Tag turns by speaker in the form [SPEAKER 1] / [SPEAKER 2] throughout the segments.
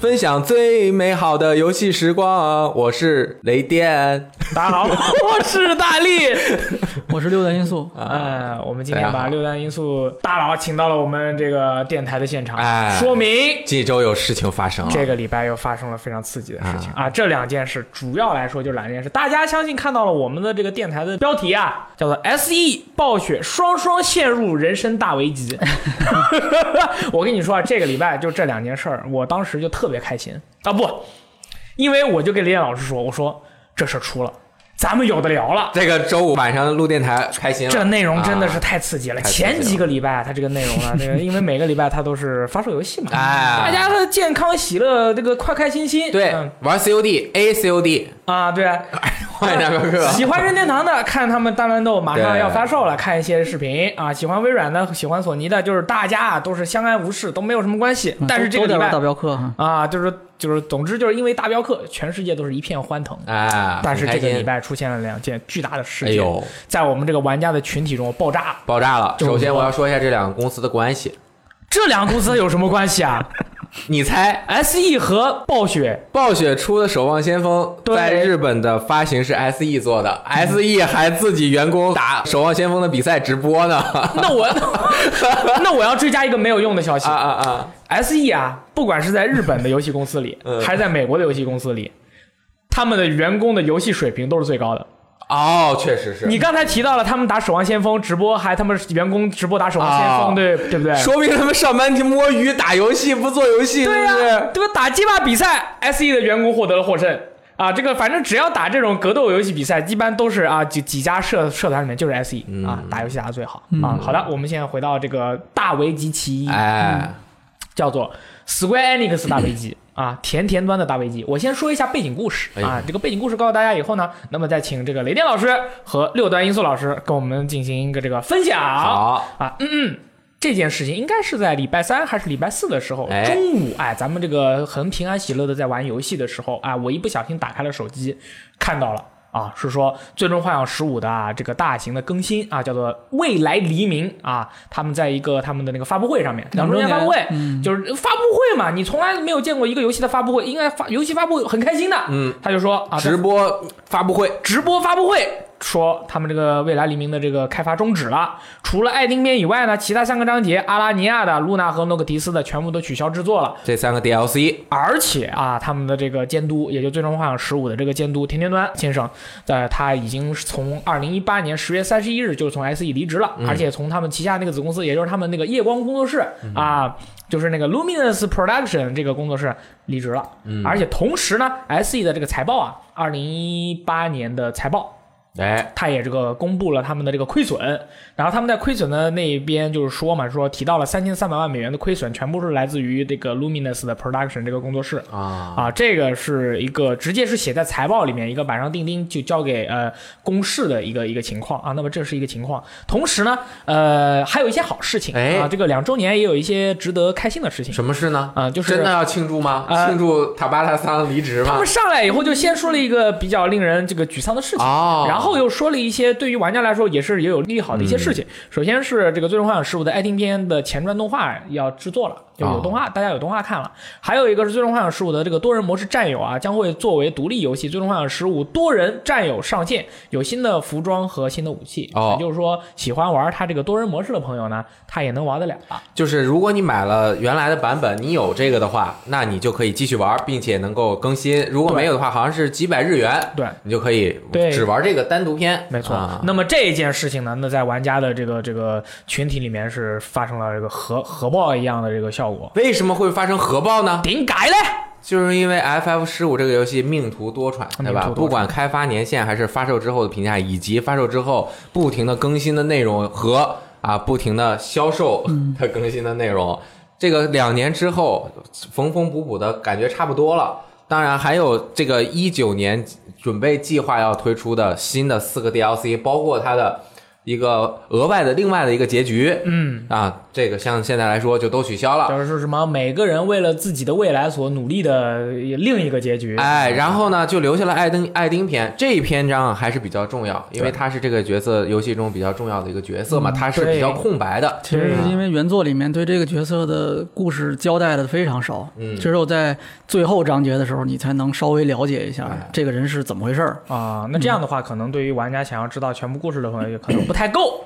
[SPEAKER 1] 分享最美好的游戏时光。我是雷电，
[SPEAKER 2] 大家好， 我是大力。
[SPEAKER 3] 我是六段因素，
[SPEAKER 2] 嗯，我们今
[SPEAKER 1] 大
[SPEAKER 2] 天
[SPEAKER 1] 家好
[SPEAKER 2] 把六段因素大佬请到了我们这个电台的现场，
[SPEAKER 1] 哎
[SPEAKER 2] 说明
[SPEAKER 1] 这周有事情发生了。
[SPEAKER 2] 这个礼拜又发生了非常刺激的事情啊啊！这两件事主要来说就是两件事，大家相信看到了我们的这个电台的标题啊，叫做 “S.E 暴雪双双陷入人生大危机” 。我跟你说啊，这个礼拜就这两件事儿，我当时就特别开心啊！不，因为我就跟李艳老师说，我说这事儿出了，咱们有的聊了。
[SPEAKER 1] 这个周五晚上录电台开心了，
[SPEAKER 2] 这内容真的是
[SPEAKER 1] 啊
[SPEAKER 2] 太刺激了！
[SPEAKER 1] 太刺激了
[SPEAKER 2] 前几个礼拜啊它这个内容 啊，这个因为每个礼拜它都是发售游戏嘛，
[SPEAKER 1] 哎
[SPEAKER 2] 大家的健康喜乐，这个快开心心。
[SPEAKER 1] 对
[SPEAKER 2] 嗯
[SPEAKER 1] 玩 COD A COD，
[SPEAKER 2] 啊，对啊，
[SPEAKER 1] 欢迎大镖 客。
[SPEAKER 2] 喜欢任天堂的看他们大乱斗马上
[SPEAKER 1] 对
[SPEAKER 2] 要发售了，看一些视频啊；喜欢微软的、喜欢索尼的，就是大家啊都是相安无事，都没有什么关系。
[SPEAKER 1] 嗯
[SPEAKER 2] 但是这个
[SPEAKER 3] 都
[SPEAKER 2] 礼
[SPEAKER 3] 都
[SPEAKER 2] 拜
[SPEAKER 3] 点了大镖客哈，
[SPEAKER 2] 啊，就是就是，总之就是因为大镖客，全世界都是一片欢腾。
[SPEAKER 1] 哎，
[SPEAKER 2] 但是
[SPEAKER 1] 很
[SPEAKER 2] 这
[SPEAKER 1] 开
[SPEAKER 2] 个
[SPEAKER 1] 心
[SPEAKER 2] 礼，拜出现了两件巨大的事
[SPEAKER 1] 哎
[SPEAKER 2] 件，
[SPEAKER 1] 呦，
[SPEAKER 2] 在我们这个玩家的群体中爆炸。
[SPEAKER 1] 爆炸了。
[SPEAKER 2] 就是
[SPEAKER 1] 首先我要说一下这两个公司的关系，
[SPEAKER 2] 这两个公司有什么关系啊
[SPEAKER 1] 你猜？
[SPEAKER 2] ？S.E 和暴雪
[SPEAKER 1] 暴雪出的《守望先锋》
[SPEAKER 2] 对
[SPEAKER 1] 在日本的发行是 SE 做的，SE 还自己员工打《守望先锋》的比赛直播 呢。
[SPEAKER 2] 那我那我要追加一个没有用的消息
[SPEAKER 1] 啊啊啊！
[SPEAKER 2] ，S.E 啊，不管是在日本的游戏公司里，
[SPEAKER 1] 嗯
[SPEAKER 2] 还是在美国的游戏公司里，他们的员工的游戏水平都是最高的。
[SPEAKER 1] 哦，确实是。
[SPEAKER 2] 你刚才提到了他们打《守望先锋》直播，还他们员工直播打《守望先锋》
[SPEAKER 1] 哦
[SPEAKER 2] 对对不对？
[SPEAKER 1] 说明他们上班去摸鱼、打游戏，不做游戏，
[SPEAKER 2] 对
[SPEAKER 1] 是不
[SPEAKER 2] 呀、
[SPEAKER 1] 是？
[SPEAKER 2] 这个打鸡巴比赛，S.E 的员工获得了获胜。啊，这个反正只要打这种格斗游戏比赛，一般都是啊几几家社社团里面就是 S.E、啊，
[SPEAKER 1] 嗯
[SPEAKER 2] 打游戏打的最好、啊。好的，我们现在回到这个大危机其一，
[SPEAKER 1] 哎，
[SPEAKER 2] 叫做 Square Enix 大危机啊，甜甜端的大危机。我先说一下背景故事
[SPEAKER 1] 哎
[SPEAKER 2] 啊，这个背景故事告诉大家以后呢，那么再请这个雷电老师和六段音速老师跟我们进行一个这个分享。
[SPEAKER 1] 好，
[SPEAKER 2] 啊，嗯嗯，这件事情应该是在礼拜三还是礼拜四的时候，
[SPEAKER 1] 哎
[SPEAKER 2] 中午，哎，咱们这个很平安喜乐的在玩游戏的时候，啊，我一不小心打开了手机，看到了。啊，是说《最终幻想十五》的啊，这个大型的更新啊，叫做《未来黎明》啊，他们在一个他们的那个发布会上面，两周年发布嗯会，就是发布会嘛，你从来没有见过一个游戏的发布会，应该发游戏发布会很开心的，嗯，他就说啊，
[SPEAKER 1] 直播发布会，
[SPEAKER 2] 直播发布会说，他们这个《未来黎明》的这个开发终止了。除了爱丁边以外呢，其他三个章节，阿拉尼亚的、露娜和诺克提斯的全部都取消制作了。
[SPEAKER 1] 这三个 DLC
[SPEAKER 2] 而且啊，他们的这个监督，也就《最终幻想十五》的这个监督田田端先生，呃，他已经是从二零一八年十月三十一日就是从 SE 离职了，而且从他们旗下那个子公司，也就是他们那个夜光工作室、啊，就是那个 Luminous Production 这个工作室离职了。而且同时呢，SE 的这个财报啊，二零一八年的财报
[SPEAKER 1] 哎，
[SPEAKER 2] 他也这个公布了他们的这个亏损，然后他们在亏损的那一边就是说嘛，说提到了三千三百万美元的亏损，全部是来自于这个 Luminous 的 Production 这个工作室
[SPEAKER 1] 啊，
[SPEAKER 2] 啊，这个是一个直接是写在财报里面一个板上钉钉就交给呃公示的一个一个情况啊，那么这是一个情况，同时呢，呃，还有一些好事情
[SPEAKER 1] 哎
[SPEAKER 2] 啊，这个两周年也有一些值得开心的事情
[SPEAKER 1] 什么事呢？
[SPEAKER 2] 啊，就是
[SPEAKER 1] 真的要庆祝吗？
[SPEAKER 2] 呃
[SPEAKER 1] 庆祝塔巴塔桑离职
[SPEAKER 2] 他
[SPEAKER 1] 吗
[SPEAKER 2] 们？上来以后就先说了一个比较令人这个沮丧的事情。
[SPEAKER 1] 哦，
[SPEAKER 2] 然后又说了一些对于玩家来说也是也有利好的一些
[SPEAKER 1] 嗯
[SPEAKER 2] 事情。首先是这个《最终幻想十五》的爱丁篇的前传动画要制作了，就
[SPEAKER 1] 哦
[SPEAKER 2] 有动画，大家有动画看了。还有一个是《最终幻想十五》的这个多人模式战友啊，将会作为独立游戏《最终幻想十五》多人战友上线，有新的服装和新的武器。
[SPEAKER 1] 哦
[SPEAKER 2] 也就是说，喜欢玩它这个多人模式的朋友呢，他也能玩得了啊。
[SPEAKER 1] 就是如果你买了原来的版本，你有这个的话，那你就可以继续玩，并且能够更新。如果没有的话，好像是几百日元，
[SPEAKER 2] 对，
[SPEAKER 1] 你就可以
[SPEAKER 2] 对
[SPEAKER 1] 只玩这个单独篇。
[SPEAKER 2] 没错。
[SPEAKER 1] 啊
[SPEAKER 2] 那么这一件事情呢，那在玩家的这个这个群体里面是发生了这个核核爆一样的这个效果。
[SPEAKER 1] 为什么会发生核爆呢？
[SPEAKER 2] 顶改嘞！
[SPEAKER 1] 就是因为 FF 十五这个游戏命途多舛，对
[SPEAKER 2] 啊命
[SPEAKER 1] 吧
[SPEAKER 2] 途？多舛
[SPEAKER 1] 不管开发年限，还是发售之后的评价，以及发售之后不停的更新的内容和啊不停的销售
[SPEAKER 2] 嗯
[SPEAKER 1] 它更新的内容，这个两年之后缝缝补补的感觉差不多了。当然，还有这个一九年准备计划要推出的新的四个 DLC，包括它的一个额外的另外的一个结局
[SPEAKER 2] 嗯，
[SPEAKER 1] 啊。这个像现在来说就都取消了。
[SPEAKER 2] 就是说什么每个人为了自己的未来所努力的另一个结局。
[SPEAKER 1] 哎，然后呢，就留下了艾登艾丁篇这一篇章啊还是比较重要，因为他是这个角色游戏中比较重要的一个角
[SPEAKER 3] 嗯
[SPEAKER 1] 色嘛，他是比较空白的。
[SPEAKER 3] 其实是因为原作里面对这个角色的故事交代的非常少，
[SPEAKER 1] 嗯
[SPEAKER 3] 只有在最后章节的时候，你才能稍微了解一下这个人是怎么回事儿。
[SPEAKER 2] 啊、那这样的话，可能对于玩家想要知道全部故事的朋友，可能不太够。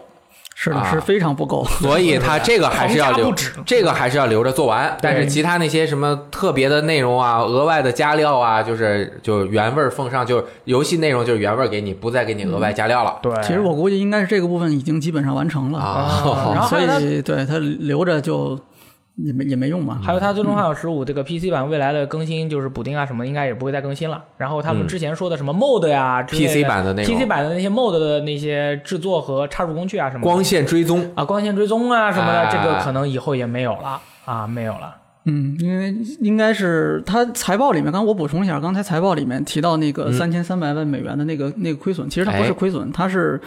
[SPEAKER 3] 是的，
[SPEAKER 1] 啊
[SPEAKER 3] 是非常不够。
[SPEAKER 1] 所以他这个还是要
[SPEAKER 2] 横加
[SPEAKER 1] 留
[SPEAKER 2] 不止，
[SPEAKER 1] 这个还是要留着做完。但是其他那些什么特别的内容啊、额外的加料啊，就是就原味儿奉上，就是游戏内容就是原味儿给你，不再给你额
[SPEAKER 3] 嗯
[SPEAKER 1] 外加料了。
[SPEAKER 2] 对，
[SPEAKER 3] 其实我估计应该是这个部分已经基本上完成了，
[SPEAKER 1] 啊
[SPEAKER 2] 然后
[SPEAKER 3] 所
[SPEAKER 2] 还有他
[SPEAKER 3] 以对他留着就也没也没用嘛。
[SPEAKER 2] 还有它《最终幻想十五》这个 PC 版未来的更新，就是补丁啊什么，应该也不会再更新了。然后他们之前说的什么 mod 呀、之类
[SPEAKER 1] PC 嗯版的内容
[SPEAKER 2] PC 版的那些 mod 的那些制作和插入工具啊什么的
[SPEAKER 1] 光线追踪，
[SPEAKER 2] 啊光线追踪啊什么的，
[SPEAKER 1] 哎
[SPEAKER 2] 这个可能以后也没有了啊，没有了。
[SPEAKER 3] 嗯，因为应该是他财报里面，刚刚我补充一下，刚才财报里面提到那个
[SPEAKER 1] 嗯
[SPEAKER 3] 三千三百万美元的那个、那个亏损，其实它不
[SPEAKER 1] 哎
[SPEAKER 3] 是亏损，它是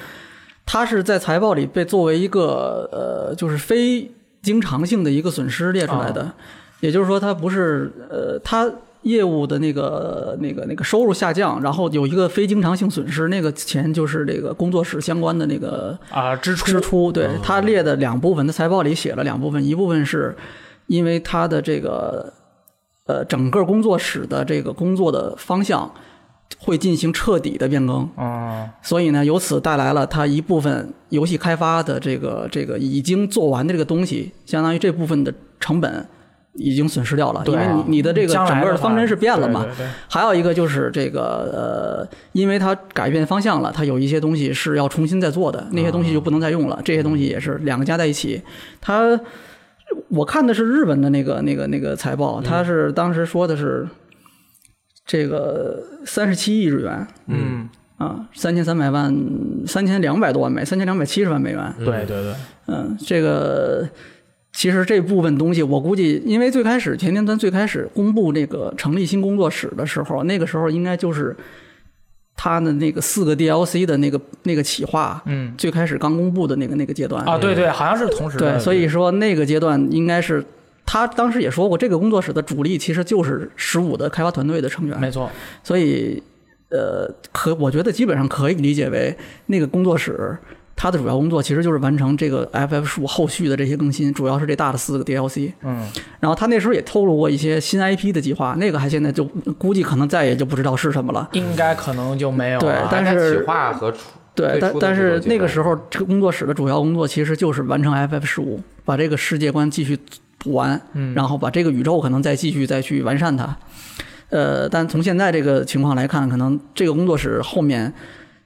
[SPEAKER 3] 它是在财报里被作为一个呃，就是非经常性的一个损失列出来
[SPEAKER 1] 哦
[SPEAKER 3] 的，也就是说它不是呃它。业务的那个、那个、那个收入下降，然后有一个非经常性损失，那个钱就是这个工作室相关的那个
[SPEAKER 2] 啊，支出
[SPEAKER 3] 支出，对他列的两部分，他财报里写了两部分，一部分是因为他的这个呃整个工作室的这个工作的方向会进行彻底的变更，
[SPEAKER 2] 嗯，
[SPEAKER 3] 所以呢，由此带来了他一部分游戏开发的这个这个已经做完的这个东西，相当于这部分的成本已经损失掉了，因
[SPEAKER 2] 对
[SPEAKER 3] 为
[SPEAKER 2] 啊
[SPEAKER 3] 你你的这个
[SPEAKER 2] 将来
[SPEAKER 3] 整个
[SPEAKER 2] 的
[SPEAKER 3] 的方针是变了嘛，
[SPEAKER 2] 话对对对
[SPEAKER 3] 还有一个就是这个呃，因为它改变方向了，它有一些东西是要重新再做的，那些东西就不能再用了。这些东西也是两个加在一起，它我看的是日本的那个那个那个财报，它是当时说的是这个三十七亿日元
[SPEAKER 2] 嗯，
[SPEAKER 3] 啊，三千三百万，三千两百多万美，三千两百七十万美元。
[SPEAKER 2] 对对对，
[SPEAKER 3] 嗯，这个其实这部分东西，我估计，因为最开始甜甜团最开始公布那个成立新工作室的时候，那个时候应该就是他的那个四个 DLC 的那个那个企划，
[SPEAKER 2] 嗯
[SPEAKER 3] 最开始刚公布的那个那个阶段
[SPEAKER 2] 啊，对对，好像是同时的
[SPEAKER 3] 嗯对，所以说那个阶段应该是。他当时也说过，这个工作室的主力其实就是十五的开发团队的成员，
[SPEAKER 2] 没错，
[SPEAKER 3] 所以，呃，可我觉得基本上可以理解为那个工作室。它的主要工作其实就是完成这个 FF 数后续的这些更新，主要是这大的四个 DLC。
[SPEAKER 2] 嗯，
[SPEAKER 3] 然后他那时候也透露过一些新 IP 的计划，那个还现在就估计可能再也就不知道是什么了。
[SPEAKER 2] 应该可能就没有
[SPEAKER 3] 对
[SPEAKER 2] 了。
[SPEAKER 3] 但
[SPEAKER 1] 它
[SPEAKER 3] 是
[SPEAKER 1] 企划和出
[SPEAKER 3] 对，但但是那个时
[SPEAKER 1] 候
[SPEAKER 3] 候这个工作室的主要工作其实就是完成 FF 十五，把这个世界观继续补完，
[SPEAKER 2] 嗯
[SPEAKER 3] 然后把这个宇宙可能再继续再去完善它。呃，但从现在这个情况来看，可能这个工作室后面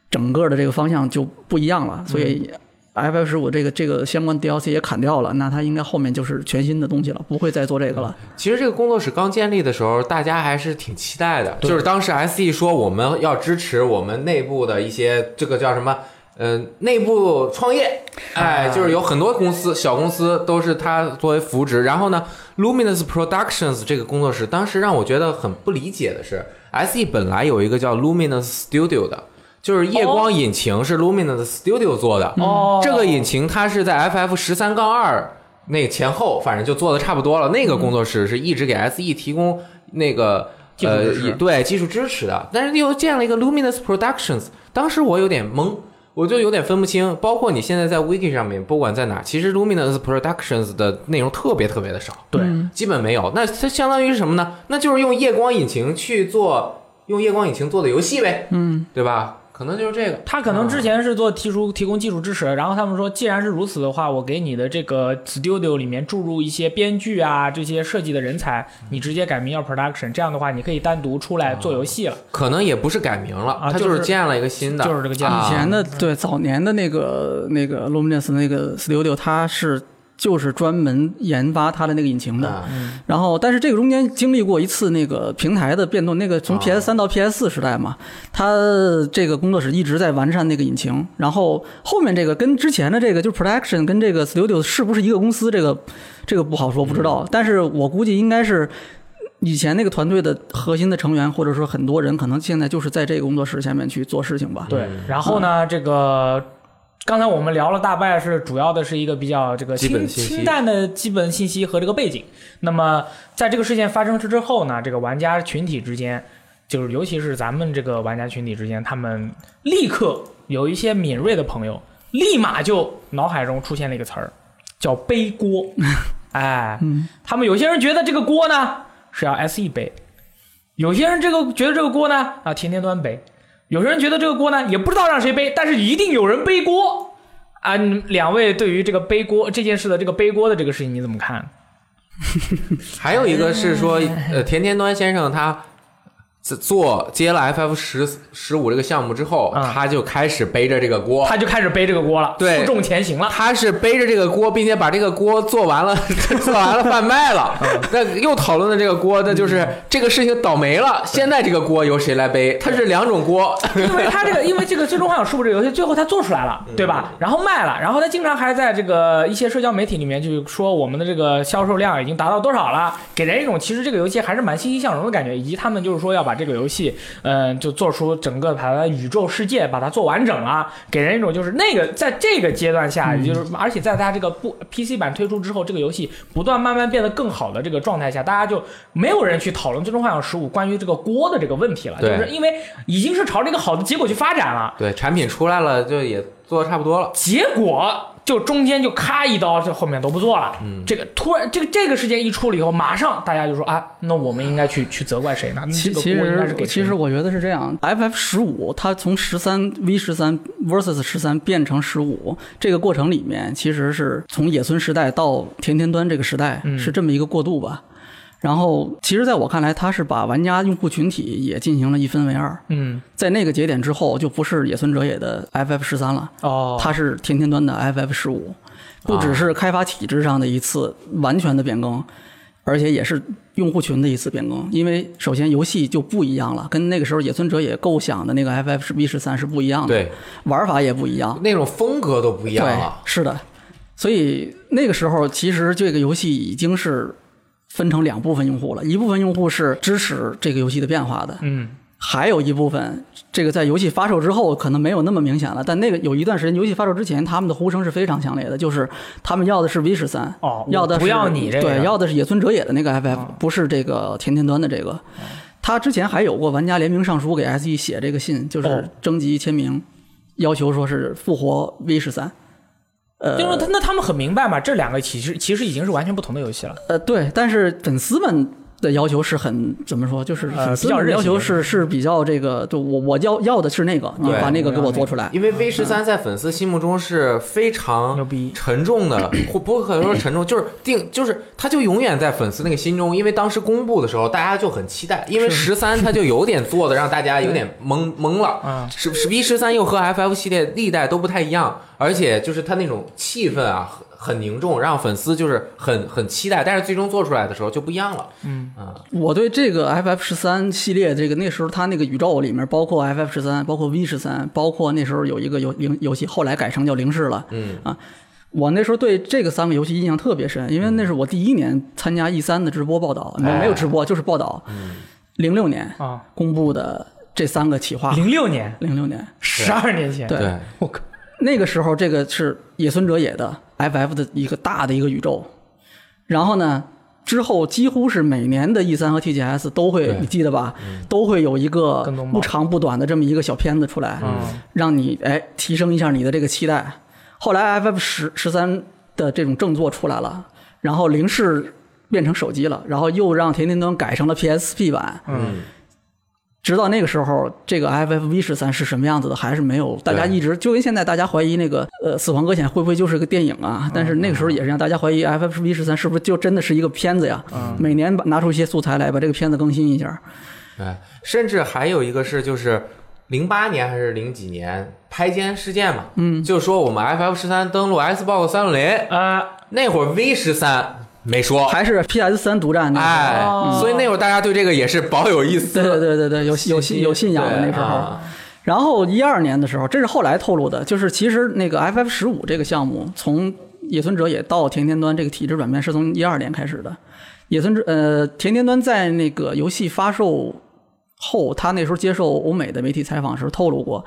[SPEAKER 3] 整个的这个方向就不一样了，所以 FF 十五这个这个相关 DLC 也砍掉了，那它应该后面就是全新的东西了，不会再做这个了。
[SPEAKER 1] 其实这个工作室刚建立的时候，大家还是挺期待的。就是当时 SE 说我们要支持我们内部的一些这个叫什么，呃，内部创业，哎，就是有很多公司小公司都是它作为扶植。然后呢，Luminous Productions 这个工作室，当时让我觉得很不理解的是，SE 本来有一个叫 Luminous Studio 的，就是夜光引擎是 Luminous Studio 做的。
[SPEAKER 3] 嗯
[SPEAKER 2] 哦，
[SPEAKER 1] 这个引擎它是在 FF 十三杠二那前后，反正就做的差不多了。那个工作室是一直给 SE 提供那个
[SPEAKER 2] 嗯技术
[SPEAKER 1] 呃
[SPEAKER 2] 支持
[SPEAKER 1] 也对技术支持的，但是又建了一个 Luminous Productions，当时我有点懵。我就有点分不清，包括你现在在 Wiki 上面，不管在哪，其实 Luminous Productions 的内容特别特别的少，
[SPEAKER 2] 对
[SPEAKER 3] 嗯
[SPEAKER 1] 基本没有。那它相当于是什么呢？那就是用夜光引擎去做，用夜光引擎做的游戏呗，嗯，对吧？可能就是这个。
[SPEAKER 2] 他可能之前是做提出提供技术支持，然后他们说，既然是如此的话，我给你的这个 studio 里面注入一些编剧啊这些设计的人才，你直接改名叫 production，这样的话你可以单独出来做游戏了。
[SPEAKER 1] 可能也不是改名了，
[SPEAKER 2] 啊
[SPEAKER 1] 他
[SPEAKER 2] 就是
[SPEAKER 1] 是建了一个新的，
[SPEAKER 2] 就是这个建
[SPEAKER 1] 啊
[SPEAKER 3] 以前的对早年的那个那个 Luminous 那个 Studio，它是就是专门研发它的那个引擎的。
[SPEAKER 1] 啊
[SPEAKER 2] 嗯
[SPEAKER 3] 然后，但是这个中间经历过一次那个平台的变动，那个从
[SPEAKER 1] 啊
[SPEAKER 3] PS 三到 PS 四时代嘛，它这个工作室一直在完善那个引擎。然后后面这个跟之前的这个就是 Production 跟这个 Studio 是不是一个公司，这个这个不好说，不知道。但是我估计应该是以前那个团队的核心的成员，或者说很
[SPEAKER 1] 嗯
[SPEAKER 3] 多人，可能现在就是在这个工作室下面去做事情吧。
[SPEAKER 2] 对，然后呢，这个。刚才我们聊了大半是主要的是一个比较这个
[SPEAKER 1] 基本
[SPEAKER 2] 清
[SPEAKER 1] 信息
[SPEAKER 2] 清淡的基本信息和这个背景。那么在这个事件发生之后呢，这个玩家群体之间，就是尤其是咱们这个玩家群体之间，他们立刻有一些敏锐的朋友，立马就脑海中出现了一个词儿，叫 背锅。哎，
[SPEAKER 1] 嗯
[SPEAKER 2] 他们有些人觉得这个锅呢是要 SE 背，有些人这个觉得这个锅呢啊天天端背，有些人觉得这个锅呢也不知道让谁背，但是一定有人背锅啊！你们两位对于这个背锅这件事的这个背锅的这个事情你怎么看？
[SPEAKER 1] 还有一个是说，呃，田天端先生他自做接了 FF 十十五这个项目之后，
[SPEAKER 2] 嗯
[SPEAKER 1] 他就开始背着这个锅。
[SPEAKER 2] 他就开始背这个锅了，
[SPEAKER 1] 哦对
[SPEAKER 2] 负重前行了。
[SPEAKER 1] 他是背着这个锅，并且把这个锅做完了， 做完了贩卖了。
[SPEAKER 2] 嗯
[SPEAKER 1] 那又讨论的这个锅，那就是这个事情倒霉了。现在这个锅由谁来背？它是两种锅，
[SPEAKER 2] 因为他这个，因为这个《最终幻想十五》这个游戏，最后他做出来了，对吧？然后卖了，然后他经常还在这个一些社交媒体里面去说我们的这个销售量已经达到多少了，给人一种其实这个游戏还是蛮欣欣向荣的感觉，以及他们就是说要把这个游戏，嗯、就做出整个把它宇宙世界把它做完整了，给人一种就是那个在这个阶段下，也就是而且在它这个不 PC 版推出之后，这个游戏不断慢慢变得更好的这个状态下，大家就没有人去讨论《最终幻想十五》关于这个锅的这个问题了，就
[SPEAKER 1] 对
[SPEAKER 2] 是因为已经是朝着一个好的结果去发展了，
[SPEAKER 1] 对，产品出来了就也做的差不多了。
[SPEAKER 2] 结果就中间就咔一刀，这后面都不做了。嗯，这个突然这个这个事件一出了以后，马上大家就说啊，那我们应该去去责怪谁呢？
[SPEAKER 3] 其
[SPEAKER 2] 这个
[SPEAKER 3] 其
[SPEAKER 2] 锅应该是
[SPEAKER 3] 实
[SPEAKER 2] 给谁
[SPEAKER 3] 其
[SPEAKER 2] 呢
[SPEAKER 3] 实我觉得是这样，FF 十五它从十三 V 十三 versus 十三变成十五这个过程里面，其实是从野村时代到田田端这个时代、
[SPEAKER 2] 嗯
[SPEAKER 3] 是这么一个过渡吧。然后，其实在我看来，它是把玩家用户群体也进行了一分为二。
[SPEAKER 2] 嗯
[SPEAKER 3] 在那个节点之后，就不是野村哲也的 FF 十三了，
[SPEAKER 2] 哦，
[SPEAKER 3] 它是天天端的 FF 十五，不只是开发体制上的一次完全的变更，而且也是用户群的一次变更。因为首先游戏就不一样了，跟那个时候野村哲也构想的那个 FF 十 B 十三是不
[SPEAKER 2] 嗯
[SPEAKER 3] 一样的，
[SPEAKER 1] 对，
[SPEAKER 3] 玩法也不一样，
[SPEAKER 1] 那种风格都不一样
[SPEAKER 3] 对
[SPEAKER 2] 啊
[SPEAKER 1] 了，。
[SPEAKER 3] 是的。所以那个时候其实这个游戏已经是分成两部分用户了，一部分用户是支持这个游戏的变化的，
[SPEAKER 2] 嗯
[SPEAKER 3] 还有一部分，这个在游戏发售之后可能没有那么明显了，但那个有一段时间，游戏发售之前，他们的呼声是非常强烈的，就是他们要的是 V 十三，
[SPEAKER 2] 哦
[SPEAKER 3] 要的
[SPEAKER 2] 我
[SPEAKER 3] 是
[SPEAKER 2] 不要你这个哦
[SPEAKER 3] 对，要的是野村哲也的那个 FF，、不是这个田田端的这个。
[SPEAKER 2] 哦
[SPEAKER 3] 他之前还有过玩家联名上书给 SE 写这个信，就
[SPEAKER 2] 哦
[SPEAKER 3] 是征集签名，要求说是复活 V 十三。呃，
[SPEAKER 2] 就是他那他们很明白嘛，这两个其实其实已经是完全不同的游戏了。
[SPEAKER 3] 呃，对，但是粉丝们的要求是很怎么说，就是
[SPEAKER 2] 呃
[SPEAKER 3] 粉丝
[SPEAKER 2] 比较
[SPEAKER 3] 们的
[SPEAKER 2] 热
[SPEAKER 3] 要
[SPEAKER 2] 情
[SPEAKER 3] 求是是比较这个，就我我要要的是那个，你
[SPEAKER 1] 对
[SPEAKER 3] 把那个
[SPEAKER 2] 我
[SPEAKER 3] 给
[SPEAKER 2] 要
[SPEAKER 3] 我
[SPEAKER 2] 那
[SPEAKER 3] 做
[SPEAKER 2] 个
[SPEAKER 3] 出来。
[SPEAKER 1] 因为 V 十三在粉丝心目中是非
[SPEAKER 2] 嗯牛
[SPEAKER 1] 常
[SPEAKER 2] 逼
[SPEAKER 1] 沉重的，或不可能说沉重，就是定，就是它就永远在粉丝那个心中。因为当时公布的时候，大家就很期待，因为十三它就有点做的让大家有点懵懵了
[SPEAKER 2] 嗯。
[SPEAKER 1] 是是 V 十三又和 FF 系列历代都不太一样，而且就是它那种气氛啊很很凝重，让粉丝就是很很期待，但是最终做出来的时候就不一样了。
[SPEAKER 2] 嗯
[SPEAKER 1] 啊，
[SPEAKER 3] 我对这个 FF 十三系列，这个那时候它那个宇宙里面，包括 FF 十三，包括 V 十三，包括那时候有一个游零游戏，后来改成叫零式了。
[SPEAKER 1] 嗯
[SPEAKER 3] 啊，我那时候对这个三个游戏印象特别深，因为那是我第一年参加 E 三的直播报道，没
[SPEAKER 2] 哎
[SPEAKER 3] 没有直播就是报道。
[SPEAKER 2] 嗯
[SPEAKER 3] 零六年
[SPEAKER 2] 啊，
[SPEAKER 3] 公布的这三个企划，
[SPEAKER 2] 零六年，
[SPEAKER 3] 零六年。
[SPEAKER 2] 十二年前，
[SPEAKER 3] 对
[SPEAKER 1] 对，
[SPEAKER 2] 我靠，
[SPEAKER 3] 那个时候，这个是野村哲也的 FF 的一个大的一个宇宙。然后呢，之后几乎是每年的 E 三和 TGS 都会
[SPEAKER 1] 对，
[SPEAKER 3] 你记得吧？都会有一个
[SPEAKER 2] 嗯跟踪报
[SPEAKER 3] 不长不短的这么一个小片子出来，
[SPEAKER 2] 嗯
[SPEAKER 3] 让你哎提升一下你的这个期待。后来 FF 十十三的这种正作出来了，然后零式变成手机了，然后又让甜甜端改成了 PSP 版，
[SPEAKER 2] 嗯，
[SPEAKER 3] 直到那个时候，这个 FFV 十三是什么样子的，还是没有。大家一直就跟现在大家怀疑那个呃《死亡搁浅》会不会就是个电影啊？但是那个时候也是让大家怀疑 FFV 十三是不是就真的是一个片子呀？每年把拿出一些素材来，把这个片子更新一下。
[SPEAKER 1] 对，甚至还有一个是就是。零八年还是零几年拍肩事件嘛，嗯，就说我们 FF 十三登陆 Xbox 三六零，
[SPEAKER 2] 呃，
[SPEAKER 1] 那会儿 V 十三没说，
[SPEAKER 3] 还是 PS 三独占那个时候
[SPEAKER 1] 哎，
[SPEAKER 2] 哦
[SPEAKER 1] 所以那会儿大家对这个也是保有一丝
[SPEAKER 3] 对对对对对，有有信有信仰的那时候。然后一二年的时候，这是后来透露的，就是其实那个 FF 十五这个项目，从野村哲也到田田端这个体制转变是从一二年开始的。野村哲呃，田田端在那个游戏发售后，他那时候接受欧美的媒体采访时透露过，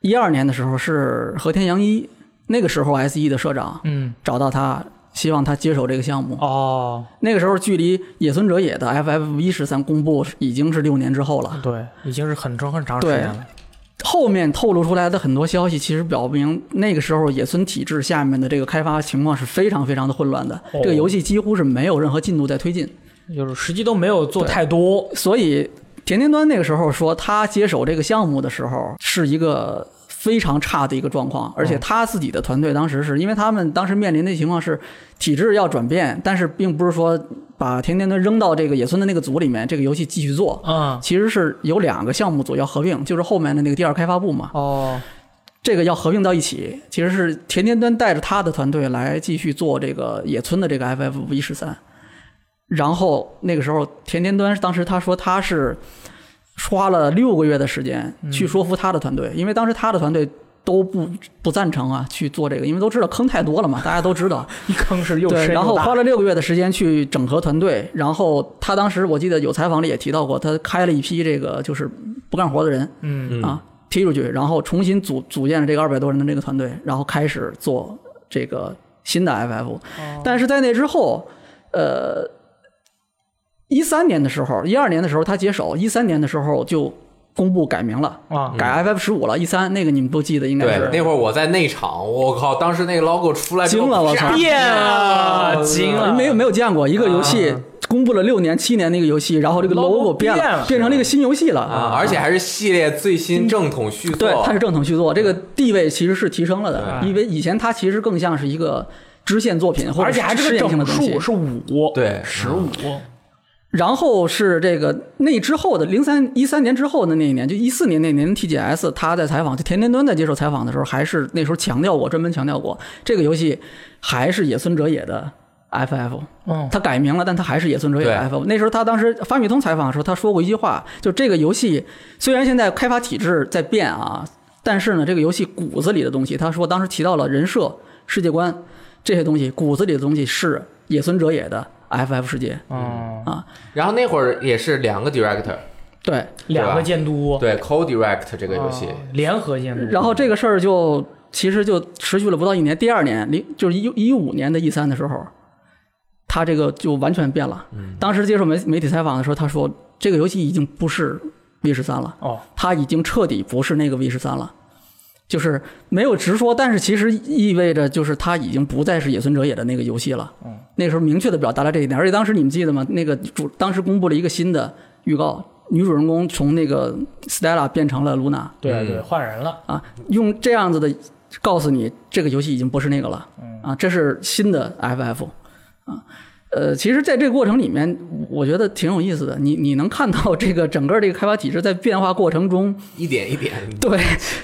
[SPEAKER 3] 一二年的时候是和田洋一那个时候 S E 的社长
[SPEAKER 2] 嗯，
[SPEAKER 3] 找到他，希望他接手这个项目。
[SPEAKER 2] 哦，
[SPEAKER 3] 那个时候距离《野村哲也》的 FF 一十三公布已经是六年之后了。
[SPEAKER 2] 对，已经是很长很长时间了。
[SPEAKER 3] 后面透露出来的很多消息，其实表明那个时候野村体制下面的这个开发情况是非常非常的混乱的。
[SPEAKER 2] 哦
[SPEAKER 3] 这个游戏几乎是没有任何进度在推进，
[SPEAKER 2] 就是实际都没有做太多，
[SPEAKER 3] 所以田田端那个时候说他接手这个项目的时候是一个。非常差的一个状况，而且他自己的团队当时是因为他们当时面临的情况是体制要转变，但是并不是说把田田端扔到这个野村的那个组里面，这个游戏继续做，
[SPEAKER 2] 嗯，
[SPEAKER 3] 其实是有两个项目组要合并，就是后面的那个第二开发部嘛，
[SPEAKER 2] 哦，
[SPEAKER 3] 这个要合并到一起，其实是田田端带着他的团队来继续做这个野村的这个 FF 一十三。然后那个时候，田田端当时他说他是花了六个月的时间去说服他的团队，因为当时他的团队都不不赞成啊去做这个，因为都知道坑太多了嘛，大家都知道。
[SPEAKER 2] 一坑是又
[SPEAKER 3] 对，
[SPEAKER 2] 深
[SPEAKER 3] 然
[SPEAKER 2] 又
[SPEAKER 3] 后花
[SPEAKER 2] 大。
[SPEAKER 3] 了六个月的时间去整合团队，然后他当时我记得有采访里也提到过，他开了一批这个就是不干活的人，
[SPEAKER 1] 嗯
[SPEAKER 2] 嗯，
[SPEAKER 3] 啊踢出去，然后重新组组建了这个二百多人的这个团队，然后开始做这个新的 FF。但
[SPEAKER 2] 哦
[SPEAKER 3] 是在那之后，呃，一三年的时候，一二年的时候他接手，一三年的时候就公布改名了，
[SPEAKER 2] 啊，
[SPEAKER 3] 改 FF 十五了。一三那个你们都记得应该
[SPEAKER 1] 对
[SPEAKER 3] 是，
[SPEAKER 1] 那会儿我在内场，我靠，当时那个 logo 出来之后啊
[SPEAKER 3] 惊了我操
[SPEAKER 2] 变了，惊了，
[SPEAKER 3] 啊没有没有见过一个游戏公布了六年七年那个游戏，然后这个
[SPEAKER 2] logo
[SPEAKER 3] logo 变
[SPEAKER 2] 变了
[SPEAKER 3] 了，变成了一个新游戏了
[SPEAKER 1] 啊，而且还是系列最新正统续作，
[SPEAKER 3] 对，它是正统续作，这个地位其实是提升了的，
[SPEAKER 2] 对
[SPEAKER 3] 因为以前它其实更像是一个支线作品，或者
[SPEAKER 2] 而且还
[SPEAKER 3] 试
[SPEAKER 2] 是个
[SPEAKER 3] 验性的
[SPEAKER 2] 整
[SPEAKER 3] 东西
[SPEAKER 2] 数。是五，
[SPEAKER 1] 对
[SPEAKER 2] 十五，
[SPEAKER 3] 然后是这个那之后的零三一三年之后的那一年，就一四年那年 TGS，他在采访，就田田端在接受采访的时候，还是那时候强调过，专门强调过这个游戏还是野村哲也的 FF。
[SPEAKER 2] 嗯，
[SPEAKER 3] 他改名了，但他还是野村哲也
[SPEAKER 1] 对
[SPEAKER 3] FF。那时候他当时发米通采访的时候，他说过一句话，就这个游戏虽然现在开发体制在变啊，但是呢，这个游戏骨子里的东西，他说当时提到了人设、世界观这些东西，骨子里的东西是野村哲也的 FF 世界
[SPEAKER 2] 嗯，
[SPEAKER 3] 啊。
[SPEAKER 1] 然后那会儿也是两个 director，
[SPEAKER 3] 对，
[SPEAKER 2] 两个监督，
[SPEAKER 3] 哦
[SPEAKER 1] 对 co-direct 这个游戏
[SPEAKER 2] 啊，联合监督，
[SPEAKER 3] 然后这个事儿就其实就持续了不到一年，第二年零就是一一五年的 E 三的时候，他这个就完全变了。当时接受媒媒体采访的时候，他说这个游戏已经不是 V 十三了。
[SPEAKER 2] 哦，
[SPEAKER 3] 它已经彻底不是那个 V 十三了，就是没有直说，但是其实意味着就是它已经不再是野村哲也的那个游戏了。嗯，那时候明确的表达了这一点，而且当时你们记得吗？那个主当时公布了一个新的预告，女主人公从那个 Stella 变成了 Luna
[SPEAKER 2] 对对，换人了，
[SPEAKER 3] 啊，用这样子的告诉你，这个游戏已经不是那个了
[SPEAKER 2] 嗯
[SPEAKER 3] 啊，这是新的 FF 啊。呃，其实，在这个过程里面，我觉得挺有意思的。你你能看到这个整个这个开发体制在变化过程中，
[SPEAKER 1] 一点一点，
[SPEAKER 3] 对，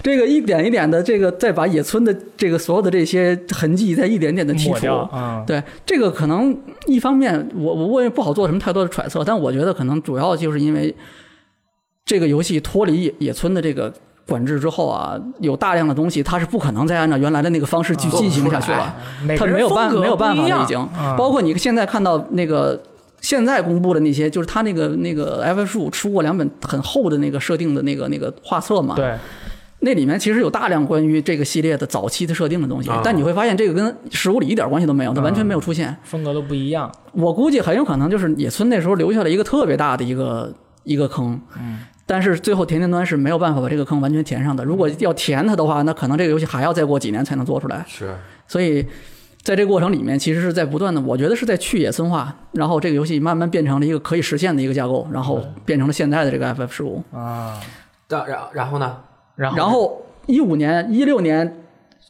[SPEAKER 3] 这个一点一点的，这个再把野村的这个所有的这些痕迹，再一点点的剔
[SPEAKER 2] 抹
[SPEAKER 3] 除。
[SPEAKER 2] 掉，嗯，
[SPEAKER 3] 对，这个可能一方面，我我我也不好做什么太多的揣测，但我觉得可能主要就是因为这个游戏脱离野野村的这个管制之后啊，有大量的东西它是不可能再按照原来的那个方式
[SPEAKER 2] 啊
[SPEAKER 3] 去进行下去了。
[SPEAKER 2] 每
[SPEAKER 3] 他
[SPEAKER 2] 个人
[SPEAKER 3] 没有
[SPEAKER 2] 风
[SPEAKER 3] 办
[SPEAKER 2] 格
[SPEAKER 3] 没有办法
[SPEAKER 2] 不一
[SPEAKER 3] 了，
[SPEAKER 2] 样
[SPEAKER 3] 已经。
[SPEAKER 2] 嗯
[SPEAKER 3] 包括你现在看到那个现在公布的那些，就是他那个那个 F 十五出过两本很厚的那个设定的那个那个画册嘛，
[SPEAKER 2] 对，
[SPEAKER 3] 那里面其实有大量关于这个系列的早期的设定的东西
[SPEAKER 1] 啊，
[SPEAKER 3] 但你会发现这个跟十五里一点关系都没有，它完全没有出现。
[SPEAKER 2] 风格都不一样，
[SPEAKER 3] 我估计很有可能就是野村那时候留下了一个特别大的一个一个坑，
[SPEAKER 1] 嗯
[SPEAKER 3] 但是最后田田端是没有办法把这个坑完全填上的。如果要填它的话，那可能这个游戏还要再过几年才能做出来。
[SPEAKER 1] 是
[SPEAKER 3] 所以在这个过程里面，其实是在不断的，我觉得是在去野村化，然后这个游戏慢慢变成了一个可以实现的一个架构，然
[SPEAKER 1] 嗯
[SPEAKER 3] 后变成了现在的这个 FF 十五。
[SPEAKER 2] 啊，
[SPEAKER 1] 然然然后呢？
[SPEAKER 2] 然后
[SPEAKER 3] 然后一五年、一六年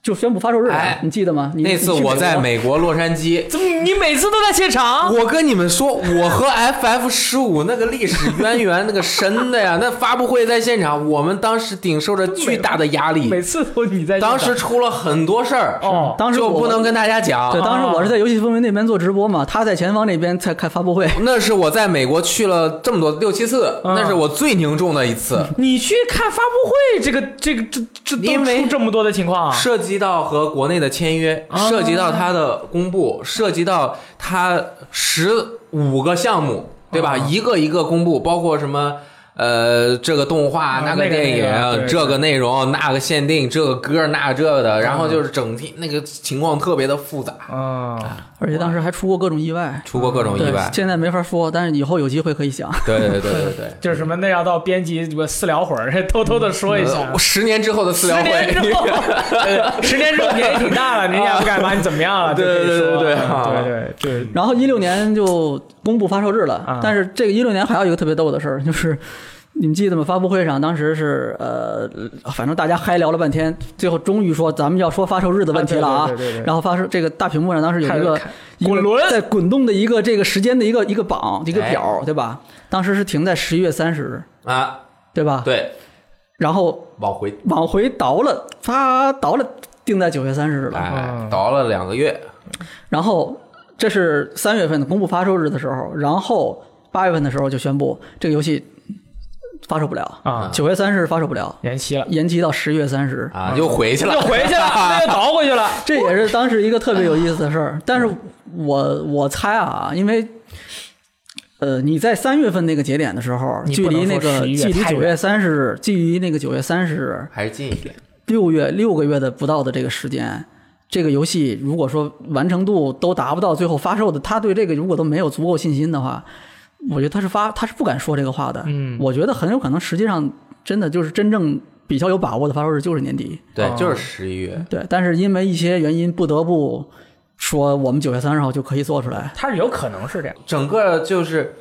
[SPEAKER 3] 就宣布发售日了，
[SPEAKER 1] 哎
[SPEAKER 3] 你记得吗？你
[SPEAKER 1] 那次
[SPEAKER 3] 你去
[SPEAKER 1] 我在美
[SPEAKER 3] 美
[SPEAKER 1] 国洛杉矶，
[SPEAKER 2] 怎么你每次都在现 场？
[SPEAKER 1] 我跟你们说，我和 FF 十五那个历史渊源那个深的呀，那发布会在现场，我们当时顶受着巨大的压力，
[SPEAKER 2] 每次都你在现场，
[SPEAKER 1] 当时出了很多事儿，
[SPEAKER 2] 哦
[SPEAKER 3] 当时
[SPEAKER 1] 就
[SPEAKER 3] 我
[SPEAKER 1] 不能跟大家讲。
[SPEAKER 3] 对，当时
[SPEAKER 2] 啊
[SPEAKER 3] 我是在游戏风云那边做直播嘛，他在前方那边在开发 布会。
[SPEAKER 1] 那是我在美国去了这么多六七次，
[SPEAKER 2] 嗯
[SPEAKER 1] 那是我最凝重的一次，
[SPEAKER 2] 你去看发布会，这个这个这这
[SPEAKER 1] 因
[SPEAKER 2] 都
[SPEAKER 1] 为
[SPEAKER 2] 出这么多的情况啊，
[SPEAKER 1] 涉及到和国内的签约，
[SPEAKER 2] 啊
[SPEAKER 1] 涉及到它的公布，涉及到
[SPEAKER 2] 哦
[SPEAKER 1] 它十五个项目，对吧？一个一个公布，包括什么呃这个动画、
[SPEAKER 2] 啊
[SPEAKER 1] 那
[SPEAKER 2] 那个
[SPEAKER 1] 电影、
[SPEAKER 2] 那个对哦
[SPEAKER 1] 这个内容、那个限定、这个歌、那这个的，然后就是整体那个情况特别的复杂，
[SPEAKER 2] 啊，
[SPEAKER 3] 而且当时还出过各种意外。
[SPEAKER 1] 出过各
[SPEAKER 2] 嗯
[SPEAKER 1] 种意
[SPEAKER 3] 对
[SPEAKER 1] 外，。
[SPEAKER 3] 现在没法说，但是以后有机会可以讲。
[SPEAKER 1] 对对对对 对。
[SPEAKER 2] 就是什么那要到编辑这个私聊会儿，偷偷的说一下
[SPEAKER 1] 呃。十年之后的私
[SPEAKER 2] 十
[SPEAKER 1] 聊
[SPEAKER 2] 年之后
[SPEAKER 1] 会，，
[SPEAKER 2] 对十年之后年纪挺大了，人家也不敢把你怎么样了，就可
[SPEAKER 1] 对
[SPEAKER 2] 以说
[SPEAKER 1] 对对对
[SPEAKER 2] 嗯
[SPEAKER 1] 啊
[SPEAKER 2] 对对对，
[SPEAKER 3] 然后一六年就公布发售日了，
[SPEAKER 2] 啊
[SPEAKER 3] 但是这个一六年还有一个特别逗的事儿，就是你们记得吗？发布会上当时是呃，反正大家嗨聊了半天，最后终于说咱们要说发售日的问题了啊。
[SPEAKER 2] 啊对对对对对
[SPEAKER 3] 然后发售这个大屏幕上当时有一个
[SPEAKER 2] 看
[SPEAKER 3] 一个
[SPEAKER 2] 滚轮
[SPEAKER 3] 在滚动的一个这个时间的一个一个榜一个
[SPEAKER 1] 哎
[SPEAKER 3] 表，对吧？当时是停在十一月三十日，
[SPEAKER 1] 啊，
[SPEAKER 3] 对吧？
[SPEAKER 1] 对，
[SPEAKER 3] 然后
[SPEAKER 1] 往回
[SPEAKER 3] 往回倒了，啪倒了，定在九月三十日了。
[SPEAKER 2] 嗯
[SPEAKER 1] 哎倒了两个月，
[SPEAKER 3] 然后这是三月份的公布发售日的时候，然后八月份的时候就宣布这个游戏发售不了，
[SPEAKER 2] 啊，
[SPEAKER 3] 九月三十日发售不了，
[SPEAKER 2] 延期 了，
[SPEAKER 3] 延期到十月三十。
[SPEAKER 1] 啊，又回去了，
[SPEAKER 2] 嗯又回去了，那又倒回去了。
[SPEAKER 3] 这也是当时一个特别有意思的事
[SPEAKER 2] 嗯
[SPEAKER 3] 儿。但是我我猜啊，因为。呃，你在三月份那个节点的时候，
[SPEAKER 2] 你
[SPEAKER 3] 距
[SPEAKER 2] 不能
[SPEAKER 3] 离那
[SPEAKER 2] 说
[SPEAKER 3] 个
[SPEAKER 2] 11月
[SPEAKER 3] 距离
[SPEAKER 2] 太
[SPEAKER 3] 九
[SPEAKER 2] 远
[SPEAKER 3] 月三十日，距离那个九月三十日，
[SPEAKER 1] 还是近一点，
[SPEAKER 3] 六月六个月的不到的这个时间，这个游戏如果说完成度都达不到最后发售的，他对这个如果都没有足够信心的话，我觉得他是发他是不敢说这个话的。
[SPEAKER 2] 嗯
[SPEAKER 3] 我觉得很有可能实际上真的就是真正比较有把握的发售日就是年底，
[SPEAKER 1] 对
[SPEAKER 2] 哦，
[SPEAKER 1] 就是十一月，
[SPEAKER 3] 对。但是因为一些原因不得不说我们九月三十号就可以做出来。
[SPEAKER 2] 他是有可能是这样，
[SPEAKER 1] 整个就是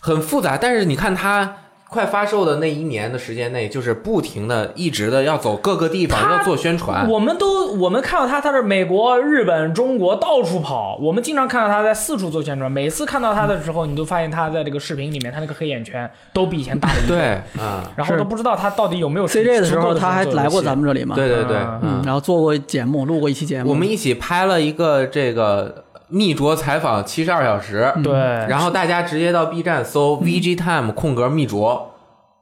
[SPEAKER 1] 很复杂，但是你看它快发售的那一年的时间内，就是不停的、一直的要走各个地方，
[SPEAKER 2] 它
[SPEAKER 1] 要做宣传，
[SPEAKER 2] 我们都我们看到他，他是美国、日本、中国到处跑，我们经常看到他在四处做宣传。每次看到他的时候，你都发现他在这个视频里面，他那个黑眼圈都比以前大了一倍，
[SPEAKER 1] 对，啊，
[SPEAKER 2] 然后都不知道他到底有没有
[SPEAKER 3] CJ 的时候他还来过咱
[SPEAKER 2] 们
[SPEAKER 3] 们这里嘛？
[SPEAKER 1] 对对对，
[SPEAKER 2] 嗯
[SPEAKER 3] 嗯，
[SPEAKER 1] 嗯，
[SPEAKER 3] 然后做过节目，录过一期节目。
[SPEAKER 1] 我们一起拍了一个这个密着采访七十二小时，
[SPEAKER 2] 对，
[SPEAKER 1] 然后大家直接到 B 站搜
[SPEAKER 2] 嗯
[SPEAKER 1] VG Time 空格密着。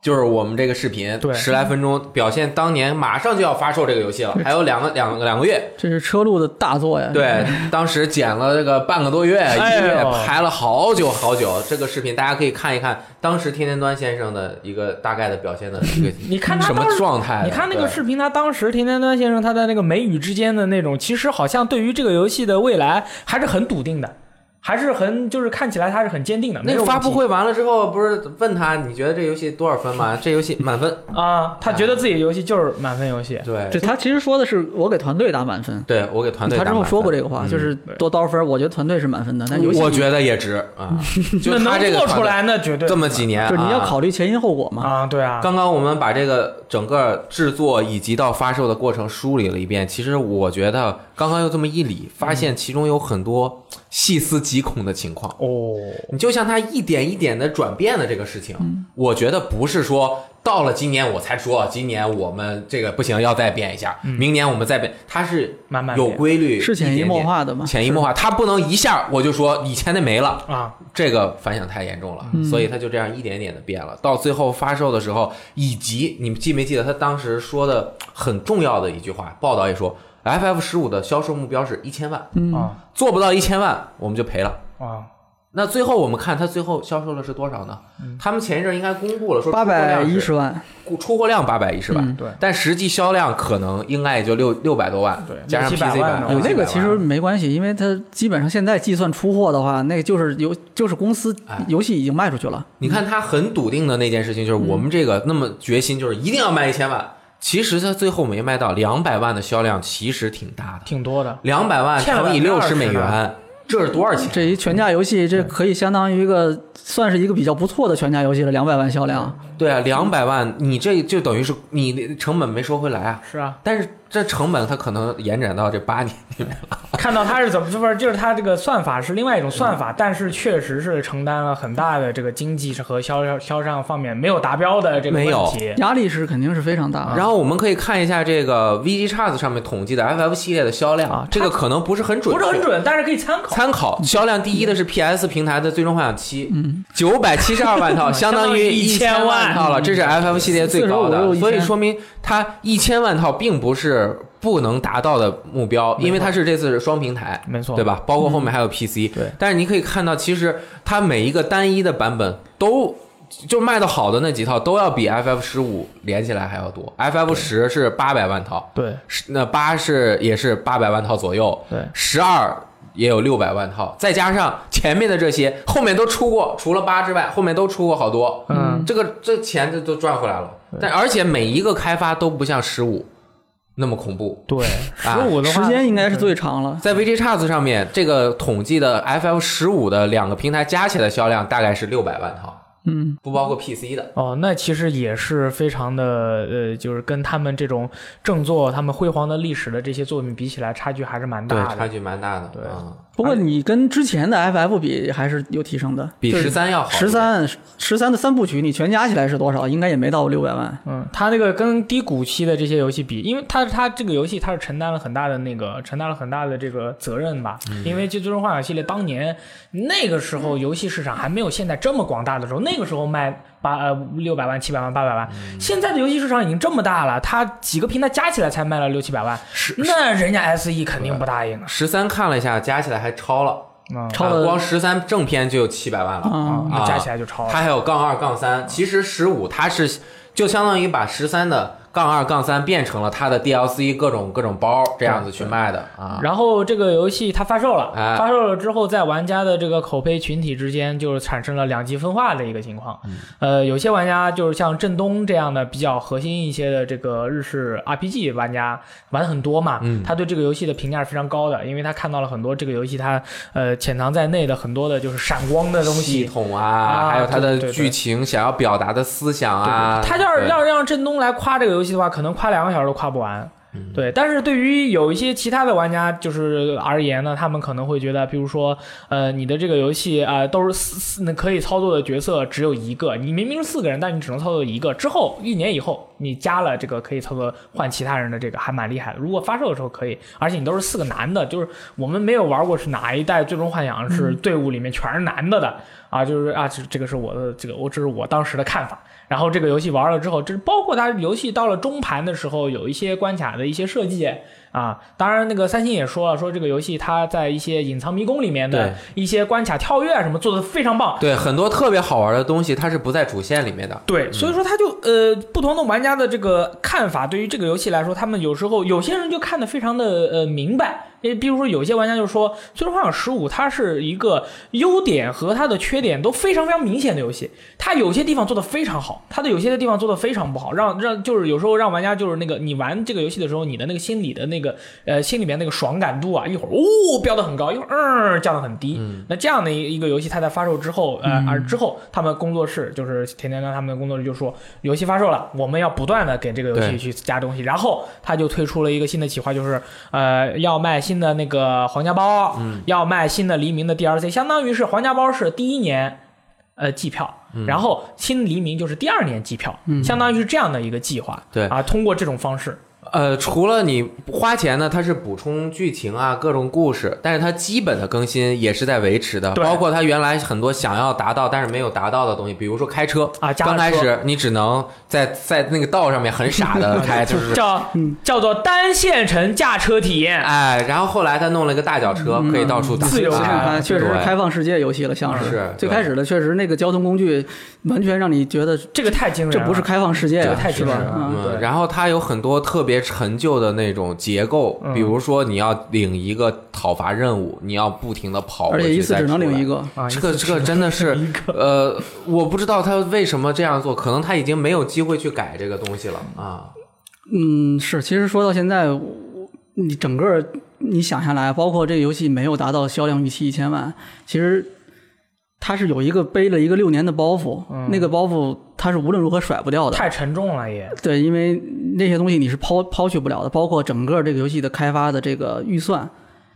[SPEAKER 1] 就是我们这个视频，
[SPEAKER 2] 对
[SPEAKER 1] 十来分钟，表现当年马上就要发售这个游戏了，还有两个两个两个月。
[SPEAKER 3] 这是车路的大作呀。
[SPEAKER 1] 对，当时剪了这个半个多月，一
[SPEAKER 2] 嗯哎
[SPEAKER 1] 个
[SPEAKER 2] 呦
[SPEAKER 1] 月拍了好久好久。这个视频大家可以看一看，当时天天端先生的一个大概的表现的一个
[SPEAKER 2] 你看他
[SPEAKER 1] 什么
[SPEAKER 2] 当时
[SPEAKER 1] 状态的，
[SPEAKER 2] 你看那个
[SPEAKER 1] 对
[SPEAKER 2] 视频，他当时田田端先生他在那个眉宇之间的那种，其实好像对于这个游戏的未来还是很笃定的，还是很就是看起来他是很坚定的。
[SPEAKER 1] 那
[SPEAKER 2] 没
[SPEAKER 1] 个
[SPEAKER 2] 有
[SPEAKER 1] 发
[SPEAKER 2] 问题
[SPEAKER 1] 布会完了之后，不是问他你觉得这游戏多少分吗？这游戏满分。
[SPEAKER 2] 啊，他觉得自己的游戏就是满分游戏。
[SPEAKER 1] 对
[SPEAKER 3] 对，，他其实说的是我给团队打满分。
[SPEAKER 1] 对我给团队
[SPEAKER 3] 他
[SPEAKER 1] 打
[SPEAKER 3] 之后
[SPEAKER 1] 满
[SPEAKER 3] 说过
[SPEAKER 1] 分
[SPEAKER 3] 这个话，
[SPEAKER 1] 嗯
[SPEAKER 3] 就是多多少分儿，我觉得团队是满分的，但游戏
[SPEAKER 1] 我觉得也值啊，就
[SPEAKER 2] 那
[SPEAKER 1] 他
[SPEAKER 2] 能
[SPEAKER 1] 这个
[SPEAKER 2] 做
[SPEAKER 1] 团
[SPEAKER 2] 出
[SPEAKER 1] 队
[SPEAKER 2] 来，那绝对
[SPEAKER 1] 这么几年，
[SPEAKER 3] 就是你要
[SPEAKER 1] 啊
[SPEAKER 3] 考虑前因后果嘛。
[SPEAKER 2] 啊，对啊，
[SPEAKER 1] 刚刚我们把这个整个制作以及到发售的过程梳理了一遍，其实我觉得刚刚又这么一理，发现其中有很多细思极恐的情况。
[SPEAKER 2] 哦，
[SPEAKER 1] 你就像它一点一点的转变的这个事情，我觉得不是说到了今年我才说，今年我们这个不行，要再变一下，明年我们再变，它是
[SPEAKER 2] 慢慢
[SPEAKER 1] 有
[SPEAKER 2] 变
[SPEAKER 1] 规律，
[SPEAKER 3] 是潜移
[SPEAKER 1] 一点
[SPEAKER 3] 默
[SPEAKER 1] 点
[SPEAKER 3] 化的嘛
[SPEAKER 1] 潜移默化，它不能一下我就说以前那没了。
[SPEAKER 2] 啊，
[SPEAKER 1] 这个反响太严重了，
[SPEAKER 3] 嗯
[SPEAKER 1] 所以他就这样一点点的变了。到最后发售的时候，以及你们记没记得他当时说的很重要的一句话？报道也说，FF 十五的销售目标是一千万，
[SPEAKER 3] 嗯，
[SPEAKER 2] 啊
[SPEAKER 1] 做不到一千万我们就赔了。
[SPEAKER 2] 啊，
[SPEAKER 1] 那最后我们看他最后销售的是多少呢？他们前一阵应该公布了，说
[SPEAKER 3] 嗯八百一
[SPEAKER 1] 出
[SPEAKER 3] 十万，
[SPEAKER 1] 货量是出货量八百一十万，
[SPEAKER 3] 嗯
[SPEAKER 2] 对
[SPEAKER 1] 但实际销量可能应该也就六六百多万，
[SPEAKER 2] 对
[SPEAKER 1] 加上
[SPEAKER 2] 六七百
[SPEAKER 1] PC
[SPEAKER 2] 万
[SPEAKER 1] 版
[SPEAKER 2] 呢
[SPEAKER 1] 六
[SPEAKER 3] 有
[SPEAKER 1] 七百
[SPEAKER 3] 那
[SPEAKER 1] 万啊
[SPEAKER 3] 个其实没关系，因为它基本上现在计算出货的话，那个就是游就是公司
[SPEAKER 1] 哎
[SPEAKER 3] 游戏已经卖出去了。
[SPEAKER 1] 你看他很笃定的那件事情，
[SPEAKER 2] 嗯
[SPEAKER 1] 就是我们这个那么决心，就是一定要卖一千万。其实他最后没卖到两百万的销量，其实挺大的。
[SPEAKER 2] 挺多的，
[SPEAKER 1] 两百万
[SPEAKER 2] 欠了
[SPEAKER 1] 乘以六十
[SPEAKER 2] 20%
[SPEAKER 1] 美元，这是多少钱？啊
[SPEAKER 3] 这一全价游戏，这可以相当于一个算是一个比较不错的全价游戏了，两百万销量。
[SPEAKER 1] 对啊，两百万，你这就等于是你的成本没收回来啊。
[SPEAKER 2] 是啊，
[SPEAKER 1] 但是这成本它可能延展到这八年里面。
[SPEAKER 2] 看到他是怎么，就是就是他这个算法是另外一种算法，但是确实是承担了很大的这个经济是和销销量方面没有达标的这个问
[SPEAKER 1] 没有
[SPEAKER 2] 题。
[SPEAKER 3] 压力是肯定是非常
[SPEAKER 2] 啊
[SPEAKER 3] 大的。
[SPEAKER 1] 然后我们可以看一下这个 VG Charts 上面统计的 FF 系列的销量，
[SPEAKER 2] 啊
[SPEAKER 1] 这个可能不是很准
[SPEAKER 2] 不
[SPEAKER 1] 确，
[SPEAKER 2] 是很准，但是可以参考。
[SPEAKER 1] 参考销量第一的是 PS 平台的《最终幻想七》，九百七十二万 套，嗯相当于一
[SPEAKER 2] 相当
[SPEAKER 1] 万嗯
[SPEAKER 2] 于1000万
[SPEAKER 1] 套了，这是 FF 系列最高
[SPEAKER 3] 45
[SPEAKER 1] 的，
[SPEAKER 3] 1000
[SPEAKER 1] 所以说明它一千万套并不是不能达到的目标，因为它是这次是双平台，
[SPEAKER 2] 没错
[SPEAKER 1] 对吧？嗯包括后面还有 PC，
[SPEAKER 2] 对
[SPEAKER 1] 但是你可以看到，其实它每一个单一的版本都就卖的好的那几套都要比 FF 十五连起来还要多。FF 十是八百万套，
[SPEAKER 2] 对
[SPEAKER 1] 是那八是也是八百万套左右，
[SPEAKER 2] 对
[SPEAKER 1] 十二也有六百万套，再加上前面的这些，后面都出过，除了八之外，后面都出过好多，
[SPEAKER 2] 嗯，
[SPEAKER 1] 这个这钱这都赚回来了。但而且每一个开发都不像十五那么恐怖，
[SPEAKER 2] 对，
[SPEAKER 1] 啊
[SPEAKER 2] 十五的话
[SPEAKER 3] 时间应该是最长了。
[SPEAKER 1] 在 VG Charts 上面，这个统计的 FF 十五的两个平台加起来销量大概是六百万套，
[SPEAKER 3] 嗯，
[SPEAKER 1] 不包括 PC 的。
[SPEAKER 2] 哦，那其实也是非常的呃，就是跟他们这种正作、他们辉煌的历史的这些作品比起来，差距还是蛮
[SPEAKER 1] 对，
[SPEAKER 2] 大
[SPEAKER 1] 差
[SPEAKER 2] 的。
[SPEAKER 1] 距蛮大的。
[SPEAKER 2] 对
[SPEAKER 1] 嗯
[SPEAKER 3] 不过你跟之前的 FF 比还是有提升的，
[SPEAKER 1] 比
[SPEAKER 3] 就是
[SPEAKER 1] 十三要好。
[SPEAKER 3] 十，三十三的三部曲，你全加起来是多少？应该也没到六百万。
[SPEAKER 2] 嗯，他那个跟低谷期的这些游戏比，因为他他这个游戏他是承担了很大的那个承担了很大的这个责任吧，
[SPEAKER 3] 嗯
[SPEAKER 2] 因为《最终幻想》系列当年那个时候游戏市场还没有现在这么广大的时候，那个时候卖八呃六百万、七百万、八百万，
[SPEAKER 3] 嗯
[SPEAKER 2] 现在的游戏市场已经这么大了，他几个平台加起来才卖了六七百万，那人家 SE 肯定不答应啊，
[SPEAKER 1] 十三看了一下，加起来还超了，
[SPEAKER 2] 嗯
[SPEAKER 3] 超
[SPEAKER 1] 啊
[SPEAKER 3] 了
[SPEAKER 1] 光十三正片就有七百万了。
[SPEAKER 3] 啊、
[SPEAKER 2] 那加起来就超了。
[SPEAKER 1] 它还有杠二杠三，其实十五它是就相当于把十三的杠二杠三变成了它的 DLC 各种各种包这样子去卖的啊。
[SPEAKER 2] 然后这个游戏它发售了，
[SPEAKER 1] 哎
[SPEAKER 2] 发售了之后，在玩家的这个口碑群体之间，就是产生了两极分化的一个情况。
[SPEAKER 1] 嗯
[SPEAKER 2] 呃，有些玩家就是像振东这样的比较核心一些的这个日式 RPG 玩家玩得很多嘛，
[SPEAKER 1] 嗯
[SPEAKER 2] 他对这个游戏的评价是非常高的，因为他看到了很多这个游戏它呃潜藏在内的很多的就是闪光的东
[SPEAKER 1] 系
[SPEAKER 2] 西。
[SPEAKER 1] 统
[SPEAKER 2] 啊
[SPEAKER 1] 啊，还有它
[SPEAKER 2] 对
[SPEAKER 1] 的
[SPEAKER 2] 对对
[SPEAKER 1] 剧情想要表达的思想啊
[SPEAKER 2] 对，，他要是
[SPEAKER 1] 对
[SPEAKER 2] 要是让振东来夸这个游戏的话，可能夸两个小时都夸不完。
[SPEAKER 1] 嗯
[SPEAKER 2] 对，但是对于有一些其他的玩家就是而言呢，他们可能会觉得，比如说，呃，你的这个游戏啊、都是四四那可以操作的角色只有一个，你明明是四个人，但你只能操作一个。之后一年以后，你加了这个可以操作换其他人的这个，还蛮厉害的。如果发售的时候可以，而且你都是四个男的，就是我们没有玩过是哪一代最终幻想是队伍里面全是男的的。啊，就是啊，这这个是我的这个，我这是我当时的看法。然后这个游戏玩了之后，这包括它游戏到了中盘的时候，有一些关卡的一些设计啊。当然，那个三星也说了，说这个游戏它在一些隐藏迷宫里面的
[SPEAKER 1] 对
[SPEAKER 2] 一些关卡跳跃啊什么做的非常棒。
[SPEAKER 1] 对很多特别好玩的东西，它是不在主线里面的。
[SPEAKER 2] 对，所以说他就呃，不同的玩家的这个看法，对于这个游戏来说，他们有时候有些人就看得非常的呃明白。呃，比如说有些玩家就说，《最终幻想十五》它是一个优点和它的缺点都非常非常明显的游戏，它有些地方做得非常好，它的有些地方做得非常不好，让让就是有时候让玩家就是那个你玩这个游戏的时候，你的那个心理的那个呃心里面那个爽感度啊，一会儿哦飙得很高，一会儿嗯降得很低。那这样的一一个游戏，它在发售之后，呃，而之后他们工作室就是田田亮他们的工作室就说，游戏发售了，我们要不断的给这个游戏
[SPEAKER 1] 对
[SPEAKER 2] 去加东西，然后他就推出了一个新的企划，就是呃要卖新的那个皇家包，要卖新的黎明的 DLC，相当于是皇家包是第一年。呃，季票，
[SPEAKER 3] 嗯
[SPEAKER 2] 然后新黎明就是第二年季票，相当于是这样的一个计划。
[SPEAKER 1] 对
[SPEAKER 2] 啊，通过这种方式，
[SPEAKER 1] 呃，除了你花钱呢，它是补充剧情啊，各种故事，但是它基本的更新也是在维持的，
[SPEAKER 2] 对
[SPEAKER 1] 包括它原来很多想要达到但是没有达到的东西，比如说开车
[SPEAKER 2] 啊加了
[SPEAKER 1] 刚开始你只能在在那个道上面很傻的 开，就是
[SPEAKER 2] 叫叫做单线程驾车体验。
[SPEAKER 3] 啊
[SPEAKER 1] 哎，然后后来他弄了一个大脚车，
[SPEAKER 3] 嗯
[SPEAKER 1] 可以到处打，
[SPEAKER 2] 自由
[SPEAKER 1] 啊
[SPEAKER 3] 实上
[SPEAKER 2] 开
[SPEAKER 3] 它确实是
[SPEAKER 1] 对
[SPEAKER 3] 开放世界游戏了，像
[SPEAKER 1] 是对
[SPEAKER 3] 最开始的确实那个交通工具完全让你觉得
[SPEAKER 2] 这个太惊人
[SPEAKER 3] 这
[SPEAKER 2] 了，
[SPEAKER 3] 不是开放世界
[SPEAKER 2] 这
[SPEAKER 3] 呀、
[SPEAKER 2] 个太
[SPEAKER 3] 是
[SPEAKER 2] 惊人
[SPEAKER 3] 吧？
[SPEAKER 2] 了
[SPEAKER 3] 嗯，
[SPEAKER 2] 啊对
[SPEAKER 1] 嗯，然后它有很多特别陈旧的那种结构，
[SPEAKER 3] 嗯
[SPEAKER 1] 比如说你要领一个讨伐任务，你要不停的跑回
[SPEAKER 3] 而
[SPEAKER 1] 去，
[SPEAKER 3] 且一次只能领一
[SPEAKER 1] 个。
[SPEAKER 3] 个。
[SPEAKER 2] 啊，
[SPEAKER 1] 这个这个真的是
[SPEAKER 2] 一个，
[SPEAKER 1] 呃，我不知道他为什么这样做，可能他已经没有机会去改这个东西了啊。
[SPEAKER 3] 嗯，是。其实说到现在，我你整个你想下来，包括这个游戏没有达到销量预期一千万，其实它是有一个背了一个六年的包袱，那个包袱它是无论如何甩不掉的。
[SPEAKER 2] 太沉重了也。
[SPEAKER 3] 对，因为那些东西你是抛抛去不了的，包括整个这个游戏的开发的这个预算、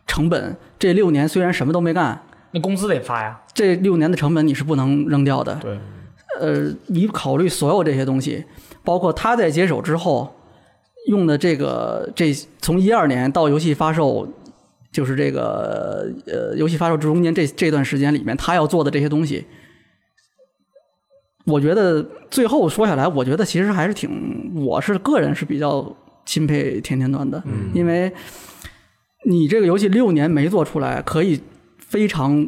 [SPEAKER 3] 成本。这六年虽然什么都没干，
[SPEAKER 2] 那工资得发呀，
[SPEAKER 3] 这六年的成本你是不能扔掉的。
[SPEAKER 2] 对，
[SPEAKER 3] 呃，你考虑所有这些东西，包括他在接手之后用的这个这从一二年到游戏发售，就是这个呃游戏发售中间这这段时间里面，他要做的这些东西，我觉得最后说下来，我觉得其实还是挺，我是个人是比较钦佩甜甜端的，因为你这个游戏六年没做出来，可以非常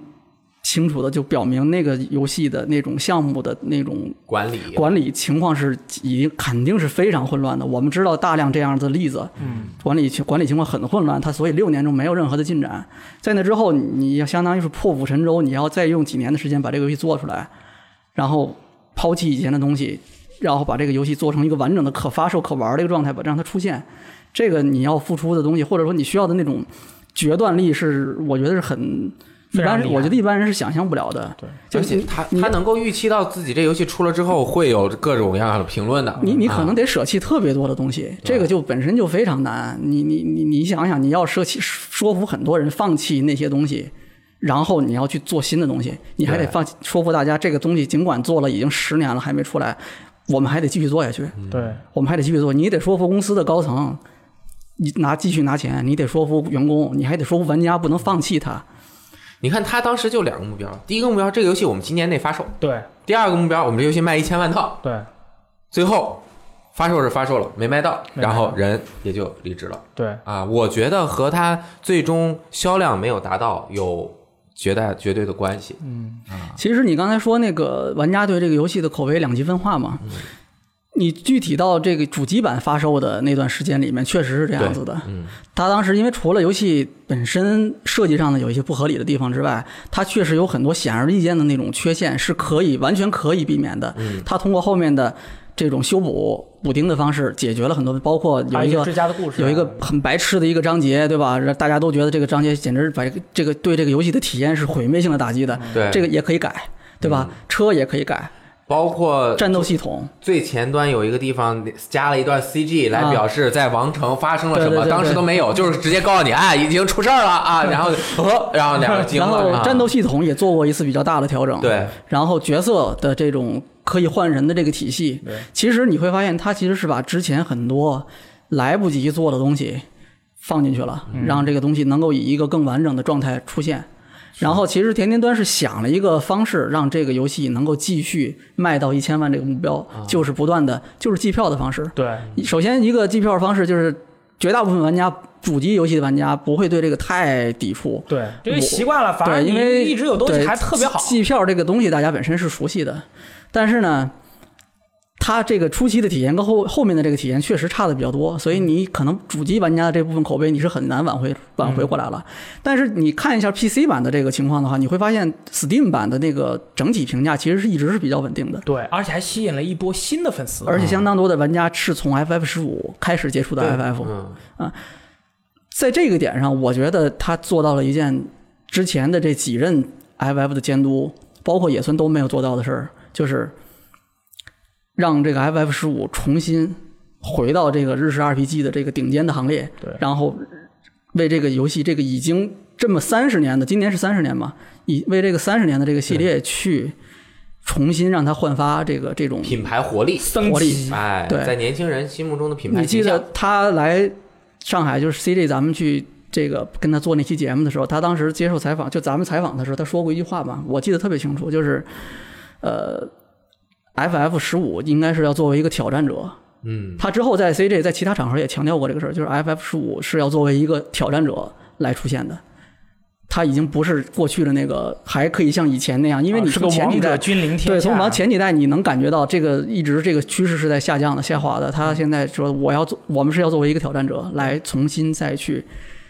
[SPEAKER 3] 清楚的就表明那个游戏的那种项目的那种
[SPEAKER 1] 管理
[SPEAKER 3] 管理情况是已经肯定是非常混乱的。我们知道大量这样的例子，嗯，管理情管理情况很混乱，它所以六年中没有任何的进展。在那之后，你要相当于是破釜沉舟，你要再用几年的时间把这个游戏做出来，然后抛弃以前的东西，然后把这个游戏做成一个完整的可发售、可玩的一个状态，把让它出现。这个你要付出的东西，或者说你需要的那种决断力是，我觉得是很。一
[SPEAKER 2] 非常
[SPEAKER 3] 般
[SPEAKER 2] 厉
[SPEAKER 3] 人，
[SPEAKER 2] 害
[SPEAKER 3] 我觉得一般人是想象不了的。
[SPEAKER 2] 对，
[SPEAKER 3] 就
[SPEAKER 1] 而且
[SPEAKER 3] 你
[SPEAKER 1] 他
[SPEAKER 3] 你
[SPEAKER 1] 他能够预期到自己这游戏出了之后会有各种各样的评论的，
[SPEAKER 3] 你你
[SPEAKER 1] 啊
[SPEAKER 3] 可能得舍弃特别多的东西，这个就本身就非常难。你你你你想想，你要舍弃说服很多人放弃那些东西，然后你要去做新的东西，你还得
[SPEAKER 1] 对
[SPEAKER 3] 放弃说服大家这个东西，尽管做了已经十年了还没出来，我们还得继续做下去，
[SPEAKER 1] 嗯
[SPEAKER 2] 对，
[SPEAKER 3] 我们还得继续做。你得说服公司的高层，你拿继续拿钱，你得说服员工，你还得说服玩家不能放弃它。
[SPEAKER 1] 你看他当时就两个目标，第一个目标这个游戏我们今年内发售，
[SPEAKER 2] 对，
[SPEAKER 1] 第二个目标我们这游戏卖一千万套，
[SPEAKER 2] 对，
[SPEAKER 1] 最后发售是发售了，没卖到，
[SPEAKER 2] 没卖到
[SPEAKER 1] 然后人也就离职了
[SPEAKER 2] 对，
[SPEAKER 1] 啊。我觉得和他最终销量没有达到有绝对绝对的关系。
[SPEAKER 2] 嗯，
[SPEAKER 3] 其实你刚才说那个玩家对这个游戏的口碑两极分化嘛，你具体到这个主机版发售的那段时间里面，确实是这样子的。
[SPEAKER 1] 嗯，
[SPEAKER 3] 它当时因为除了游戏本身设计上的有一些不合理的地方之外，它确实有很多显而易见的那种缺陷是可以完全可以避免的。它通过后面的这种修补补丁的方式解决了很多，包括有
[SPEAKER 2] 还
[SPEAKER 3] 一
[SPEAKER 2] 有
[SPEAKER 3] 个
[SPEAKER 2] 追加的故事啊，
[SPEAKER 3] 有一个很白痴的一个章节，对吧？让大家都觉得这个章节简直把这个对这个游戏的体验是毁灭性的打击的。
[SPEAKER 1] 对，嗯
[SPEAKER 3] 这个也可以改，对吧？车也可以改，
[SPEAKER 1] 包括
[SPEAKER 3] 战斗系统，
[SPEAKER 1] 最前端有一个地方加了一段 CG 来
[SPEAKER 3] 啊
[SPEAKER 1] 表示在王城发生了什
[SPEAKER 3] 对对
[SPEAKER 1] 么，
[SPEAKER 3] 对
[SPEAKER 1] 当时
[SPEAKER 3] 对
[SPEAKER 1] 都没有，就是直接告诉你啊，已经出事儿了 啊，然后呃，然后两个惊
[SPEAKER 3] 然后
[SPEAKER 1] 了，啊
[SPEAKER 3] 战斗系统也做过一次比较大的调整。
[SPEAKER 1] 对，
[SPEAKER 3] 然后角色的这种可以换人的这个体系
[SPEAKER 2] 对，
[SPEAKER 3] 其实你会发现，它其实是把之前很多来不及做的东西放进去了，
[SPEAKER 1] 嗯
[SPEAKER 3] 让这个东西能够以一个更完整的状态出现。然后，其实甜甜端是想了一个方式，让这个游戏能够继续卖到一千万这个目标，
[SPEAKER 1] 啊
[SPEAKER 3] 就是不断的，就是计票的方式。
[SPEAKER 2] 对，
[SPEAKER 3] 首先，一个计票方式就是绝大部分玩家，主机游戏的玩家不会对这个太抵触。
[SPEAKER 2] 对，因为
[SPEAKER 3] 我
[SPEAKER 2] 习惯了，反而
[SPEAKER 3] 对，
[SPEAKER 2] 你
[SPEAKER 3] 因为
[SPEAKER 2] 一直有东西
[SPEAKER 3] 对
[SPEAKER 2] 还特别好，
[SPEAKER 3] 计票这个东西大家本身是熟悉的，但是呢，它这个初期的体验跟后后面的这个体验确实差的比较多，所以你可能主机玩家的这部分口碑你是很难挽回挽回过来
[SPEAKER 2] 嗯
[SPEAKER 3] 了。但是你看一下 PC 版的这个情况的话，你会发现 Steam 版的那个整体评价其实是一直是比较稳定的。
[SPEAKER 2] 对，而且还吸引了一波新的粉丝，
[SPEAKER 3] 而且相当多的玩家是从 FF 十五开始接触的
[SPEAKER 1] 对
[SPEAKER 3] FF，
[SPEAKER 1] 嗯，
[SPEAKER 3] 在这个点上，我觉得他做到了一件之前的这几任 FF 的监督，包括野村都没有做到的事儿，就是让这个 FF 十五重新回到这个日式 RPG 的这个顶尖的行列，
[SPEAKER 2] 对
[SPEAKER 3] 然后为这个游戏这个已经这么三十年的，今年是三十年嘛，以为这个三十年的这个系列去重新让它焕发这个这种
[SPEAKER 1] 品牌活力，
[SPEAKER 2] 升
[SPEAKER 3] 活力
[SPEAKER 2] 级，
[SPEAKER 1] 哎，
[SPEAKER 3] 对
[SPEAKER 1] 在年轻人心目中的品牌
[SPEAKER 3] 你记
[SPEAKER 1] 形象
[SPEAKER 3] 得他来上海就是 CJ，咱们去这个跟他做那期节目的时候，他当时接受采访，就咱们采访的时候，他说过一句话嘛，我记得特别清楚，就是呃，FF 十五应该是要作为一个挑战者。
[SPEAKER 1] 嗯，
[SPEAKER 3] 他之后在 CJ 在其他场合也强调过这个事儿，就是 FF 十五是要作为一个挑战者来出现的。他已经不是过去的那个，还可以像以前那样，因为
[SPEAKER 2] 啊
[SPEAKER 3] 你
[SPEAKER 2] 是个
[SPEAKER 3] 从前几
[SPEAKER 2] 王者
[SPEAKER 3] 代
[SPEAKER 2] 君临天下，
[SPEAKER 3] 对，从往前几代你能感觉到这个一直这个趋势是在下降的、下滑的。他
[SPEAKER 2] 嗯
[SPEAKER 3] 现在说我要做，我们是要作为一个挑战者来重新再去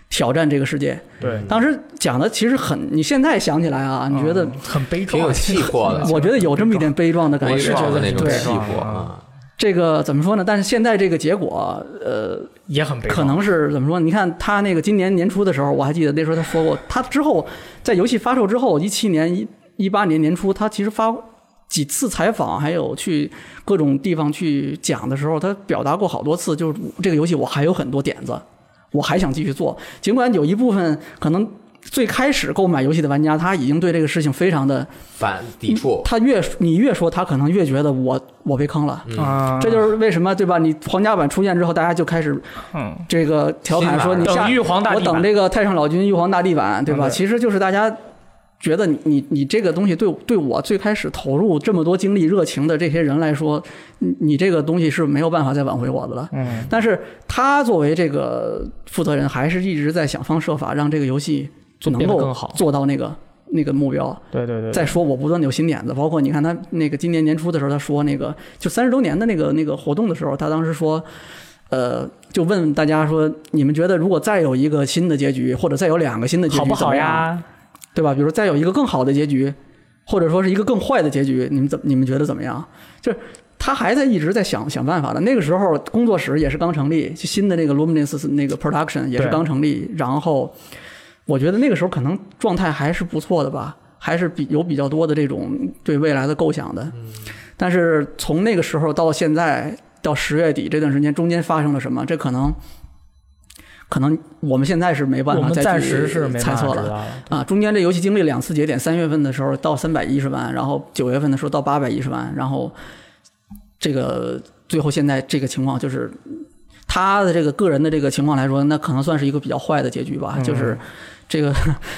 [SPEAKER 3] 挑战这个世界。
[SPEAKER 2] 对，
[SPEAKER 3] 当时讲的其实很，你现在想起来啊，你觉得
[SPEAKER 2] 嗯？很悲
[SPEAKER 1] 挺
[SPEAKER 2] 壮，
[SPEAKER 1] 有气魄 的，
[SPEAKER 3] 我觉得有这么一点悲壮的感
[SPEAKER 1] 我
[SPEAKER 3] 觉，
[SPEAKER 2] 是觉得
[SPEAKER 1] 的那种
[SPEAKER 3] 对
[SPEAKER 1] 气魄
[SPEAKER 2] 嗯
[SPEAKER 1] 啊，
[SPEAKER 3] 这个怎么说呢？但是现在这个结果，呃，
[SPEAKER 2] 也很悲壮，
[SPEAKER 3] 可能是怎么说？你看他那个今年年初的时候，我还记得那时候他说过，他之后在游戏发售之后，一七年、一一八年年初，他其实发几次采访，还有去各种地方去讲的时候，他表达过好多次，就是这个游戏我还有很多点子，我还想继续做。尽管有一部分可能最开始购买游戏的玩家，他已经对这个事情非常的
[SPEAKER 1] 反抵触，
[SPEAKER 3] 他越你越说，他可能越觉得我我被坑了。
[SPEAKER 2] 啊，
[SPEAKER 3] 嗯这就是为什么对吧？你皇家版出现之后，大家就开始
[SPEAKER 2] 嗯。
[SPEAKER 3] 这个调侃说你下
[SPEAKER 2] 等玉皇大帝
[SPEAKER 3] 我
[SPEAKER 2] 版
[SPEAKER 3] 等这个太上老君玉皇大帝版，对吧？
[SPEAKER 2] 嗯对
[SPEAKER 3] 其实就是大家觉得你你你这个东西对对我最开始投入这么多精力热情的这些人来说，你你这个东西是没有办法再挽回我的了。
[SPEAKER 2] 嗯，
[SPEAKER 3] 但是他作为这个负责人，还是一直在想方设法让这个游戏
[SPEAKER 2] 做
[SPEAKER 3] 能
[SPEAKER 2] 变得
[SPEAKER 3] 够
[SPEAKER 2] 更好
[SPEAKER 3] 做到那个那个目标。
[SPEAKER 2] 对对对，
[SPEAKER 3] 再说我不断的有新点子，包括你看他那个今年年初的时候，他说那个就三十周年的那个那个活动的时候，他当时说，呃，就问大家说，你们觉得如果再有一个新的结局，或者再有两个新的结局，
[SPEAKER 2] 好不好
[SPEAKER 3] 怎么样？
[SPEAKER 2] 呀？
[SPEAKER 3] 对吧？比如说再有一个更好的结局，或者说是一个更坏的结局，你们怎你们觉得怎么样？就是他还在一直在想想办法的。那个时候工作室也是刚成立，就新的那个 Luminous 那个 Production 也是
[SPEAKER 2] 对
[SPEAKER 3] 刚成立，然后我觉得那个时候可能状态还是不错的吧，还是比有比较多的这种对未来的构想的。
[SPEAKER 2] 嗯
[SPEAKER 3] 但是从那个时候到现在到十月底这段时间中间发生了什么，这可能。可能我们现在是没办
[SPEAKER 2] 我
[SPEAKER 3] 法
[SPEAKER 2] 们
[SPEAKER 3] 再
[SPEAKER 2] 暂
[SPEAKER 3] 去
[SPEAKER 2] 时是没
[SPEAKER 3] 猜
[SPEAKER 2] 办
[SPEAKER 3] 测
[SPEAKER 2] 法
[SPEAKER 3] 了
[SPEAKER 2] 知，道了。
[SPEAKER 3] 啊，中间这游戏经历两次节点，三月份的时候到三百一十万，然后九月份的时候到八百一十万，然后这个最后现在这个情况就是他的这个个人的这个情况来说，那可能算是一个比较坏的结局吧，
[SPEAKER 2] 嗯
[SPEAKER 3] 就是这个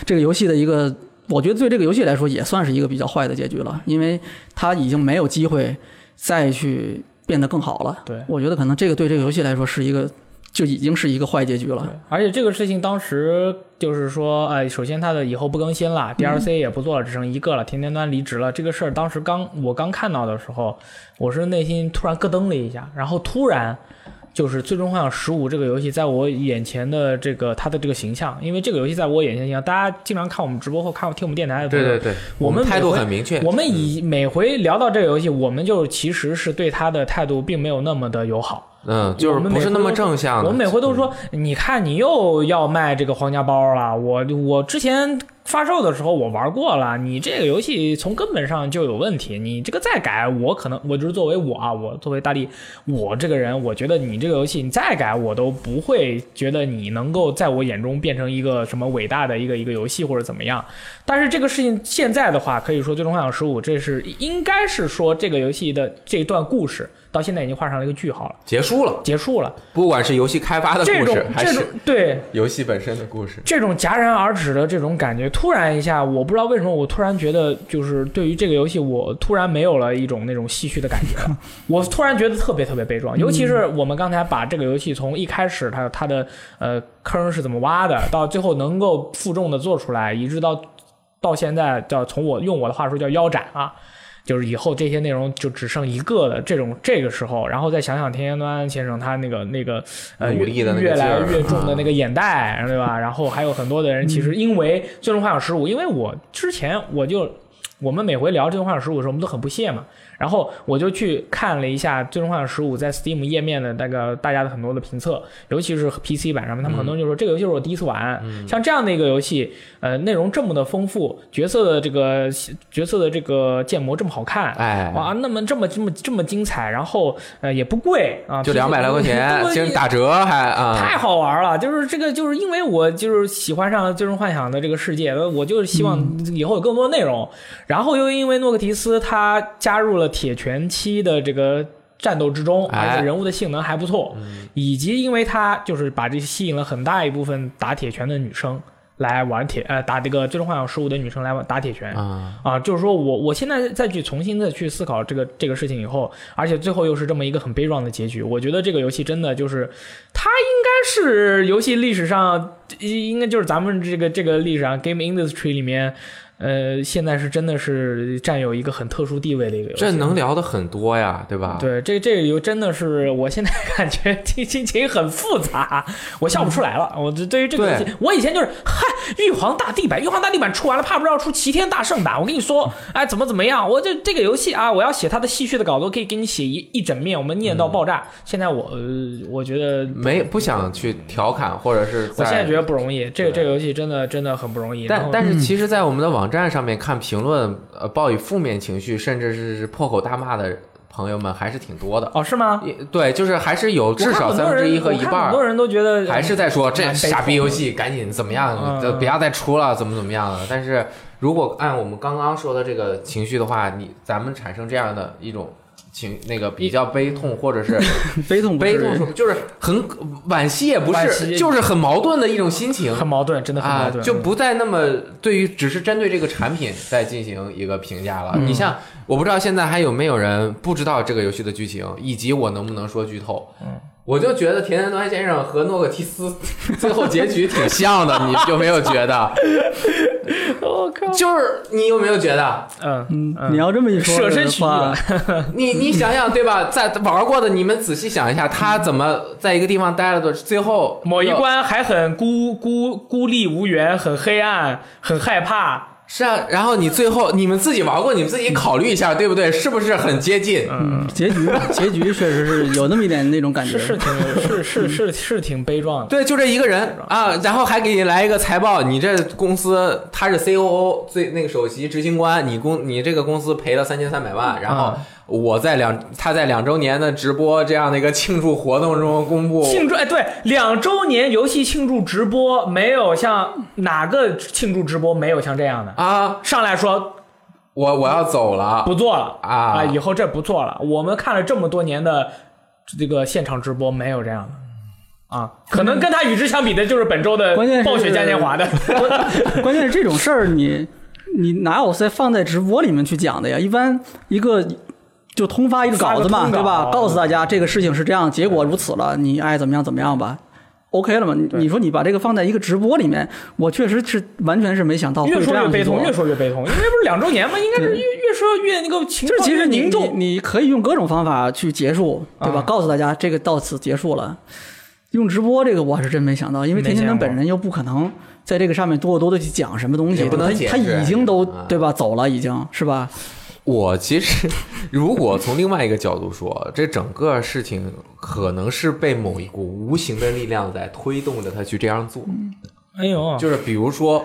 [SPEAKER 3] 这个游戏的一个，我觉得对这个游戏来说也算是一个比较坏的结局了，因为他已经没有机会再去变得更好了。
[SPEAKER 2] 对
[SPEAKER 3] 我觉得可能这个对这个游戏来说是一个就已经是一个坏结局了。
[SPEAKER 2] 而且这个事情当时就是说，哎，首先它的以后不更新
[SPEAKER 1] 嗯
[SPEAKER 2] 了，DLC 也不做了，只剩一个了，甜甜端离职了。这个事儿当时刚我刚看到的时候，我是内心突然咯噔了一下，然后突然就是《最终幻想十五》这个游戏在我眼前的这个它的这个形象，因为这个游戏在我眼前的形象，大家经常看我们直播或看听我们电台的朋
[SPEAKER 1] 对
[SPEAKER 2] 友，
[SPEAKER 1] 对对，
[SPEAKER 2] 嗯我们
[SPEAKER 1] 态度
[SPEAKER 2] 每回
[SPEAKER 1] 很明确。
[SPEAKER 2] 我们以每回聊到这个游戏，我们就其实是对它的态度并没有那么的友好。
[SPEAKER 1] 嗯，就是不是那么正向
[SPEAKER 2] 我
[SPEAKER 1] 的
[SPEAKER 2] 们。每回都说，你看你又要卖这个皇家包了。我我之前发售的时候我玩过了，你这个游戏从根本上就有问题。你这个再改，我可能我就是作为我啊，我作为大力，我这个人，我觉得你这个游戏你再改，我都不会觉得你能够在我眼中变成一个什么伟大的一个一个游戏或者怎么样。但是这个事情现在的话，可以说《最终幻想十五》这是应该是说这个游戏的这段故事到现在已经画上了一个句号了，
[SPEAKER 1] 结束了，
[SPEAKER 2] 结束了。
[SPEAKER 1] 不管是游戏开发的
[SPEAKER 2] 这
[SPEAKER 1] 故
[SPEAKER 2] 种
[SPEAKER 1] 事，还
[SPEAKER 2] 这种
[SPEAKER 1] 是
[SPEAKER 2] 对
[SPEAKER 1] 游戏本身的故事，
[SPEAKER 2] 这种戛然而止的这种感觉，突然一下，我不知道为什么，我突然觉得就是对于这个游戏，我突然没有了一种那种唏嘘的感觉，我突然觉得特别特别悲壮。尤其
[SPEAKER 1] 嗯
[SPEAKER 2] 是我们刚才把这个游戏从一开始它它的呃坑是怎么挖的，到最后能够负重的做出来，一直到到现在叫从我用我的话说叫腰斩啊。就是以后这些内容就只剩一个了，这种这个时候，然后再想想田田端先生他那个那个呃
[SPEAKER 1] 努力的那个
[SPEAKER 2] 越
[SPEAKER 1] 劲
[SPEAKER 2] 来
[SPEAKER 1] 儿
[SPEAKER 2] 越重的那个眼袋，对吧？然后还有很多的人其实因为《最终幻想十五》，因为我之前我就我们每回聊《最终幻想十五》的时候，我们都很不屑嘛。然后我就去看了一下《最终幻想十五》在 Steam 页面的那个大家的很多的评测，尤其是 PC 版上面，他们很多人就说、
[SPEAKER 1] 嗯
[SPEAKER 2] 这个游戏是我第一次玩。像这样的一个游戏，呃，内容这么的丰富，角色的这个角色的这个建模这么好看，
[SPEAKER 1] 哎，
[SPEAKER 2] 哇，那么这么这么这么精彩，然后呃也不贵啊，
[SPEAKER 1] 就两百来块钱，
[SPEAKER 2] 对
[SPEAKER 1] 其实打折还啊，
[SPEAKER 2] 太好玩了，就是这个，就是因为我就是喜欢上了《最终幻想》的这个世界，呃我就是希望以后有更多内容。然后又因为诺克提斯他加入了铁拳七的这个战斗之中，
[SPEAKER 1] 哎
[SPEAKER 2] 而且人物的性能还不错，以及因为他就是把这吸引了很大一部分打铁拳的女生来玩铁，呃，打这个《最终幻想十五》的女生来玩打铁拳。
[SPEAKER 1] 啊，
[SPEAKER 2] 啊，就是说我我现在再去重新的去思考这个这个事情以后，而且最后又是这么一个很悲壮的结局，我觉得这个游戏真的就是，它应该是游戏历史上，应该就是咱们这个这个历史上 game industry 里面，呃，现在是真的是占有一个很特殊地位的一个游戏。
[SPEAKER 1] 这能聊的很多呀，对吧？
[SPEAKER 2] 对，这这个游真的是，我现在 感觉心心情很复杂，我笑不出来了。我这对于这个游戏
[SPEAKER 1] 嗯对，
[SPEAKER 2] 我以前就是嗨，玉皇大帝版，玉皇大帝版出完了，怕不知道出齐天大圣版。我跟你
[SPEAKER 1] 嗯
[SPEAKER 2] 说，哎，怎么怎么样？我这这个游戏啊，我要写它的戏谑的稿子，我可以给你写一一整面，我们
[SPEAKER 1] 嗯
[SPEAKER 2] 念到爆炸。现在我、呃我觉得。
[SPEAKER 1] 没不想去调侃，或者是
[SPEAKER 2] 我现在觉
[SPEAKER 1] 得。
[SPEAKER 2] 得不容易，这个这个游戏真的真的很不容易。然
[SPEAKER 1] 但
[SPEAKER 2] 后
[SPEAKER 1] 但是，其实，在我们的网站上面看评论，呃，抱以负面情绪，甚至是是破口大骂的朋友们还是挺多的。
[SPEAKER 2] 哦，是吗？
[SPEAKER 1] 也对，就是还是有至少
[SPEAKER 2] 我看很
[SPEAKER 1] 三
[SPEAKER 2] 多
[SPEAKER 1] 分之
[SPEAKER 2] 人
[SPEAKER 1] 一和
[SPEAKER 2] 我
[SPEAKER 1] 一
[SPEAKER 2] 看
[SPEAKER 1] 半
[SPEAKER 2] 很多
[SPEAKER 1] 儿
[SPEAKER 2] 人都觉得
[SPEAKER 1] 还是在说这
[SPEAKER 2] 蛮悲
[SPEAKER 1] 傻逼
[SPEAKER 2] 痛
[SPEAKER 1] 游
[SPEAKER 2] 的
[SPEAKER 1] 戏，赶紧怎么样，
[SPEAKER 2] 嗯
[SPEAKER 1] 这不要再出了，怎么怎么样了。但是如果按我们刚刚说的这个情绪的话，你咱们产生这样的一种情，那个比较悲痛或者是
[SPEAKER 3] 悲痛不至
[SPEAKER 1] 悲
[SPEAKER 3] 于
[SPEAKER 1] 痛是，就是很惋惜也不
[SPEAKER 2] 惋
[SPEAKER 1] 是，
[SPEAKER 2] 惜
[SPEAKER 1] 就是很矛盾的一种心情。
[SPEAKER 2] 很矛盾，真的很矛
[SPEAKER 1] 啊，
[SPEAKER 2] 盾，嗯
[SPEAKER 1] 就不再那么对于只是针对这个产品再进行一个评价了。
[SPEAKER 2] 嗯
[SPEAKER 1] 你像，我不知道现在还有没有人不知道这个游戏的剧情，以及我能不能说剧透。
[SPEAKER 2] 嗯
[SPEAKER 1] 我就觉得田田端先生和诺克提斯 最后结局挺像的，你有没有觉得？
[SPEAKER 2] 我靠，
[SPEAKER 1] 就是你有没有觉得？
[SPEAKER 2] 嗯嗯，
[SPEAKER 3] 你要这么一说
[SPEAKER 2] 舍身
[SPEAKER 3] 的
[SPEAKER 2] 取义
[SPEAKER 3] 话
[SPEAKER 2] 了，
[SPEAKER 1] 你你想想对吧？在玩过的你们仔细想一下，他怎么在一个地方待了的，最后
[SPEAKER 2] 某一关还很孤孤孤立无援，很黑暗，很害怕。
[SPEAKER 1] 是啊，然后你最后你们自己玩过，你们自己考虑一下，对不对？是不是很接近？
[SPEAKER 3] 嗯 结局结局确实是有那么一点那种感觉
[SPEAKER 2] 是。是挺是是是是挺悲壮的。
[SPEAKER 1] 对，就这一个人啊，然后还给你来一个财报，你这公司他是 COO 最那个首席执行官，你公你这个公司赔了三千三百万，然后我在两他在两周年的直播这样的一个庆祝活动中公布，
[SPEAKER 2] 庆祝哎，对，两周年游戏庆祝直播没有像哪个庆祝直播没有像这样的，
[SPEAKER 1] 啊，
[SPEAKER 2] 上来说
[SPEAKER 1] 我我要走了
[SPEAKER 2] 不做了
[SPEAKER 1] 啊
[SPEAKER 2] 以后这不做了。我们看了这么多年的这个现场直播，没有这样的。啊，可能跟他与之相比的就是本周的
[SPEAKER 3] 关键是
[SPEAKER 2] 暴雪嘉年 华的，
[SPEAKER 3] 关键是这种事儿，你你哪有在放在直播里面去讲的呀？一般一个就通发一个稿子
[SPEAKER 2] 发
[SPEAKER 3] 嘛，
[SPEAKER 2] 个通稿啊
[SPEAKER 3] 对吧？告诉大家这个事情是这样，结果如此了，你爱怎么样怎么样吧。OK 了嘛？你你说你把这个放在一个直播里面，我确实是完全是没想到哦会
[SPEAKER 2] 越
[SPEAKER 3] 这
[SPEAKER 2] 说越
[SPEAKER 3] 样去
[SPEAKER 2] 悲
[SPEAKER 3] 做
[SPEAKER 2] 痛，越说越悲痛，因为不是两周年嘛，应该是越越说越那个情
[SPEAKER 3] 就是
[SPEAKER 2] 况
[SPEAKER 3] 其
[SPEAKER 2] 越
[SPEAKER 3] 实你
[SPEAKER 2] 凝重
[SPEAKER 3] 你。你可以用各种方法去结束，对吧？
[SPEAKER 2] 啊
[SPEAKER 3] 告诉大家这个到此结束了。用直播这个我是真没想到，因为
[SPEAKER 2] 没
[SPEAKER 3] 田先生
[SPEAKER 2] 见过
[SPEAKER 3] 本人又不可能在这个上面多多的去讲什么东西，
[SPEAKER 1] 也不能解
[SPEAKER 3] 他他
[SPEAKER 1] 释
[SPEAKER 3] 已经都
[SPEAKER 1] 啊
[SPEAKER 3] 对吧走了，已经是吧？
[SPEAKER 1] 我其实，如果从另外一个角度说，这整个事情可能是被某一股无形的力量在推动着他去这样做，
[SPEAKER 2] 哎呦，
[SPEAKER 1] 就是比如说，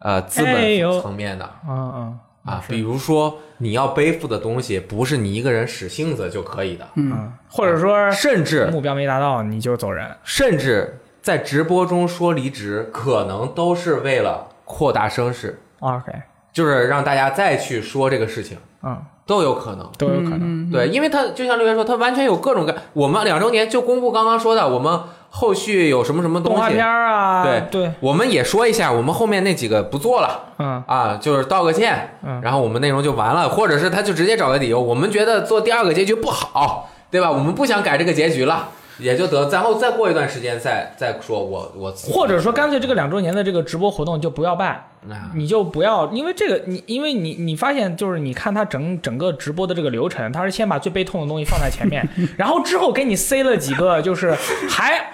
[SPEAKER 1] 呃，资
[SPEAKER 2] 哎呦
[SPEAKER 1] 本层面的
[SPEAKER 2] 啊啊
[SPEAKER 1] 啊，比如说你要背负的东西不是你一个人使性子就可以的，
[SPEAKER 2] 嗯，或者说
[SPEAKER 1] 甚至
[SPEAKER 2] 目标没达到你就走人，
[SPEAKER 1] 甚至在直播中说离职，可能都是为了扩大声势，
[SPEAKER 2] OK，
[SPEAKER 1] 就是让大家再去说这个事情，
[SPEAKER 2] 嗯，
[SPEAKER 1] 都有可能。
[SPEAKER 2] 都有
[SPEAKER 3] 嗯
[SPEAKER 2] 可能。
[SPEAKER 1] 对，因为他就像刘源说，他完全有各种各。我们两周年就公布刚刚说的，我们后续有什么什么东
[SPEAKER 2] 动
[SPEAKER 1] 西，
[SPEAKER 2] 画片儿啊，
[SPEAKER 1] 对
[SPEAKER 2] 对，
[SPEAKER 1] 我们也说一下，我们后面那几个不做了
[SPEAKER 2] 嗯，
[SPEAKER 1] 啊，就是道个歉，
[SPEAKER 2] 嗯
[SPEAKER 1] 然后我们内容就完了，或者是他就直接找个理由，我们觉得做第二个结局不好，对吧？我们不想改这个结局了，也就得，然后再过一段时间再再说我我
[SPEAKER 2] 或者说干脆这个两周年的这个直播活动就不要办，
[SPEAKER 1] 啊
[SPEAKER 2] 你就不要，因为这个你因为你你发现就是你看他整整个直播的这个流程，他是先把最悲痛的东西放在前 面，然后之后给你塞了几个就是还。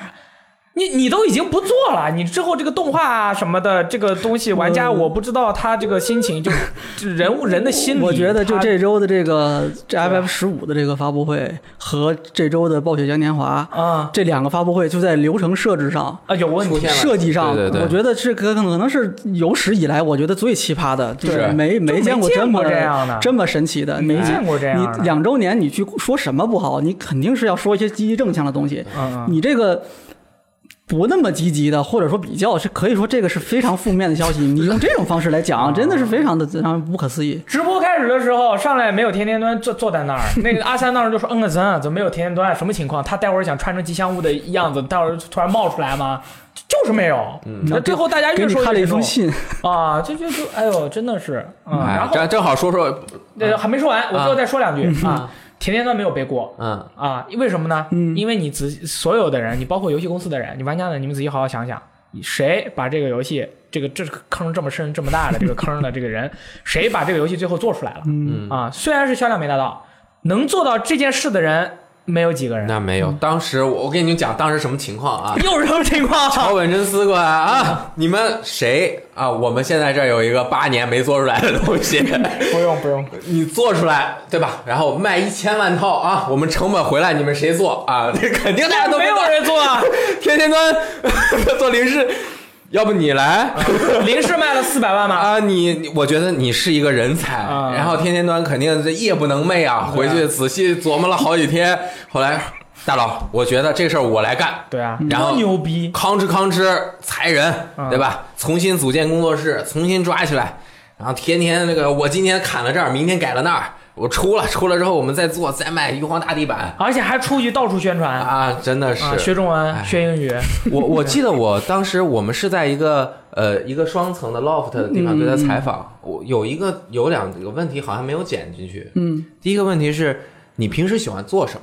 [SPEAKER 2] 你你都已经不做了，你之后这个动画啊什么的这个东西，玩
[SPEAKER 3] 呃
[SPEAKER 2] 家我不知道他这个心 情，就就人物人的心理，
[SPEAKER 3] 我觉得就
[SPEAKER 2] 他
[SPEAKER 3] 这周的这个这
[SPEAKER 2] 啊
[SPEAKER 3] FF 十五的这个发布会和这周的暴雪嘉年华
[SPEAKER 2] 啊
[SPEAKER 3] 这两个发布会就在流程设置上。
[SPEAKER 2] 啊有问
[SPEAKER 1] 出
[SPEAKER 2] 题
[SPEAKER 1] 现，了
[SPEAKER 3] 设计上，
[SPEAKER 1] 对对对
[SPEAKER 3] 我觉得是可可能是有史以来我觉得最奇葩的，就是没
[SPEAKER 2] 没
[SPEAKER 3] 没见过
[SPEAKER 2] 见
[SPEAKER 3] 这么
[SPEAKER 2] 过这样的
[SPEAKER 3] 这么神奇的，
[SPEAKER 2] 没
[SPEAKER 3] 你
[SPEAKER 2] 见过这样的
[SPEAKER 3] 你两周年你去说什么不好，你肯定是要说一些积极正向的东西。
[SPEAKER 2] 嗯嗯，
[SPEAKER 3] 你这个不那么积极的，或者说比较是可以说这个是非常负面的消息，你用这种方式来
[SPEAKER 2] 哦
[SPEAKER 3] 讲，真的是非常的非常不可思议。
[SPEAKER 2] 直播开始的时候，上来没有甜甜端坐坐在 那儿，那个阿三当时就说：“嗯个森，怎么没有甜甜端？什么情况？他待会儿想穿成吉祥物的样子，待会儿突然冒出来吗？就就是没有。那最后大家
[SPEAKER 3] 嗯给
[SPEAKER 2] 越
[SPEAKER 3] 你
[SPEAKER 2] 说越
[SPEAKER 3] 看了一
[SPEAKER 2] 严重
[SPEAKER 3] 封信，啊
[SPEAKER 2] 啊，就就就，哎呦，真的是，嗯，然
[SPEAKER 1] 哎，
[SPEAKER 2] 后
[SPEAKER 1] 正正好说说，
[SPEAKER 2] 呃还没说完，我最后再说两句
[SPEAKER 3] 嗯
[SPEAKER 2] 啊
[SPEAKER 1] 啊，
[SPEAKER 2] 甜甜端没有背锅。”
[SPEAKER 1] 嗯，
[SPEAKER 2] 啊，为什么呢？
[SPEAKER 3] 嗯
[SPEAKER 2] 因为你仔细所有的人，你包括游戏公司的人，你玩家的，你们仔细好好想想，谁把这个游戏这个这个坑这么深这么大的这个坑的这个人，谁把这个游戏最后做出来了？
[SPEAKER 1] 嗯
[SPEAKER 2] 啊，虽然是销量没达到，能做到这件事的人没有几个人。
[SPEAKER 1] 那没有，当时我我跟你们讲当时什么情况啊？
[SPEAKER 2] 又是什么情 况？
[SPEAKER 1] 乔本真思过来啊！你们谁啊？我们现在这儿有一个八年没做出来的东西，
[SPEAKER 2] 不用不用，
[SPEAKER 1] 你做出来对吧？然后卖一千万套啊，我们成本回来，你们谁做 啊？这肯定大家都
[SPEAKER 2] 没
[SPEAKER 1] 不
[SPEAKER 2] 有
[SPEAKER 1] 做
[SPEAKER 2] 人做啊！
[SPEAKER 1] 天天端呃做零食，要不你来
[SPEAKER 2] 林氏卖了四百万嘛，
[SPEAKER 1] 啊？你你我觉得你是一个人才
[SPEAKER 2] 啊，
[SPEAKER 1] 然后天天端肯定这夜不能寐啊，回去仔细琢磨了好几天，后来大佬，我觉得这事儿我来干，
[SPEAKER 2] 对啊，
[SPEAKER 1] 然后
[SPEAKER 2] 多牛逼，
[SPEAKER 1] 吭哧吭哧裁人，对吧？重新组建工作室，重新抓起来，然后天天那个我今天砍了这儿，明天改了那儿，我出了出了之后我们再做，再卖玉皇大地板
[SPEAKER 2] 而且还出去到处宣传啊，
[SPEAKER 1] 啊，真的是。
[SPEAKER 2] 学中
[SPEAKER 1] 哎
[SPEAKER 2] 文、学英语，
[SPEAKER 1] 我我记得我当时我们是在一个呃一个双层的 loft 的地方对他采访，我有一个有两个问题好像没有剪进去。
[SPEAKER 3] 嗯，
[SPEAKER 1] 第一个问题是你平时喜欢做什么？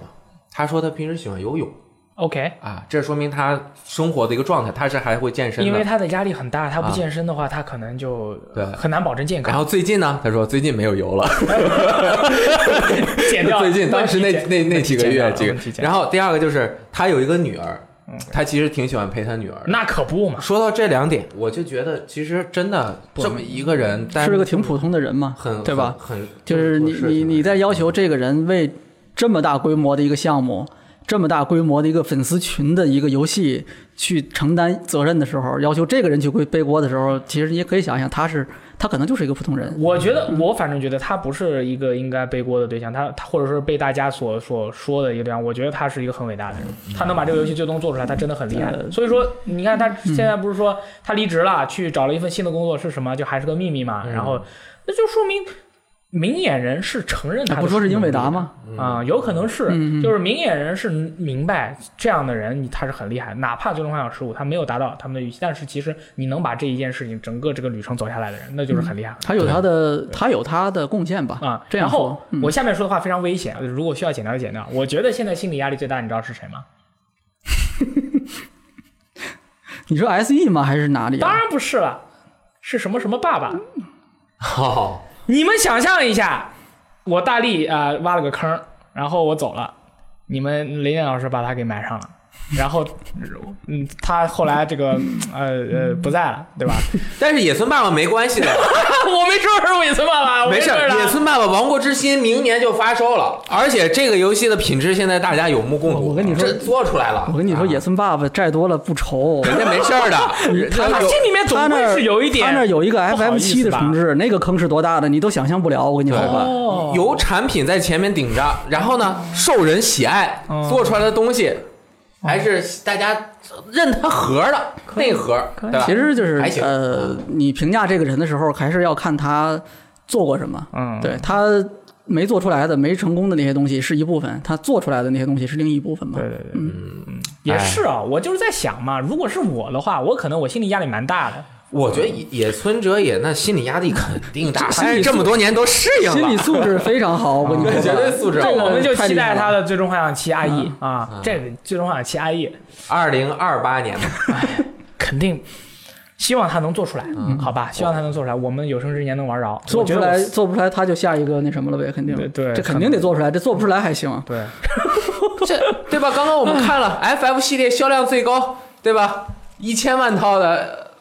[SPEAKER 1] 他说他平时喜欢游泳。
[SPEAKER 2] OK，
[SPEAKER 1] 啊，这说明他生活的一个状态，他是还会健身
[SPEAKER 2] 因为
[SPEAKER 1] 的。
[SPEAKER 2] 他的压力很大，他
[SPEAKER 1] 啊
[SPEAKER 2] 不健身的话，他可能就
[SPEAKER 1] 对
[SPEAKER 2] 很难保证健
[SPEAKER 1] 然
[SPEAKER 2] 康。
[SPEAKER 1] 后最近呢，他说最近没有油 了，
[SPEAKER 2] 减掉
[SPEAKER 1] 最近当时那
[SPEAKER 2] 啊问题
[SPEAKER 1] 那那
[SPEAKER 2] 问
[SPEAKER 1] 几个
[SPEAKER 2] 题减
[SPEAKER 1] 月
[SPEAKER 2] 掉了
[SPEAKER 1] 几个
[SPEAKER 2] 问题，减
[SPEAKER 1] 然
[SPEAKER 2] 掉
[SPEAKER 1] 后第二个就是他有一个女儿，他其实挺喜欢陪他女儿的。
[SPEAKER 2] 那可不嘛，
[SPEAKER 1] 说到这两点，我就觉得其实真的这么一个人，但
[SPEAKER 3] 是个挺普通的人嘛，
[SPEAKER 1] 很
[SPEAKER 3] 对吧？？
[SPEAKER 1] 很很
[SPEAKER 3] 就是你你你在
[SPEAKER 2] 啊
[SPEAKER 3] 要求这个人为这么大规模的一个项目、这么大规模的一个粉丝群的一个游戏去承担责任的时候，要求这个人去背背锅的时候，其实你也可以想想，他是他可能就是一个普通人。
[SPEAKER 2] 我觉得我反正觉得他不是一个应该背锅的对象，他他或者说是被大家所所说的一个对象，我觉得他是一个很伟大的人，他能把这个游戏最终做出来，他真的很厉害。所以说，你看他现在不是说他离职了，去找了一份新的工作是什么，就还是个秘密嘛，然
[SPEAKER 3] 嗯
[SPEAKER 2] 后那就说明。明眼人是承认他的
[SPEAKER 3] 不说是英伟达
[SPEAKER 2] 能力的
[SPEAKER 3] 吗？
[SPEAKER 2] 啊、有可能是，
[SPEAKER 3] 嗯嗯
[SPEAKER 2] 就是明眼人是明白这样的人你他是很厉害，哪怕最终幻想十五他没有达到他们的预期，但是其实你能把这一件事情整个这个旅程走下来的人，那就是很厉害。
[SPEAKER 3] 他有他的，他有他的贡献吧？
[SPEAKER 2] 啊，
[SPEAKER 3] 这样
[SPEAKER 2] 然后
[SPEAKER 3] 说嗯
[SPEAKER 2] 我下面说的话非常危险，如果需要剪掉就剪掉。我觉得现在心理压力最大，你知道是谁吗？
[SPEAKER 3] 你说 S E 吗？还是哪里、啊？
[SPEAKER 2] 当然不是了，是什么什么爸爸？
[SPEAKER 1] 好，
[SPEAKER 2] 你们想象一下，我大力啊、呃挖了个坑，然后我走了，你们雷电老师把他给埋上 了。然后，嗯，他后来这个，呃呃，
[SPEAKER 3] 嗯
[SPEAKER 2] 不在了， 对吧？
[SPEAKER 1] 但是野村爸爸没关 系的，
[SPEAKER 2] 我没说是伪存爸爸，我
[SPEAKER 1] 没事
[SPEAKER 2] 事
[SPEAKER 1] 儿。
[SPEAKER 2] 儿
[SPEAKER 1] 野
[SPEAKER 2] 了。
[SPEAKER 1] 村爸爸《王国之心》明年就发售了，而且这个游戏的品质现在大家有目共睹。
[SPEAKER 3] 我跟你说
[SPEAKER 1] 真做出来了。
[SPEAKER 3] 我跟你说，
[SPEAKER 1] 啊
[SPEAKER 3] 野村爸爸债多了不愁。
[SPEAKER 1] 人家没事儿 的，人家
[SPEAKER 2] 他
[SPEAKER 1] 有
[SPEAKER 2] 心里面总
[SPEAKER 3] 他那
[SPEAKER 2] 会
[SPEAKER 3] 儿
[SPEAKER 2] 是有一点，
[SPEAKER 3] 他那儿有一个
[SPEAKER 2] 不好
[SPEAKER 3] FF
[SPEAKER 2] 意
[SPEAKER 3] 七
[SPEAKER 2] 思
[SPEAKER 3] 的
[SPEAKER 2] 吧
[SPEAKER 3] 重置，那个坑是多大的，你都想象不了。我跟你说吧，
[SPEAKER 2] 哦，
[SPEAKER 1] 有产品在前面顶着，然后
[SPEAKER 3] 哦
[SPEAKER 1] 呢受人喜爱，做出来的东西还是大家认他盒儿的内盒儿，对吧？
[SPEAKER 3] 其实就是
[SPEAKER 1] 还行
[SPEAKER 3] 呃，
[SPEAKER 2] 嗯
[SPEAKER 3] 你评价这个人的时候，还是要看他做过什么。
[SPEAKER 2] 嗯
[SPEAKER 3] 对他没做出来的、没成功的那些东西是一部分，他做出来的那些东西是另一部分嘛。
[SPEAKER 2] 对对对，嗯，也是啊，我就是在想嘛，如果是我的话，我可能我心里压力蛮大的。
[SPEAKER 1] 我觉得野野村哲也那心理压力肯定 大，
[SPEAKER 3] 心理
[SPEAKER 1] 但 是这么多年都适应
[SPEAKER 3] 心理
[SPEAKER 1] 了，
[SPEAKER 3] 素质非常好，我跟你说吧，
[SPEAKER 1] 对绝对素质
[SPEAKER 2] 那
[SPEAKER 1] 好
[SPEAKER 3] 这个
[SPEAKER 2] 我们就期待他
[SPEAKER 3] 的。
[SPEAKER 2] 的《最终幻想七》阿义啊，这《最终幻想七》阿义
[SPEAKER 1] 二零二八 年嘛，
[SPEAKER 2] 肯定。希望他能做出来，嗯好吧？希望他能做出来，我们有生之年能玩着。
[SPEAKER 3] 做不出
[SPEAKER 2] 我觉
[SPEAKER 3] 来，
[SPEAKER 2] 得
[SPEAKER 3] 做不出来，他就下一个那什么了呗，肯定。
[SPEAKER 2] 对对
[SPEAKER 3] 这
[SPEAKER 2] 可
[SPEAKER 3] 肯定
[SPEAKER 2] 能
[SPEAKER 3] 得做出来，这做不出来还行
[SPEAKER 2] 我。对，
[SPEAKER 1] 这对吧？刚刚我们看 了 FF 系列销量最高，对吧？一千万套的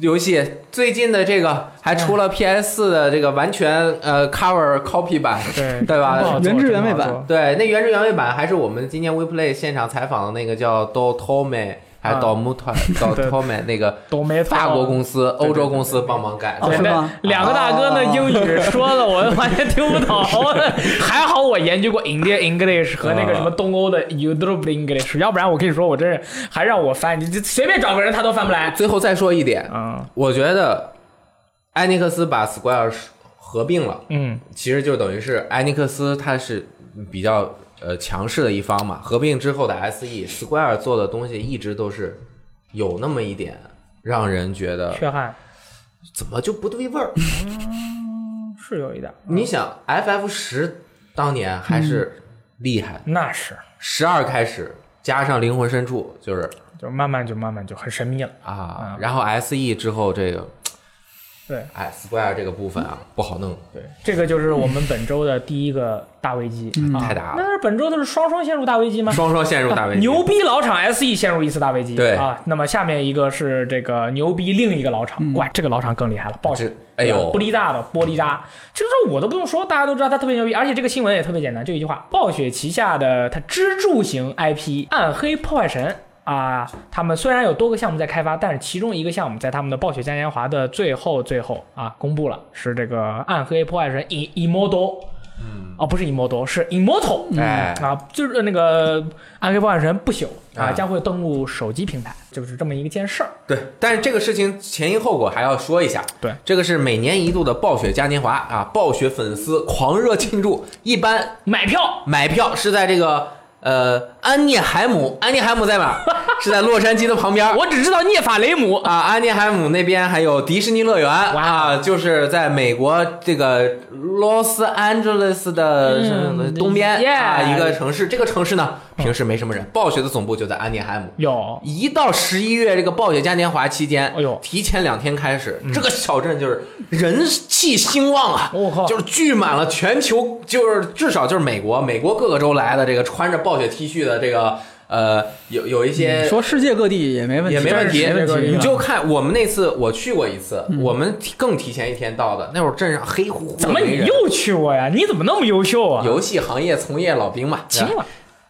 [SPEAKER 1] 游戏，最近的这个还出了 PS 4的这个完全呃 cover copy 版，
[SPEAKER 2] 对
[SPEAKER 1] 对吧
[SPEAKER 2] 真 不好做
[SPEAKER 3] 原汁原味版
[SPEAKER 2] 真不好做
[SPEAKER 1] 对，那原汁原味版还是我们今天 WePlay 现场采访的那个叫 Do Tome，还有
[SPEAKER 2] 啊
[SPEAKER 1] Do Mutome、Do
[SPEAKER 2] 对
[SPEAKER 1] Tome 那个
[SPEAKER 2] 都没法
[SPEAKER 1] 法国公司、
[SPEAKER 2] 对
[SPEAKER 1] 欧洲公司帮忙改
[SPEAKER 3] 哦
[SPEAKER 1] 的
[SPEAKER 3] 是。吗
[SPEAKER 2] 两个大哥那
[SPEAKER 3] 哦
[SPEAKER 2] 英语说的我完全听不懂，还好我研究过 Indian English 和那个什么东欧的 Europe English，要不然我跟你说我真是还让我翻，你你随便找个人他都翻 不来。
[SPEAKER 1] 最后再说一点，
[SPEAKER 2] 嗯
[SPEAKER 1] 我觉得艾尼克斯把 Square 合并了，
[SPEAKER 2] 嗯，
[SPEAKER 1] 其实就等于是艾尼克斯它是比较呃强势的一方嘛。合并之后的 E，SE，Square 做的东西一直都是有那么一点让人觉得
[SPEAKER 2] 缺憾
[SPEAKER 1] 怎么就不对味儿。
[SPEAKER 2] 是有一点，
[SPEAKER 1] 你想，FF 十当年还
[SPEAKER 2] 嗯
[SPEAKER 1] 是厉害，
[SPEAKER 2] 那是
[SPEAKER 1] 十二、开始加上灵魂深处就是
[SPEAKER 2] 就慢慢就慢慢就很神秘了。
[SPEAKER 1] 啊，然后 SE 之后这个，
[SPEAKER 2] 对
[SPEAKER 1] 哎，Square 这个部分啊不好弄，
[SPEAKER 2] 对，这个就是我们本周的第一个大危机，
[SPEAKER 3] 嗯
[SPEAKER 2] 啊
[SPEAKER 1] 太大了
[SPEAKER 2] 那是本周的是双双陷入大危机吗？
[SPEAKER 1] 双双陷入大危机。
[SPEAKER 2] 牛逼老厂 SE 陷入一次大危机，
[SPEAKER 1] 对
[SPEAKER 2] 啊，那么下面一个是这个牛逼另一个老
[SPEAKER 3] 嗯
[SPEAKER 2] 厂，怪这个老厂更厉害了，暴雪
[SPEAKER 1] 这，哎呦
[SPEAKER 2] 玻璃大的玻璃渣，这个我都不用说，大家都知道它特别牛逼，而且这个新闻也特别简单，就一句话，暴雪旗下的它支柱型 IP《暗黑破坏神》。啊，他们虽然有多个项目在开发，但是其中一个项目在他们的暴雪嘉年华的最后最后啊公布了，是这个《暗黑破坏神》i immortal，嗯，哦不是 immortal，是 immortal，
[SPEAKER 1] 哎
[SPEAKER 2] 啊，就是那个《暗黑破坏神》不朽啊，
[SPEAKER 1] 啊
[SPEAKER 2] 将会登陆手机平台，就是这么一件事儿。
[SPEAKER 1] 对，但是这个事情前因后果还要说一下。
[SPEAKER 2] 对，
[SPEAKER 1] 这个是每年一度的暴雪嘉年华啊，暴雪粉丝狂热庆祝。一般
[SPEAKER 2] 买票
[SPEAKER 1] 买票是在这个呃安涅海姆，安涅海姆在哪儿？ 是在洛杉矶的旁边。
[SPEAKER 2] 我只知道涅法雷姆，
[SPEAKER 1] 啊，安涅海姆那边还有迪士尼乐园
[SPEAKER 2] 哇哦
[SPEAKER 1] 啊，就是在美国这个洛杉安吉勒斯的
[SPEAKER 2] 嗯哦
[SPEAKER 1] 东边、啊
[SPEAKER 2] yeah
[SPEAKER 1] 一个城市。这个城市呢，平时没什么人，暴雪的总部就在安涅海姆。
[SPEAKER 2] 有
[SPEAKER 1] 一到十一月这个暴雪嘉年华期间，
[SPEAKER 2] 哎呦嗯
[SPEAKER 1] 提前两天开始，这个小镇就是人气兴旺啊，
[SPEAKER 2] 我靠
[SPEAKER 1] 就是聚满了全球，就是至少就是美国，美国各个州来的这个穿着暴雪 T 恤的这个呃，有有一
[SPEAKER 2] 嗯
[SPEAKER 1] 些
[SPEAKER 3] 说世界各地也没问题，
[SPEAKER 1] 也没问题
[SPEAKER 3] 没
[SPEAKER 2] 这个
[SPEAKER 1] 你
[SPEAKER 3] 问题。
[SPEAKER 1] 就看我们那次，我去过一次，我们提更提前一天到的，那会儿镇上黑乎乎的
[SPEAKER 2] 嗯怎么
[SPEAKER 1] 没
[SPEAKER 2] 你
[SPEAKER 1] 人，
[SPEAKER 2] 又去过呀？你怎么那么优秀啊？
[SPEAKER 1] 游戏行业从业老兵嘛？
[SPEAKER 2] 行
[SPEAKER 1] 对吧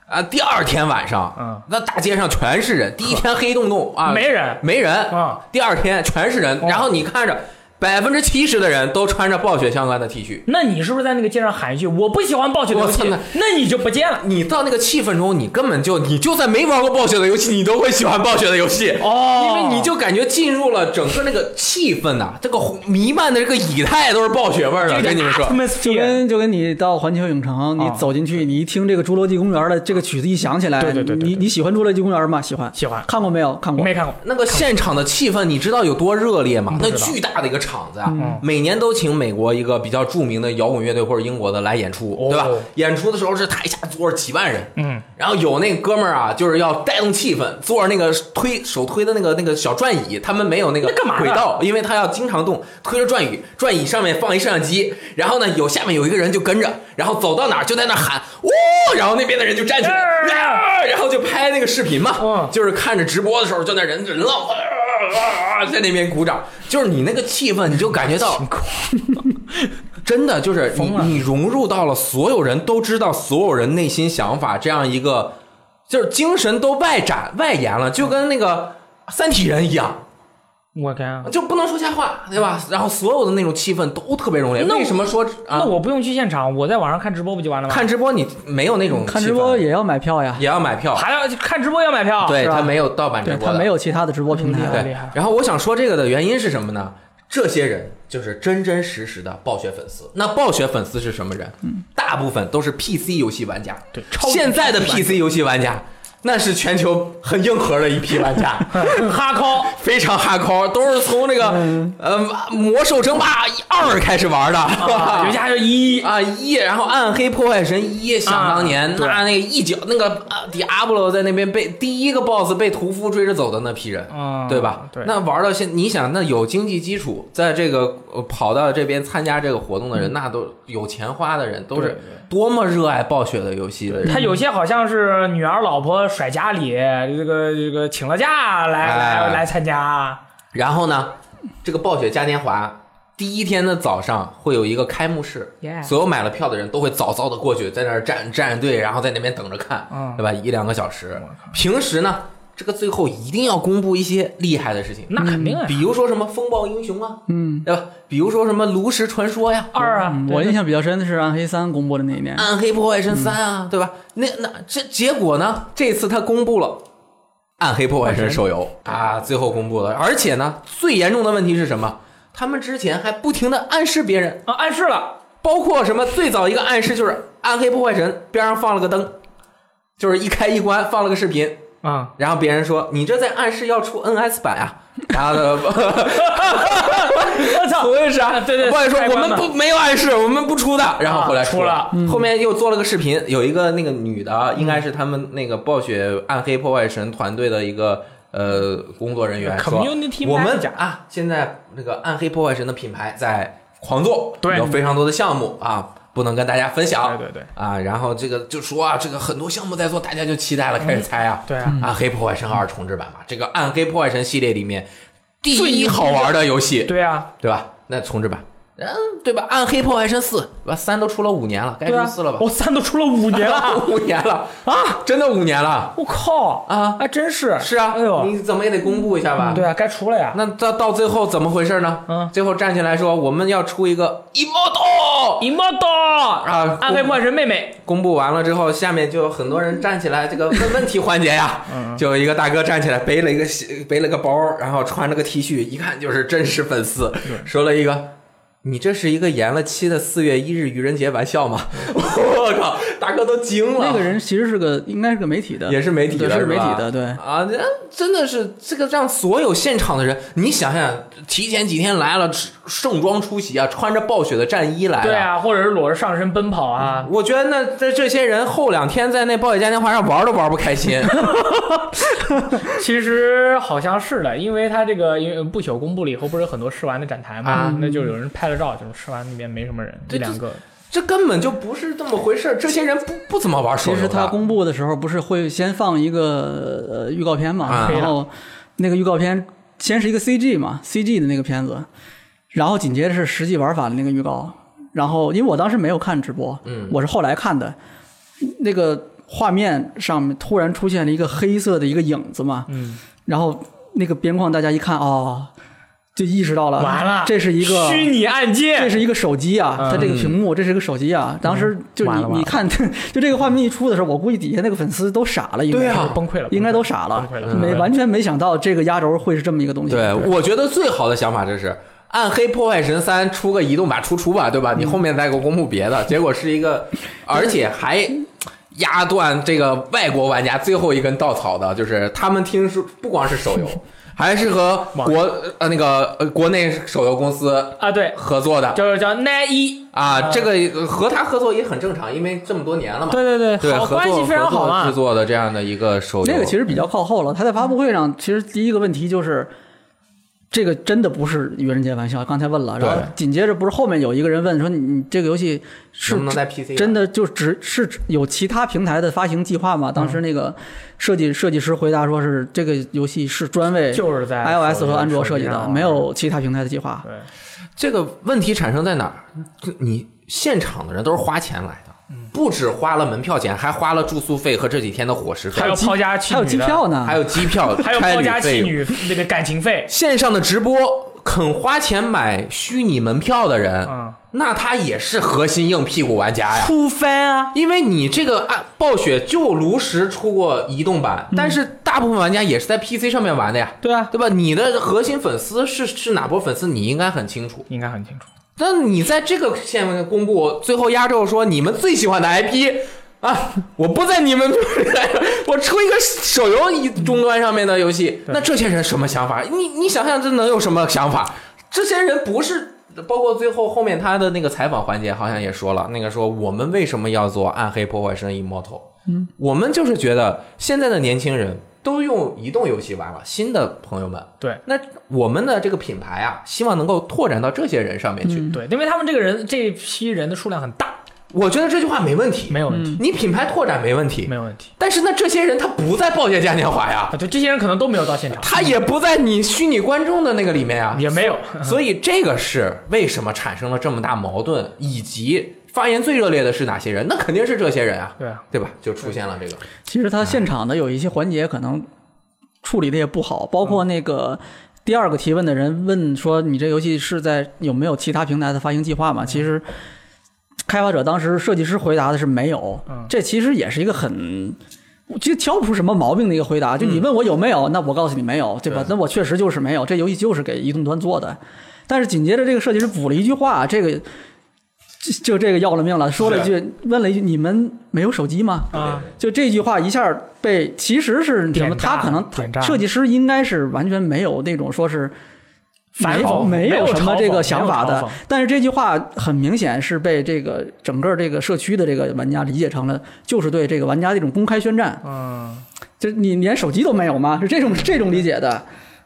[SPEAKER 2] 了，
[SPEAKER 1] 啊，第二天晚上，
[SPEAKER 2] 嗯，
[SPEAKER 1] 那大街上全是人，第一天黑洞洞啊，
[SPEAKER 2] 没人
[SPEAKER 1] 没人
[SPEAKER 2] 啊，
[SPEAKER 1] 第二天全是人，
[SPEAKER 2] 哦
[SPEAKER 1] 然后你看着百分之七十的人都穿着暴雪相关的 T 恤。
[SPEAKER 2] 那你是不是在那个街上喊一句“我不喜欢暴雪的游戏
[SPEAKER 1] 我操那”，
[SPEAKER 2] 那你就不见了？
[SPEAKER 1] 你到那个气氛中，你根本就你就算没玩过暴雪的游戏，你都会喜欢暴雪的游戏
[SPEAKER 2] 哦
[SPEAKER 1] 因为你就感觉进入了整个那个气氛呐、啊这个弥漫的这个以太都是暴雪味儿的。跟你们说，
[SPEAKER 3] 就跟就跟你到环球影城，你
[SPEAKER 2] 啊
[SPEAKER 3] 走进去，你一听这个《侏罗纪公园》的这个曲子一响起来，
[SPEAKER 2] 对对对对对
[SPEAKER 3] 你你喜欢《侏罗纪公园》吗？喜欢，
[SPEAKER 2] 喜欢
[SPEAKER 3] 看过没有？看过。
[SPEAKER 2] 没看过，
[SPEAKER 1] 那个现场的气氛，你知道有多热烈吗？那
[SPEAKER 2] 知道
[SPEAKER 1] 巨大的一个场子啊
[SPEAKER 2] 嗯，
[SPEAKER 1] 每年都请美国一个比较著名的摇滚乐队或者英国的来演出，
[SPEAKER 2] 哦
[SPEAKER 1] 对吧？演出的时候是台下坐着几万人，
[SPEAKER 2] 嗯，
[SPEAKER 1] 然后有那哥们儿啊，就是要带动气氛，坐着那个推手推的那个那个小转椅，他们没有那个
[SPEAKER 2] 那干嘛呢
[SPEAKER 1] 轨道，因为他要经常动，推着转椅，转椅上面放一摄像机，然后呢有下面有一个人就跟着，然后走到哪儿就在那喊呜、然后那边的人就站起来，
[SPEAKER 2] 啊
[SPEAKER 1] 啊然后就拍那个视频嘛，
[SPEAKER 2] 嗯
[SPEAKER 1] 就是看着直播的时候就那人人浪。啊啊啊在那边鼓掌，就是你那个气氛，你就感觉 到， 真的就是你
[SPEAKER 2] 疯了
[SPEAKER 1] 你融入到了所有人都知道所有人内心想法这样一个，就是精神都外展外延了，就跟那个三体人一样，
[SPEAKER 2] 我看。
[SPEAKER 1] 就不能说瞎话，对吧？然后所有的那种气氛都特别浓烈。
[SPEAKER 2] 那我
[SPEAKER 1] 为什么说啊
[SPEAKER 2] 那？我不用去现场，我在网上看直播不就完了吗？
[SPEAKER 1] 看直播你没有那种
[SPEAKER 3] 看
[SPEAKER 1] 气
[SPEAKER 3] 直
[SPEAKER 1] 氛
[SPEAKER 3] 播也要买票呀，
[SPEAKER 1] 也要买票，
[SPEAKER 2] 还要看直播要买票，
[SPEAKER 1] 对
[SPEAKER 3] 是吧
[SPEAKER 1] 他没有盗版直
[SPEAKER 3] 对
[SPEAKER 1] 播
[SPEAKER 3] 他
[SPEAKER 1] 的
[SPEAKER 3] 没。有其他的直播平台
[SPEAKER 2] 嗯厉害
[SPEAKER 3] 了。
[SPEAKER 1] 对，然后我想说这个的原因是什么呢？这些人就是真真实实的暴雪粉丝。那暴雪粉丝是什么人？大部分都是 PC 游戏玩家。
[SPEAKER 2] 嗯对超级
[SPEAKER 1] 现在的 PC 游戏玩家，那是全球很硬核的一批玩家，
[SPEAKER 2] 哈扣。嗯
[SPEAKER 1] 非常哈抠，都是从那个呃魔兽争霸二开始玩的，
[SPEAKER 2] 啊，有家就一，
[SPEAKER 1] 啊一，然后暗黑破坏神一，想当年、
[SPEAKER 2] 啊对
[SPEAKER 1] 那那个一脚那个啊迪阿布罗在那边被第一个 boss 被屠夫追着走的那批人，
[SPEAKER 2] 嗯
[SPEAKER 1] 对吧？
[SPEAKER 2] 对
[SPEAKER 1] 那玩到现，你想那有经济基础，在这个、呃跑到这边参加这个活动的人，那都有钱花的人，都
[SPEAKER 2] 嗯对
[SPEAKER 1] 是
[SPEAKER 2] 对
[SPEAKER 1] 多么热爱暴雪的游戏的人。
[SPEAKER 2] 他有些好像是女儿老婆甩家里，这个这个请了假来
[SPEAKER 1] 哎
[SPEAKER 2] 来来参加，
[SPEAKER 1] 然后呢，这个暴雪嘉年华。第一天的早上会有一个开幕式
[SPEAKER 2] Yeah
[SPEAKER 1] 所有买了票的人都会早早的过去，在那儿站站队，然后在那边等着看，
[SPEAKER 2] 嗯
[SPEAKER 1] 对吧？一两个小时。平时呢，这个最后一定要公布一些厉害的事情，
[SPEAKER 2] 那肯定啊，
[SPEAKER 1] 比如说什么风暴英雄啊，嗯，对吧？比如说什么炉石传说呀，
[SPEAKER 2] 二啊，
[SPEAKER 3] 嗯我
[SPEAKER 2] 对
[SPEAKER 3] 印象比较深的是《暗黑三》公布的那一年，
[SPEAKER 1] 暗黑破坏神三啊，对吧？那那这结果呢？这次他公布了。暗黑破坏神手游啊，最后公布了，而且呢，最严重的问题是什么？他们之前还不停的暗示别人，
[SPEAKER 2] 啊暗示了，
[SPEAKER 1] 包括什么？最早一个暗示就是暗黑破坏神边上放了个灯，就是一开一关放了个视频，
[SPEAKER 2] 啊，
[SPEAKER 1] 然后别人说你这在暗示要出 NS 版啊，然后 呢
[SPEAKER 2] 我操，
[SPEAKER 1] 不认识啊，
[SPEAKER 2] 啊对对
[SPEAKER 1] 不好意思，
[SPEAKER 2] 开
[SPEAKER 1] 我
[SPEAKER 2] 关
[SPEAKER 1] 们
[SPEAKER 2] 的
[SPEAKER 1] 不没有暗示，我们不出的。然后后来
[SPEAKER 2] 啊出
[SPEAKER 1] 了
[SPEAKER 2] 了，
[SPEAKER 1] 后面又做了个视频，有一个那个女的，应该是他们那个暴雪暗黑破坏神团队的一个呃工作人员说
[SPEAKER 2] Community，
[SPEAKER 1] 我们
[SPEAKER 2] manager
[SPEAKER 1] 啊，现在那个暗黑破坏神的品牌在狂做，
[SPEAKER 2] 对
[SPEAKER 1] 有非常多的项目啊。不能跟大家分享，
[SPEAKER 2] 对对对
[SPEAKER 1] 啊，然后这个就说啊，这个很多项目在做，大家就期待了，开始猜啊，
[SPEAKER 2] 对啊，
[SPEAKER 1] 暗黑破坏神二重置版嘛，这个暗黑破坏神系列里面第一好玩的游戏，
[SPEAKER 2] 对啊，
[SPEAKER 1] 对吧？那重置版，嗯，对吧？暗黑破坏神四，对吧？三都出了五年了，该
[SPEAKER 2] 对
[SPEAKER 1] 出
[SPEAKER 2] 啊，
[SPEAKER 1] 四了吧？
[SPEAKER 2] 我三都出了五 年了
[SPEAKER 1] 五年了，
[SPEAKER 2] 啊，
[SPEAKER 1] 真的五年了
[SPEAKER 2] 我靠，
[SPEAKER 1] 啊！
[SPEAKER 2] 还真是，
[SPEAKER 1] 是啊，
[SPEAKER 2] 哎呦，
[SPEAKER 1] 你怎么也得公布一下吧？
[SPEAKER 2] 对。啊，该出了呀，
[SPEAKER 1] 那到到最后怎么回事呢？
[SPEAKER 2] 嗯
[SPEAKER 1] 最后站起来说我们要出一个 immortal，
[SPEAKER 2] 一毛刀
[SPEAKER 1] 哦啊
[SPEAKER 2] 暗黑破坏神妹妹，
[SPEAKER 1] 公布完了之后，下面就有很多人站起来，这个问问 题环节呀，
[SPEAKER 3] 嗯
[SPEAKER 1] 就有一个大哥站起来背了一个西背了个包，然后穿了个 T 恤，一看就是真实粉丝，说了一个你这是一个延了期的四月一日愚人节玩笑吗？ 我靠，大哥都惊了。
[SPEAKER 3] 那个人其实是个应该是个媒体的，
[SPEAKER 1] 也是媒体的
[SPEAKER 3] 对
[SPEAKER 1] 是
[SPEAKER 3] 是媒
[SPEAKER 1] 吧
[SPEAKER 3] 体的，对。
[SPEAKER 1] 啊，那真的是这个让所有现场的人，你想想，提前几天来了，盛装出席啊，穿着暴雪的战衣来了。
[SPEAKER 2] 对啊，或者是裸着上身奔跑啊，
[SPEAKER 1] 我觉得那这这些人后两天在那暴雪嘉年华上玩都玩不开 心，
[SPEAKER 2] 其实好像是的，因为他这个因为不朽公布了以后，不是有很多试玩的展台嘛，
[SPEAKER 1] 啊
[SPEAKER 2] 那就有人拍了照，就是试玩里面没什么人，一
[SPEAKER 1] 对
[SPEAKER 2] 两个。
[SPEAKER 1] 这根本就不是这么回事儿。这些人不不怎么玩手
[SPEAKER 3] 其
[SPEAKER 1] 游
[SPEAKER 3] 实
[SPEAKER 1] 的
[SPEAKER 3] 他公布的时候不是会先放一个呃预告片嘛
[SPEAKER 1] 啊，
[SPEAKER 3] 然后那个预告片先是一个 CG 嘛，CG 的那个片子，然后紧接着是实际玩法的那个预告，然后因为我当时没有看直播，
[SPEAKER 1] 嗯
[SPEAKER 3] 我是后来看的，那个画面上面突然出现了一个黑色的一个影子嘛，
[SPEAKER 2] 嗯，
[SPEAKER 3] 然后那个边框大家一看哦，就意识到了，
[SPEAKER 2] 完了，
[SPEAKER 3] 啊这是一个
[SPEAKER 2] 虚拟按
[SPEAKER 3] 这
[SPEAKER 2] 键，
[SPEAKER 3] 是一个手机啊，
[SPEAKER 2] 嗯
[SPEAKER 3] 它这个屏幕，这是一个手机啊。当
[SPEAKER 1] 嗯
[SPEAKER 3] 时就
[SPEAKER 2] 完
[SPEAKER 3] 你
[SPEAKER 2] 了完了
[SPEAKER 3] 你看， 就这个画面一出的时候，我估计底下那个粉丝都傻了，应该
[SPEAKER 1] 对
[SPEAKER 3] 是
[SPEAKER 1] 啊
[SPEAKER 2] 崩溃了，
[SPEAKER 3] 应该都
[SPEAKER 2] 是
[SPEAKER 3] 傻了
[SPEAKER 2] 崩溃了，
[SPEAKER 3] 没
[SPEAKER 2] 崩溃了
[SPEAKER 3] 完全没想到这个压轴会是这么一个东西。
[SPEAKER 1] 对，我觉得最好的想法就是《暗黑破坏神三》出个移动版出出吧，对吧？
[SPEAKER 3] 嗯
[SPEAKER 1] 你后面再给我公布别 的，结果是一个，而且还。压断这个外国玩家最后一根稻草的，就是他们听说不光是手游，还是和国呃那个呃国内手游公司
[SPEAKER 2] 啊，对，
[SPEAKER 1] 合作的
[SPEAKER 2] 就是叫 n 一，
[SPEAKER 1] 啊。这个和他合作也很正常，因为这么多年了嘛。
[SPEAKER 2] 呃对对对，
[SPEAKER 1] 对，
[SPEAKER 2] 好
[SPEAKER 1] 合
[SPEAKER 2] 关系
[SPEAKER 1] 作
[SPEAKER 2] 非常好啊
[SPEAKER 1] 合作
[SPEAKER 2] 嘛
[SPEAKER 1] 制。作的这样的一个手游，
[SPEAKER 3] 那个其实比较靠后了。他在发布会上，其实第一个问题就是。这个真的不是愚人节玩笑，刚才问了，然后
[SPEAKER 1] 对
[SPEAKER 3] 紧接着不是后面有一个人问说你你这个游戏是
[SPEAKER 1] 能不能在 PC
[SPEAKER 3] 真
[SPEAKER 1] 的
[SPEAKER 3] 的就只是只有其他平台的发行计划吗？当
[SPEAKER 2] 嗯
[SPEAKER 3] 时那个设计设计师回答说是这个游戏是专为
[SPEAKER 2] 就是在
[SPEAKER 3] iOS 和安卓设
[SPEAKER 2] 手
[SPEAKER 3] 计
[SPEAKER 2] 机上啊
[SPEAKER 3] 的，
[SPEAKER 2] 玩
[SPEAKER 3] 没有其他平台的计划。
[SPEAKER 2] 对，
[SPEAKER 1] 这个问题产生在哪儿？这你现场的人都是花钱来的，
[SPEAKER 2] 嗯
[SPEAKER 1] 不止花了门票钱，还花了住宿费和这几天的伙食费
[SPEAKER 2] 还，有
[SPEAKER 3] 机
[SPEAKER 2] 抛家弃女的，
[SPEAKER 3] 还有机票呢，
[SPEAKER 1] 还有机票、
[SPEAKER 2] 还有
[SPEAKER 1] 差
[SPEAKER 2] 抛家
[SPEAKER 1] 旅
[SPEAKER 2] 弃
[SPEAKER 1] 费。
[SPEAKER 2] 女那个感情费，
[SPEAKER 1] 线上的直播肯花钱买虚拟门票的人，
[SPEAKER 2] 嗯
[SPEAKER 1] 那他也是核心硬屁股玩家呀。
[SPEAKER 2] 出番啊，
[SPEAKER 1] 因为你这个啊，暴雪就炉石出过移动版，但是大部分玩家也是在 PC 上面玩的呀，
[SPEAKER 2] 对啊，
[SPEAKER 1] 对吧？你的核心粉丝是是哪波粉丝，你应该很清楚。
[SPEAKER 2] 应该很清楚。
[SPEAKER 1] 那你在这个线公布最后压轴说你们最喜欢的 IP 啊，我不在你们我出一个手游一终端上面的游戏，那这些人什么想法？你你想想这能有什么想法？这些人不是。包括最后后面他的那个采访环节，好像也说了，那个说我们为什么要做《暗黑破坏神 Immortal》？嗯，我们就是觉得现在的年轻人都用移动游戏玩了，新的朋友们，
[SPEAKER 2] 对，
[SPEAKER 1] 那我们的这个品牌啊，希望能够拓展到这些人上面去。
[SPEAKER 2] 对，因为他们这个人这批人的数量很大，
[SPEAKER 1] 我觉得这句话没问题，
[SPEAKER 2] 没有问题，
[SPEAKER 1] 你品牌拓展没问题
[SPEAKER 3] 嗯
[SPEAKER 2] 没，有问题
[SPEAKER 1] 但是那这些人他不在暴雪嘉年华呀
[SPEAKER 2] 啊。，对，这些人可能都没有到现场，
[SPEAKER 1] 他也不在你虚拟观众的那个里面呀，
[SPEAKER 2] 也没有，
[SPEAKER 1] 所以这个是为什么产生了这么大矛盾，以及发言最热烈的是哪些人？那肯定是这些人啊，
[SPEAKER 2] 对啊，
[SPEAKER 1] 对吧？就出现了这个，
[SPEAKER 3] 其实他现场的有一些环节可能处理的也不好，包括那个第二个提问的人问说：“你这游戏是在有没有其他平台的发行计划嘛？”其实开发者当时设计师回答的是没有
[SPEAKER 2] 嗯，
[SPEAKER 3] 这其实也是一个很。就挑不出什么毛病的一个回答，就你问我有没有，那我告诉你没有，对吧？那我确实就是没有，这游戏就是给移动端做的。但是紧接着这个设计师补了一句话，这个就就这个要了命了，说了一句，问了一句：“你们没有手机吗？”
[SPEAKER 2] 啊，
[SPEAKER 3] 就这句话一下被，其实是什
[SPEAKER 2] 点
[SPEAKER 3] 么？
[SPEAKER 2] 炸
[SPEAKER 3] 他可能
[SPEAKER 2] 点炸
[SPEAKER 3] 设计师应该是完全没有那种说是
[SPEAKER 2] 反
[SPEAKER 3] 没
[SPEAKER 2] 讽
[SPEAKER 3] 有没
[SPEAKER 2] 没有
[SPEAKER 3] 有什么
[SPEAKER 2] 嘲讽
[SPEAKER 3] 这
[SPEAKER 2] 没有
[SPEAKER 3] 个想法
[SPEAKER 2] 嘲讽
[SPEAKER 3] 的，但是这句话很明显是被这个整个这个社区的这个玩家理解成了就是对这个玩家的一种公开宣战，
[SPEAKER 2] 嗯，
[SPEAKER 3] 就是你连手机都没有吗？是这种这种理解的。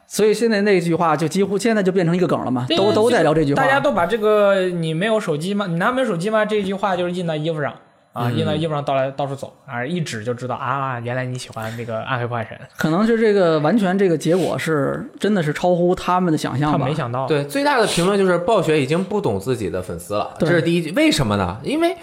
[SPEAKER 3] 所以现在那句话就几乎现在就变成一个梗了嘛，
[SPEAKER 2] 对
[SPEAKER 3] 都都在聊这句话
[SPEAKER 2] 大。家都把这个你没有手机吗？你拿没有手机吗？这句话就是印到衣服上。啊，印
[SPEAKER 3] 嗯
[SPEAKER 2] 到衣服上到来到处走，啊，一指就知道啊，原来你喜欢那个暗黑破坏神，
[SPEAKER 3] 可能是这个完全这个结果是真的是超乎他们的想象
[SPEAKER 2] 他
[SPEAKER 3] 吧。
[SPEAKER 2] 没想到，
[SPEAKER 1] 对，最大的评论就是暴雪已经不懂自己的粉丝了，这
[SPEAKER 3] 对
[SPEAKER 1] 是第一句。为什么呢？因为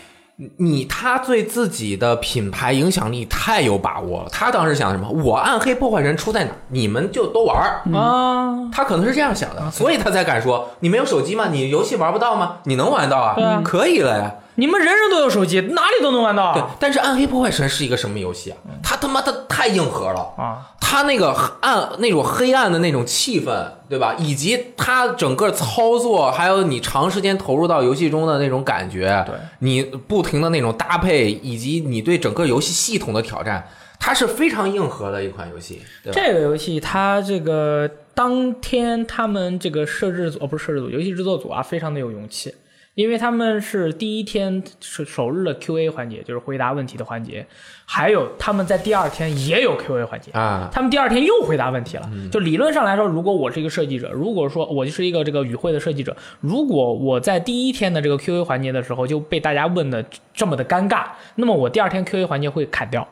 [SPEAKER 1] 你他对自己的品牌影响力太有把握了。他当时想什么？我暗黑破坏神出在哪儿，你们就都玩儿。
[SPEAKER 3] 嗯
[SPEAKER 2] 啊，
[SPEAKER 1] 他可能是这样想的， 所以他才敢说：你没有手机吗？你游戏玩不到吗？你能玩到啊，
[SPEAKER 2] 对啊
[SPEAKER 1] 可以了呀。
[SPEAKER 2] 你们人人都有手机，哪里都能玩
[SPEAKER 1] 对
[SPEAKER 2] 到，
[SPEAKER 1] 啊
[SPEAKER 2] 嗯
[SPEAKER 1] 但是《暗黑破坏神》是一个什么游戏啊？它他妈的太硬核了，
[SPEAKER 2] 啊，
[SPEAKER 1] 他那个暗那种黑暗的那种气氛，对吧？以及他整个操作，还有你长时间投入到游戏中的那种感觉，
[SPEAKER 2] 对
[SPEAKER 1] 你不停的那种搭配，以及你对整个游戏系统的挑战，它是非常硬核的一款游戏，对吧？
[SPEAKER 2] 这个游戏它这个当天他们这个摄制组哦不是摄制组，游戏制作组啊，非常的有勇气，因为他们是第一天是首日的 Q&A 环节，就是回答问题的环节，还有他们在第二天也有 Q&A 环节。
[SPEAKER 1] 啊，
[SPEAKER 2] 他们第二天又回答问题了。
[SPEAKER 1] 嗯
[SPEAKER 2] 就理论上来说，如果我是一个设计者，如果说我就是一个这个与会的设计者，如果我在第一天的这个 Q&A 环节的时候就被大家问的这么的尴尬，那么我第二天 Q&A 环节会砍掉。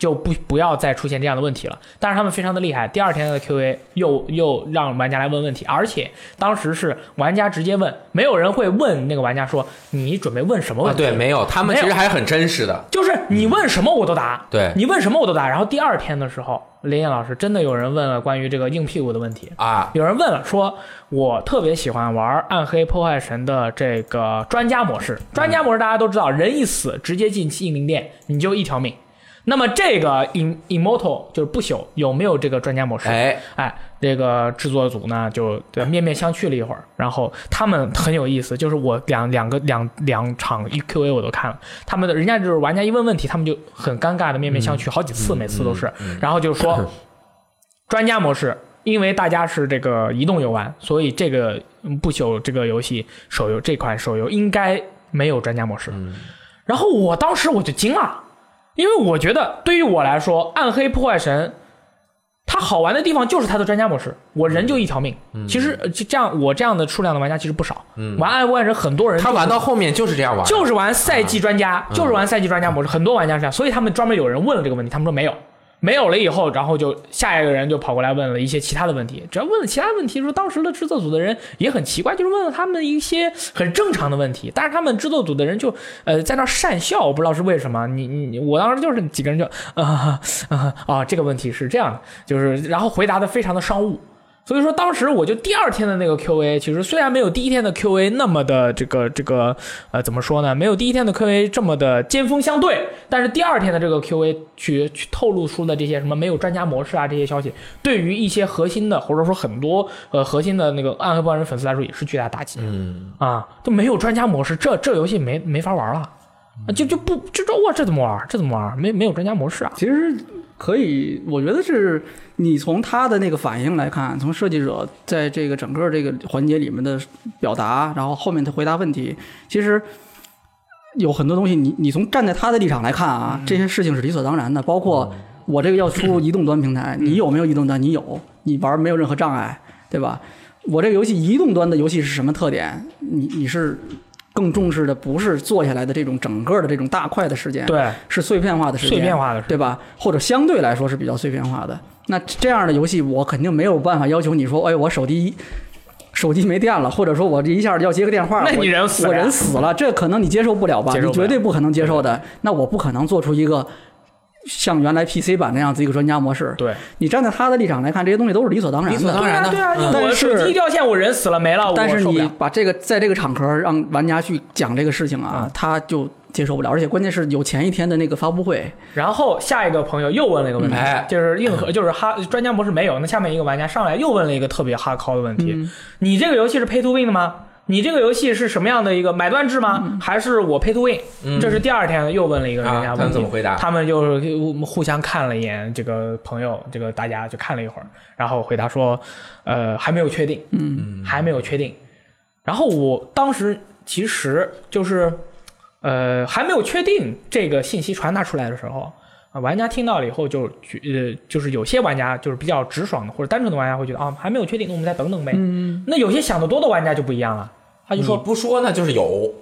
[SPEAKER 2] 就不不要再出现这样的问题了。但是他们非常的厉害，第二天的 Q&A 又又让玩家来问问题，而且当时是玩家直接问，没有人会问那个玩家说你准备问什么
[SPEAKER 1] 啊
[SPEAKER 2] 问题。
[SPEAKER 1] 对，没有，他们其实还很真实的，
[SPEAKER 2] 就是你问什么我都答，
[SPEAKER 1] 对
[SPEAKER 2] 你问什么我都答。然后第二天的时候，林燕老师真的有人问了关于这个硬屁股的问题，
[SPEAKER 1] 啊，
[SPEAKER 2] 有人问了说，我特别喜欢玩《暗黑破坏神》的这个专家模式。专家模式大家都知道，人一死直接进印灵殿，你就一条命。那么这个 im immortal 就是不朽，有没有这个专家模式？
[SPEAKER 1] 哎，
[SPEAKER 2] 哎，这个制作组呢就对面面相觑了一会儿，然后他们很有意思，就是我两两个两两场 EQA 我都看了，他们的人家就是玩家一问问题，他们就很尴尬的面面相觑，好几次，每次都是，然后就说专家模式。因为大家是这个移动游玩，所以这个嗯不朽这个游戏手游这款手游应该没有专家模式。然后我当时我就惊了，因为我觉得对于我来说，《暗黑破坏神》它好玩的地方就是它的专家模式，我人就一条命。其实呃就这样，我这样的数量的玩家其实不少。玩《暗黑破坏神》，很多人
[SPEAKER 1] 他玩到后面就是这样玩的，嗯
[SPEAKER 2] 就是玩赛季专家，就是玩赛季专家模式，很多玩家是这样，所以他们专门有人问了这个问题，他们说没有。没有了以后，然后就下一个人就跑过来问了一些其他的问题。只要问了其他问题，说当时的制作组的人也很奇怪，就是问了他们一些很正常的问题，但是他们制作组的人就呃在那儿讪笑，我不知道是为什么。你你你我当时就是几个人就啊啊啊，这个问题是这样的，就是然后回答的非常的商务，所以说当时我就第二天的那个 Q&A，其实虽然没有第一天的 Q&A 那么的这个这个呃怎么说呢，没有第一天的 Q&A 这么的尖锋相对，但是第二天的这个 Q&A 去去透露出的这些什么没有专家模式啊这些消息，对于一些核心的或者说很多呃核心的那个暗黑破坏人粉丝来说也是巨大打击。
[SPEAKER 1] 嗯，
[SPEAKER 2] 啊，都没有专家模式，这这游戏没没法玩了，啊就就不这这哇这怎么玩？这怎么玩？没没有专家模式啊？
[SPEAKER 3] 其实可以，我觉得是你从他的那个反应来看，从设计者在这个整个这个环节里面的表达，然后后面他回答问题，其实有很多东西你，你从站在他的立场来看啊，这些事情是理所当然的。包括我这个要出移动端平台，你有没有移动端？你有，你玩没有任何障碍，对吧？我这个游戏移动端的游戏是什么特点？你你是更重视的不是坐下来的这种整个的这种大块的时间，
[SPEAKER 2] 对，
[SPEAKER 3] 是碎片化的时间，
[SPEAKER 2] 碎片化的时间
[SPEAKER 3] 对吧？或者相对来说是比较碎片化的。那这样的游戏，我肯定没有办法要求你说，哎，我手机一手机没电了，或者说我这一下要接个电话，
[SPEAKER 2] 那
[SPEAKER 3] 我
[SPEAKER 2] 你人死了
[SPEAKER 3] 我人死了，这可能你接受不了吧？
[SPEAKER 2] 接受不了
[SPEAKER 3] 你绝对不可能接受的。那我不可能做出一个像原来 PC 版那样子一个专家模式。
[SPEAKER 2] 对，
[SPEAKER 3] 你站在他的立场来看，这些东西都是理所当然的。
[SPEAKER 1] 理所当然的
[SPEAKER 2] 对啊，对啊
[SPEAKER 3] 嗯
[SPEAKER 2] 我
[SPEAKER 3] 但
[SPEAKER 2] 手
[SPEAKER 3] 是
[SPEAKER 2] 机一掉线，我人死了没了，
[SPEAKER 3] 但
[SPEAKER 2] 我
[SPEAKER 3] 是
[SPEAKER 2] 受不
[SPEAKER 3] 你
[SPEAKER 2] 了。
[SPEAKER 3] 把这个在这个场合让玩家去讲这个事情啊，
[SPEAKER 2] 嗯
[SPEAKER 3] 他就接受不了，而且关键是有前一天的那个发布会，
[SPEAKER 2] 然后下一个朋友又问了一个问题，
[SPEAKER 1] 哎
[SPEAKER 2] 就是硬核，就是哈专家模式没有。那下面一个玩家上来又问了一个特别哈靠的问
[SPEAKER 3] 嗯
[SPEAKER 2] 题：你这个游戏是 pay to win 的吗？你这个游戏是什么样的一个买断制吗？还是我 pay to win？、这是第二天又问了一个人
[SPEAKER 1] 嗯啊
[SPEAKER 2] 家问题，
[SPEAKER 1] 他们怎么回答
[SPEAKER 2] 他们就是互相看了一眼，这个朋友，这个大家就看了一会儿，然后回答说，呃，还没有确定，嗯，还没有确定。然后我当时其实就是，呃，还没有确定这个信息传达出来的时候，啊，玩家听到了以后就觉呃，就是有些玩家就是比较直爽的或者单纯的玩家会觉得啊，还没有确定，那我们再等等呗。嗯，那有些想得多的玩家就不一样了，他就
[SPEAKER 1] 你
[SPEAKER 2] 啊说
[SPEAKER 1] 不说那就是有，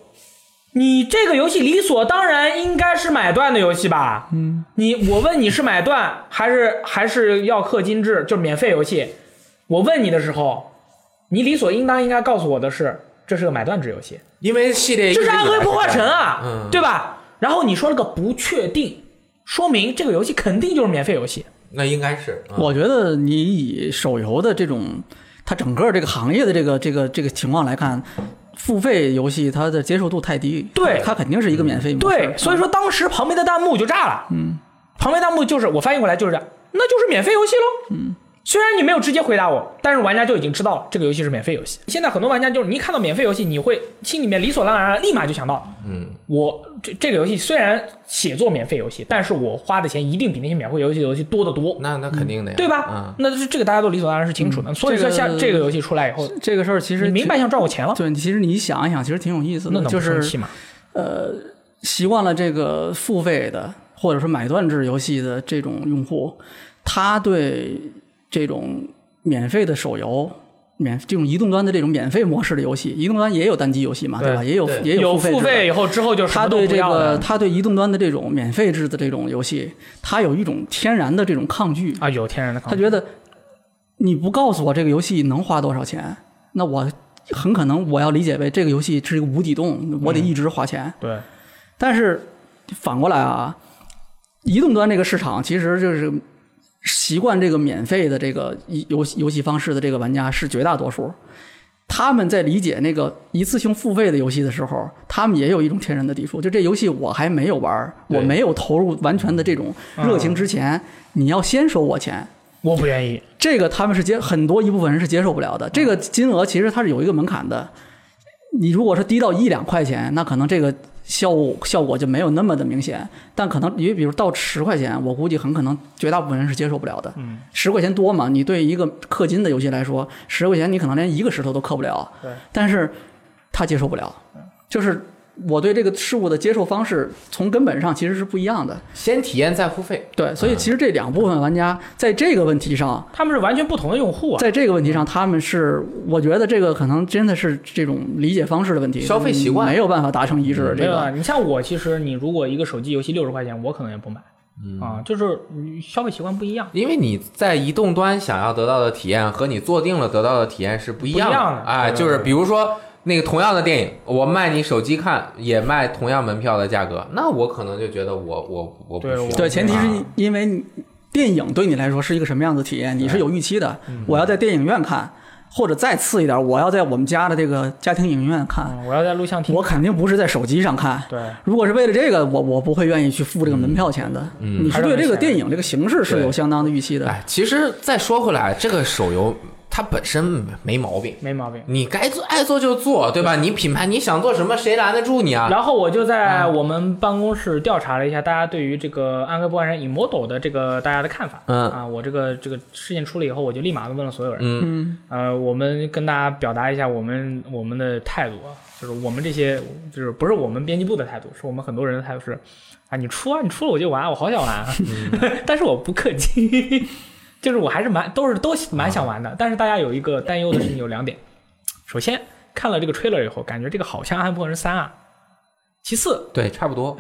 [SPEAKER 2] 你这个游戏理所当然应该是买断的游戏吧？嗯，你我问你是买断还是还是要氪金制，就是免费游戏？我问你的时候，你理所应当应该告诉我的是，这是个买断制游戏，
[SPEAKER 1] 因为系列一
[SPEAKER 2] 这
[SPEAKER 1] 直以
[SPEAKER 2] 是《
[SPEAKER 1] 来
[SPEAKER 2] 暗黑破坏神》啊，
[SPEAKER 1] 嗯
[SPEAKER 2] 对吧？然后你说了个不确定，说明这个游戏肯定就是免费游戏。
[SPEAKER 1] 那应该是，
[SPEAKER 2] 啊
[SPEAKER 1] 嗯
[SPEAKER 3] 我觉得你以手游的这种，它整个这个行业的这个这个这个情况来看，付费游戏它的接受度太低，
[SPEAKER 2] 对
[SPEAKER 3] 它肯定是一个嗯免费模式。
[SPEAKER 2] 对，所以说当时旁边的弹幕就炸了。嗯，旁边弹幕就是我翻译过来就是这样。那就是免费游戏喽。嗯。虽然你没有直接回答我，但是玩家就已经知道了这个游戏是免费游戏。现在很多玩家就是你一看到免费游戏，你会心里面理所当然立马就想到，
[SPEAKER 1] 嗯，
[SPEAKER 2] 我这这个游戏虽然写作免费游戏，但是我花的钱一定比那些免费游戏游戏多得多，
[SPEAKER 1] 那那肯定的呀，嗯
[SPEAKER 2] 对吧？那这这个大家都理所当然是清楚的。所以说像
[SPEAKER 3] 嗯这
[SPEAKER 2] 这
[SPEAKER 3] 个
[SPEAKER 2] 个游戏出来以后，
[SPEAKER 3] 这个事儿其实
[SPEAKER 2] 你明白想赚我钱了，
[SPEAKER 3] 对，其实你想一想，其实挺有意思
[SPEAKER 2] 那
[SPEAKER 3] 的，
[SPEAKER 2] 能
[SPEAKER 3] 就
[SPEAKER 2] 不生
[SPEAKER 3] 是
[SPEAKER 2] 气吗？
[SPEAKER 3] 呃，习惯了这个付费的或者说买断制游戏的这种用户，他对这种免费的手游。免这种移动端的这种免费模式的游戏，移动端也有单机游戏嘛，
[SPEAKER 2] 对
[SPEAKER 3] 对吧？也有
[SPEAKER 1] 对
[SPEAKER 3] 也
[SPEAKER 2] 有
[SPEAKER 3] 付费制的
[SPEAKER 2] 费以后之后就什
[SPEAKER 3] 他
[SPEAKER 2] 么都
[SPEAKER 3] 对
[SPEAKER 2] 不
[SPEAKER 3] 这
[SPEAKER 2] 要
[SPEAKER 3] 个
[SPEAKER 2] 了
[SPEAKER 3] 他对移动端的这种免费制的这种游戏，他有一种天然的这种抗拒，
[SPEAKER 2] 啊，有天然的抗
[SPEAKER 3] 他
[SPEAKER 2] 拒。
[SPEAKER 3] 觉得你不告诉我这个游戏能花多少钱，那我很可能我要理解为这个游戏是一个无底洞，
[SPEAKER 2] 嗯
[SPEAKER 3] 我得一直花钱。
[SPEAKER 2] 对，
[SPEAKER 3] 但是反过来啊，移动端这个市场其实就是习惯这个免费的这个游戏游戏方式的这个玩家是绝大多数。他们在理解那个一次性付费的游戏的时候，他们也有一种天然的抵触，就这游戏我还没有玩儿，
[SPEAKER 1] 对
[SPEAKER 3] 我没有投入完全的这种热情之前，你要先收我钱，
[SPEAKER 2] 我不愿意。
[SPEAKER 3] 这个他们是接很多一部分人是接受不了的。这个
[SPEAKER 2] 嗯
[SPEAKER 3] 金额其实它是有一个门槛的，你如果是低到一两块钱，那可能这个效果效果就没有那么的明显。但可能也比如到十块钱，我估计很可能绝大部分人是接受不了的。
[SPEAKER 2] 嗯，
[SPEAKER 3] 十块钱多嘛？你对一个氪金的游戏来说，十块钱你可能连一个石头都氪不了。
[SPEAKER 2] 对，嗯
[SPEAKER 3] 但是他接受不了，就是我对这个事物的接受方式从根本上其实是不一样的。
[SPEAKER 1] 先体验再付费，
[SPEAKER 3] 对，所以
[SPEAKER 2] 嗯
[SPEAKER 3] 其实这两部分玩家在这个问题上。
[SPEAKER 2] 他们是完全不同的用户啊。
[SPEAKER 3] 在这个问题上，他们是，我觉得这个可能真的是这种理解方式的问题，
[SPEAKER 1] 消费习惯
[SPEAKER 3] 没有办法达成一致。
[SPEAKER 2] 没
[SPEAKER 3] 这
[SPEAKER 2] 有
[SPEAKER 3] 个
[SPEAKER 2] 啊，你像我，其实你如果一个手机游戏六十块钱，我可能也不买。啊，就是嗯消费习惯不一样。
[SPEAKER 1] 因为你在移动端想要得到的体验和你坐定了得到的体验是不一样
[SPEAKER 2] 不一样的
[SPEAKER 1] 哎，
[SPEAKER 2] 对
[SPEAKER 1] 就是
[SPEAKER 2] 对
[SPEAKER 1] 比如说。那个同样的电影，我卖你手机看，也卖同样门票的价格，那我可能就觉得我我我不
[SPEAKER 2] 对
[SPEAKER 1] 需要
[SPEAKER 2] 我
[SPEAKER 3] 对，前提是
[SPEAKER 1] 啊
[SPEAKER 3] 因为你电影对你来说是一个什么样的体验，你是有预期的。我要在电影院看，或者再次一点，我要在我们家的这个家庭影院看，
[SPEAKER 2] 嗯，我要在录像厅。
[SPEAKER 3] 啊我肯定不是在手机上看。
[SPEAKER 2] 对，
[SPEAKER 3] 如果是为了这个，我我不会愿意去付这个门票钱的。
[SPEAKER 1] 嗯
[SPEAKER 3] 你是对这个电影这个形式是
[SPEAKER 1] 对
[SPEAKER 3] 有相当的预
[SPEAKER 2] 啊
[SPEAKER 3] 期的。
[SPEAKER 1] 哎，其实再说回来，这个手游它本身没毛病，
[SPEAKER 2] 没毛病。
[SPEAKER 1] 你该做爱做就做，对吧？你品牌你想做什么，谁拦得住你啊？
[SPEAKER 2] 然后我就在我们办公室调查了一下大家对于这个《暗黑破坏神 Immortal》的这个大家的看法。
[SPEAKER 1] 嗯
[SPEAKER 2] 啊，我这个这个事件出了以后，我就立马问了所有人。
[SPEAKER 1] 嗯，
[SPEAKER 3] 嗯，
[SPEAKER 2] 呃，我们跟大家表达一下我们我们的态度，啊，就是我们这些就是不是我们编辑部的态度，是我们很多人的态度是，啊，你出啊，你出了我就玩，我好想玩，啊，
[SPEAKER 1] 嗯
[SPEAKER 2] 但是我不氪金，就是我还是蛮都是都蛮想
[SPEAKER 1] 啊
[SPEAKER 2] 玩的，但是大家有一个担忧的事情有两点，首先看了这个 trailer 以后，感觉这个好像《暗黑破坏神三》啊，其次
[SPEAKER 1] 对，差不多。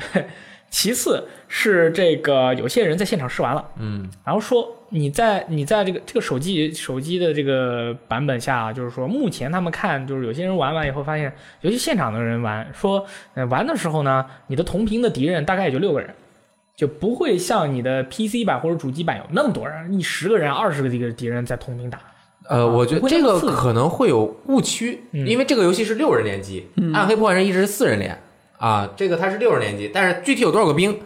[SPEAKER 2] 其次是这个有些人在现场试玩了。
[SPEAKER 1] 嗯，
[SPEAKER 2] 然后说你在你在这个这个手机手机的这个版本下、啊，就是说目前他们看，就是有些人玩完以后发现，尤其现场的人玩，说呃玩的时候呢，你的同屏的敌人大概也就六个人。就不会像你的 PC 版或者主机版有那么多人，你十个人、二十个敌敌人在同屏打，
[SPEAKER 1] 呃，我觉
[SPEAKER 2] 不
[SPEAKER 1] 得
[SPEAKER 2] 啊会
[SPEAKER 1] 这
[SPEAKER 2] 那么
[SPEAKER 1] 个
[SPEAKER 2] 刺激
[SPEAKER 1] 可能会有误区，
[SPEAKER 2] 嗯
[SPEAKER 1] 因为这个游戏是六人联机，暗黑破坏神》一直是四人联啊，这个它是六人联机，但是具体有多少个兵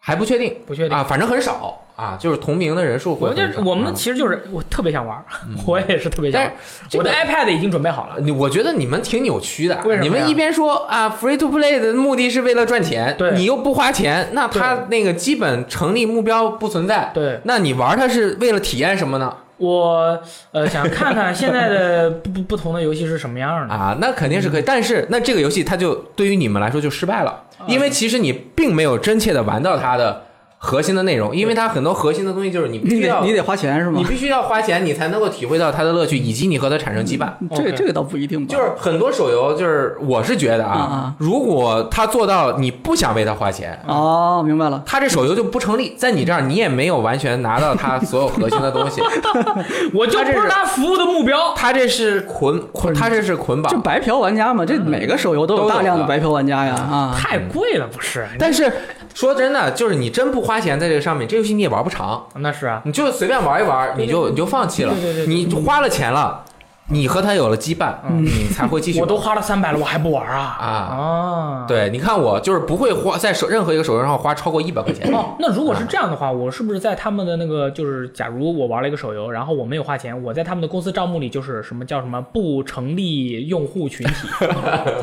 [SPEAKER 1] 还不确定，
[SPEAKER 2] 不确定。
[SPEAKER 1] 啊，反正很少啊，就是同名的人数
[SPEAKER 2] 我
[SPEAKER 1] 会
[SPEAKER 2] 们
[SPEAKER 1] 很
[SPEAKER 2] 就
[SPEAKER 1] 少。
[SPEAKER 2] 我们
[SPEAKER 1] 啊
[SPEAKER 2] 其实就是我特别想玩， 我也嗯是特别想玩
[SPEAKER 1] 但。这
[SPEAKER 2] 我
[SPEAKER 1] 个
[SPEAKER 2] 的 iPad 已经准备好了，
[SPEAKER 1] 啊你我觉得你们挺扭曲的，
[SPEAKER 2] 为什么呀
[SPEAKER 1] 你们一边说啊，free to play 的目的是为了赚钱，
[SPEAKER 2] 对
[SPEAKER 1] 你又不花钱，那它那个基本成立目标不存在，
[SPEAKER 2] 对
[SPEAKER 1] 那你玩它是为了体验什么呢？
[SPEAKER 2] 我呃想看看现在的不不不同的游戏是什么样的。
[SPEAKER 1] 啊，那肯定是可以，
[SPEAKER 3] 嗯
[SPEAKER 1] 但是那这个游戏它就对于你们来说就失败了，
[SPEAKER 3] 啊
[SPEAKER 1] 因为其实你并没有真切的玩到它的核心的内容，因为它很多核心的东西就是你必
[SPEAKER 3] 你
[SPEAKER 1] 须
[SPEAKER 3] 得
[SPEAKER 1] 要
[SPEAKER 3] 你得花钱是吗
[SPEAKER 1] 你？必须要花钱，你才能够体会到它的乐趣，以及你和它产生羁绊。嗯
[SPEAKER 3] 这
[SPEAKER 2] OK
[SPEAKER 3] 这个倒不一定吧。
[SPEAKER 1] 就是很多手游，就是我是觉得
[SPEAKER 3] 嗯
[SPEAKER 1] 啊
[SPEAKER 3] 嗯，
[SPEAKER 1] 如果他做到你不想为他花钱，
[SPEAKER 3] 哦，明白了。
[SPEAKER 1] 他这手游就不成立，在你这儿你也没有完全拿到他所有核心的 东西，
[SPEAKER 2] 我就不是他服务的目标。
[SPEAKER 1] 他这是捆捆，他这是捆
[SPEAKER 3] 就
[SPEAKER 1] 绑。
[SPEAKER 3] 白嫖玩家嘛，这每个手游都
[SPEAKER 1] 嗯都有
[SPEAKER 3] 有大量的
[SPEAKER 1] 的嗯
[SPEAKER 3] 白嫖玩家呀啊！
[SPEAKER 2] 太贵了，不是？
[SPEAKER 1] 但是说真的，就是你真不花钱在这个上面，这游戏你也玩不长，
[SPEAKER 2] 那是啊，
[SPEAKER 1] 你就随便玩一玩，你就你就放弃了
[SPEAKER 2] 对对对。对嗯
[SPEAKER 1] 你花了钱了，你和他有了羁绊，你才会继续
[SPEAKER 2] 我
[SPEAKER 1] 玩。
[SPEAKER 2] 都花了三百了，我还不玩啊？
[SPEAKER 1] 啊
[SPEAKER 2] 啊，
[SPEAKER 1] 对，你看我就是不会花在手任何一个手游上花超过一百块钱。
[SPEAKER 2] 哦，那如果
[SPEAKER 3] 啊
[SPEAKER 2] 是这样的话，我是不是在他们的那个就是，假如我玩了一个手游，然后我没有花钱，我在他们的公司账目里就是什么叫什么不成立用户群体， 对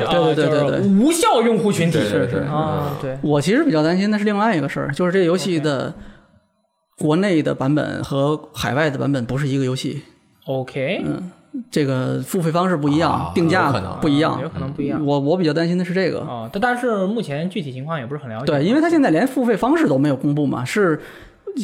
[SPEAKER 3] 对对对对
[SPEAKER 2] 无效用户群体
[SPEAKER 1] 对对
[SPEAKER 3] 是
[SPEAKER 1] 对，
[SPEAKER 2] 啊，对，
[SPEAKER 3] 我其实比较担心的是另外一个事儿，就是这个游戏的国内的版本和海外的版本不是一个游戏，嗯
[SPEAKER 2] OK，
[SPEAKER 3] 这个付费方式不一样，
[SPEAKER 1] 啊
[SPEAKER 3] 定
[SPEAKER 1] 有
[SPEAKER 3] 价
[SPEAKER 1] 可哦能
[SPEAKER 3] 不一样。
[SPEAKER 2] 啊
[SPEAKER 3] 嗯
[SPEAKER 2] 有可能不一样
[SPEAKER 3] 我我比较担心的是这个，
[SPEAKER 2] 啊，但但是目前具体情况也不是很了解，
[SPEAKER 3] 对，因为它现在连付费方式都没有公布嘛，是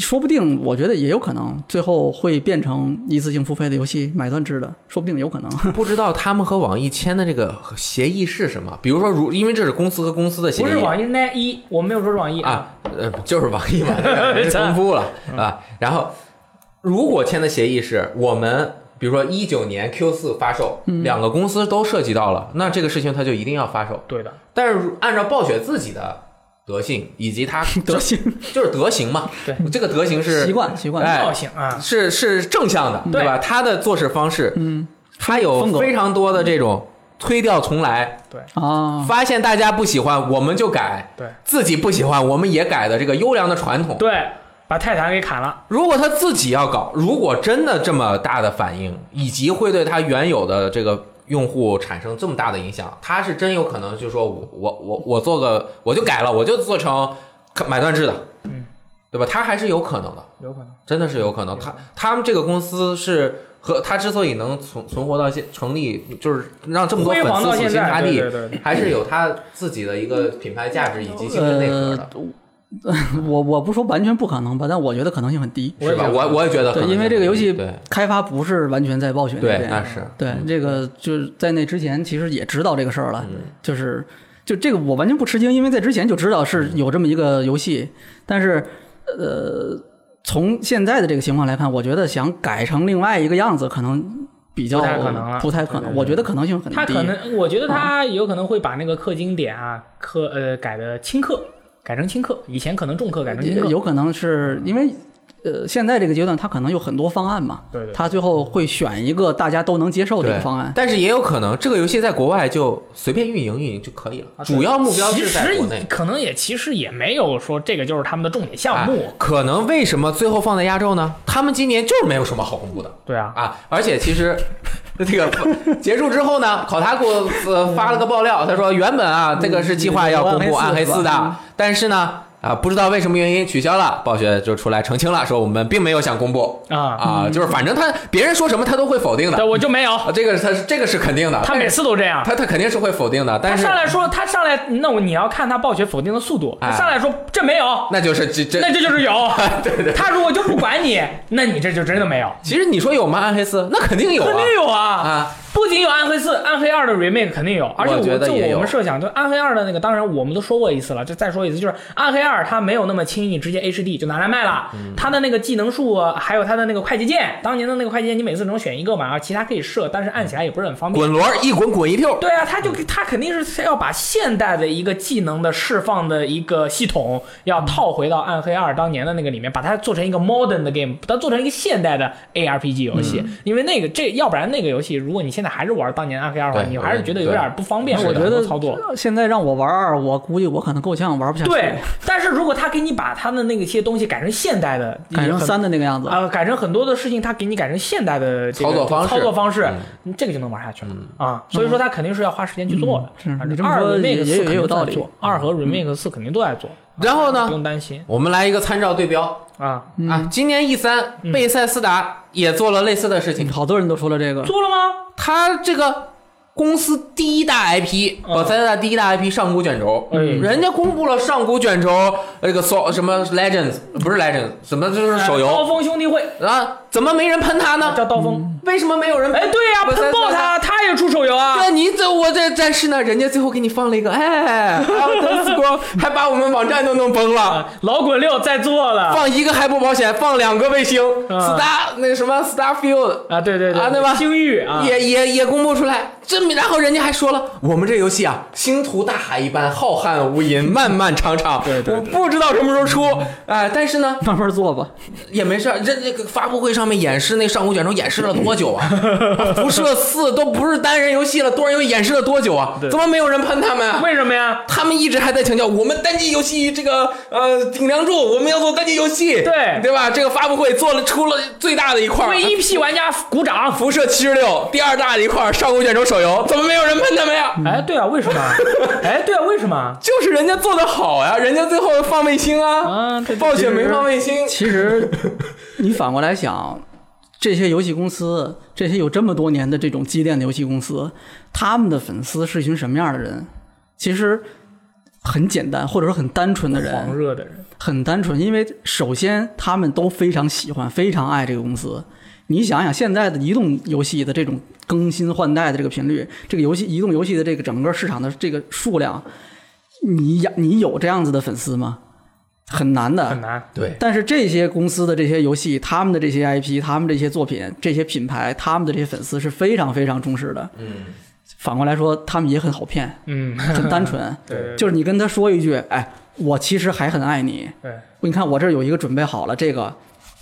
[SPEAKER 3] 说不定，我觉得也有可能最后会变成一次性付费的游戏买断制的，说不定有可能。
[SPEAKER 1] 不知道他们和网易签的这个协议是什么？比如说如，因为这是公司和公司的协议，
[SPEAKER 2] 不是网易那一，我没有说是网易
[SPEAKER 1] 啊，呃，就是网易嘛， 重复了啊。然后，如果签的协议是我们，比如说一九年 Q 四发售，
[SPEAKER 3] 嗯
[SPEAKER 1] 两个公司都涉及到了，那这个事情他就一定要发售。
[SPEAKER 2] 对的，
[SPEAKER 1] 但是如按照暴雪自己的德性以及 他
[SPEAKER 3] 德行、
[SPEAKER 1] 就是德行嘛，
[SPEAKER 2] 对，
[SPEAKER 1] 这个德行是
[SPEAKER 3] 习惯、习惯，
[SPEAKER 1] 哎
[SPEAKER 2] 调性啊，
[SPEAKER 1] 是是正向的，
[SPEAKER 2] 对
[SPEAKER 1] 对吧？他的做事方式，
[SPEAKER 3] 嗯，
[SPEAKER 1] 他
[SPEAKER 3] 风
[SPEAKER 1] 有
[SPEAKER 3] 格嗯
[SPEAKER 1] 非常多的这种推掉重来，
[SPEAKER 3] 啊，
[SPEAKER 1] 发现大家不喜欢我们就改，
[SPEAKER 2] 对
[SPEAKER 1] 自己不喜欢我们也改的这个优良的传统。
[SPEAKER 2] 对，把泰坦给砍了，
[SPEAKER 1] 如果他自己要搞，如果真的这么大的反应，以及会对他原有的这个用户产生这么大的影响，他是真有可能就说我我我我做个我就改了，我就做成买断制的，嗯，对吧？他还是有可能的，
[SPEAKER 2] 有可能，
[SPEAKER 1] 真的是有可能。他他们这个公司是和他之所以能存存活到现成立，就是让这么多
[SPEAKER 2] 辉
[SPEAKER 1] 粉
[SPEAKER 2] 煌
[SPEAKER 1] 丝
[SPEAKER 2] 到
[SPEAKER 1] 死
[SPEAKER 2] 现
[SPEAKER 1] 心塌
[SPEAKER 2] 在，
[SPEAKER 1] 地，
[SPEAKER 2] 对对对对，
[SPEAKER 1] 还是有他自己的一个品牌价值以及精神内核的，
[SPEAKER 3] 呃 我我不说完全不可能吧，但我觉得可能性很低。
[SPEAKER 2] 我也
[SPEAKER 1] 是吧？
[SPEAKER 2] 觉得
[SPEAKER 1] 我我也觉得可
[SPEAKER 3] 对，
[SPEAKER 1] 能
[SPEAKER 3] 因为这个游戏
[SPEAKER 1] 对
[SPEAKER 3] 开发不是完全在暴雪那
[SPEAKER 1] 对，那
[SPEAKER 3] 边。
[SPEAKER 1] 是。
[SPEAKER 3] 对，
[SPEAKER 2] 嗯
[SPEAKER 3] 这个就是在那之前，其实也知道这个事儿了，
[SPEAKER 1] 嗯
[SPEAKER 3] 就是就这个我完全不吃惊，因为在之前就知道是
[SPEAKER 2] 嗯
[SPEAKER 3] 有这么一个游戏，但是呃，从现在的这个情况来看，我觉得想改成另外一个样子，可能比较
[SPEAKER 2] 不太可能了
[SPEAKER 3] 不太可能，我觉得可能性很低。
[SPEAKER 2] 他可能，我觉得他有可能会把那个氪金点啊，氪呃改的轻氪，改成轻氪，以前可能重氪改成轻氪。
[SPEAKER 3] 呃有可能是
[SPEAKER 2] 嗯
[SPEAKER 3] 因为。呃，现在这个阶段，他可能有很多方案嘛，
[SPEAKER 2] 对对
[SPEAKER 3] 他最后会选一个大家都能接受的一
[SPEAKER 1] 对，
[SPEAKER 3] 个方案。
[SPEAKER 1] 但是也有可能这个游戏在国外就随便运营运营就可以了，
[SPEAKER 2] 啊对
[SPEAKER 1] 主要目标
[SPEAKER 2] 其
[SPEAKER 1] 是在国内
[SPEAKER 2] 实。可能也其实也没有说这个就是他们的重点项
[SPEAKER 1] 啊
[SPEAKER 2] 目，，
[SPEAKER 1] 可能为什么最后放在亚洲呢？他们今年就是没有什么好公布的
[SPEAKER 2] 对啊，
[SPEAKER 1] 啊！而且其实 这个结束之后呢，考察给我呃发了个爆料，他说原本啊这个是计划要公布《暗黑
[SPEAKER 2] 嗯
[SPEAKER 1] 四》的，但是呢啊不知道为什么原因取消了，暴雪就出来澄清了，说我们并没有想公布
[SPEAKER 2] 啊，
[SPEAKER 1] 啊，就是反正他别人说什么他都会否定的
[SPEAKER 2] 对，我就没有，
[SPEAKER 1] 啊，这个是他是这个是肯定的，
[SPEAKER 2] 他每次都这样。
[SPEAKER 1] 他他肯定是会否定的，
[SPEAKER 2] 他
[SPEAKER 1] 但是
[SPEAKER 2] 上来说，他上来，那我你要看他暴雪否定的速度。他
[SPEAKER 1] 哎
[SPEAKER 2] 上来说这没有，
[SPEAKER 1] 那就是这这
[SPEAKER 2] 那这就是有。他如果就不管你，那你这就真的没有。
[SPEAKER 1] 其实你说有吗？暗黑四那肯定有啊，
[SPEAKER 2] 肯定有
[SPEAKER 1] 啊！
[SPEAKER 2] 不仅有《暗黑四》，《暗黑二》的 remake 肯定有，而且
[SPEAKER 1] 我觉
[SPEAKER 2] 我
[SPEAKER 1] 得
[SPEAKER 2] 就
[SPEAKER 1] 也有
[SPEAKER 2] 我们设想，就《暗黑二》的那个，当然我们都说过一次了，就再说一次，就是《暗黑二》它没有那么轻易直接 HD 就拿来卖了，
[SPEAKER 1] 嗯
[SPEAKER 2] 它的那个技能树啊还有它的那个快捷键，当年的那个快捷键你每次只能选一个嘛，然后其他可以射，但是按起来也不是很方便。
[SPEAKER 1] 滚轮儿一滚滚一溜，
[SPEAKER 2] 对啊，他就他肯定是要把现代的一个技能的释放的一个系统，要套回到《暗黑二》当年的那个里面，把它做成一个 modern 的 game，把它做成一个现代的 ARPG 游戏。因为那个这，要不然那个游戏，如果你现在还是玩当年《暗黑二》的话，
[SPEAKER 1] 对
[SPEAKER 2] 你还是觉得有点不方便，
[SPEAKER 1] 对
[SPEAKER 2] 有
[SPEAKER 3] 我觉
[SPEAKER 2] 很多
[SPEAKER 3] 得
[SPEAKER 2] 操作。
[SPEAKER 3] 现在让我玩二，我估计我可能够呛，玩不下去。
[SPEAKER 2] 对，但是如果他给你把他的那个些东西改成现代的，
[SPEAKER 3] 改成
[SPEAKER 2] 很
[SPEAKER 3] 三的那个样子。
[SPEAKER 2] 啊、改成很多的事情，他给你改成现代的、这个、
[SPEAKER 1] 嗯操作方式嗯
[SPEAKER 2] 操作方式，你这个就能玩下去了、啊。所以说他肯定是要花时间去做的。
[SPEAKER 3] 嗯是
[SPEAKER 2] 反正
[SPEAKER 3] 你这么
[SPEAKER 2] 二
[SPEAKER 3] 说
[SPEAKER 2] remake
[SPEAKER 3] 也
[SPEAKER 2] 四
[SPEAKER 3] 也
[SPEAKER 2] 肯定
[SPEAKER 3] 有道
[SPEAKER 2] 在
[SPEAKER 3] 理
[SPEAKER 2] 做，二和 remake 四肯定都在做，
[SPEAKER 1] 然后
[SPEAKER 2] 不
[SPEAKER 1] 嗯呢，
[SPEAKER 2] 用担心
[SPEAKER 1] 我们来一个参照对标
[SPEAKER 2] 啊。
[SPEAKER 1] 啊，今年 E 三
[SPEAKER 2] 嗯
[SPEAKER 1] 贝塞斯达也做了类似的事情，
[SPEAKER 3] 好多人都说了这个，
[SPEAKER 2] 做了吗？
[SPEAKER 1] 他这个。公司第一大 IP，
[SPEAKER 2] 嗯
[SPEAKER 1] 宝塞斯达第一大 IP 上古卷轴，
[SPEAKER 2] 哎
[SPEAKER 1] 人家公布了上古卷轴那个 so 什么 Legends 不是 Legends，什么就是手
[SPEAKER 2] 刀
[SPEAKER 1] 游
[SPEAKER 2] 锋兄弟会
[SPEAKER 1] 啊，怎么没人喷他呢？
[SPEAKER 2] 叫刀锋。
[SPEAKER 1] 为什么没有人？
[SPEAKER 2] 哎，对呀、
[SPEAKER 1] 嗯不是
[SPEAKER 2] 喷爆
[SPEAKER 1] 是
[SPEAKER 2] 他，他也出手游啊。
[SPEAKER 1] 对，你这我这但是呢，人家最后给你放了一个，哎，Elder Scroll，还把我们网站都弄崩了。
[SPEAKER 2] 啊老滚六在做了
[SPEAKER 1] 放一个还不保险，放两个卫星、
[SPEAKER 2] 啊
[SPEAKER 1] s t a r 那个什么 Starfield
[SPEAKER 2] 啊，对对对，
[SPEAKER 1] 啊对吧
[SPEAKER 2] 星域啊，
[SPEAKER 1] 也也也公布出来，这么然后人家还说了，我们这游戏啊，星途大海一般，浩瀚无垠，漫漫长长。
[SPEAKER 2] 对对对
[SPEAKER 1] 我不知道什么时候出，哎、但是呢
[SPEAKER 3] 慢慢做 吧。
[SPEAKER 1] 也没事儿。这这个发布会上面演示那上古卷轴演示了多久 啊？辐射四都不是单人游戏了，多人游戏演示了多久啊？
[SPEAKER 2] 对
[SPEAKER 1] 怎么没有人喷他们啊？
[SPEAKER 2] 为什么呀？
[SPEAKER 1] 他们一直还在强调我们单机游戏这个呃顶梁柱，我们要做单机游戏，
[SPEAKER 2] 对
[SPEAKER 1] 对吧？这个发布会做了出了最大的一块儿，
[SPEAKER 2] 为一批玩家鼓掌。
[SPEAKER 1] 辐射七十六第二大的一块儿上古卷轴手游，怎么没有人喷他们呀？
[SPEAKER 2] 哎，对啊，为什么？ 哎，对啊，为什么？
[SPEAKER 1] 就是人家做的好呀，人家最后放卫星啊，
[SPEAKER 2] 啊，对
[SPEAKER 1] 暴雪没放卫星，
[SPEAKER 3] 其实你反过来想，这些游戏公司，这些有这么多年的这种积淀的游戏公司，他们的粉丝是一群什么样的人？其实很简单，或者说很单纯的
[SPEAKER 1] 嗯
[SPEAKER 2] 狂
[SPEAKER 3] 人，
[SPEAKER 2] 热的人，
[SPEAKER 3] 很单纯。因为首先他们都非常喜欢、非常爱这个公司。你想想，现在的移动游戏的这种更新换代的这个频率，这个游戏移动游戏的这个整个市场的这个数量，你养你有这样子的粉丝吗？很难的，
[SPEAKER 2] 很难。
[SPEAKER 1] 对
[SPEAKER 3] 但是这些公司的这些游戏，他们的这些 IP，他们这些作品、这些品牌，他们的这些粉丝是非常非常重视的。嗯，反过来说，他们也很好骗，
[SPEAKER 2] 嗯，
[SPEAKER 3] 很单纯。
[SPEAKER 2] 对对
[SPEAKER 3] 就是你跟他说一句：“哎，我其实还很爱你。
[SPEAKER 2] 对，
[SPEAKER 3] 你看我这儿有一个准备好了，这个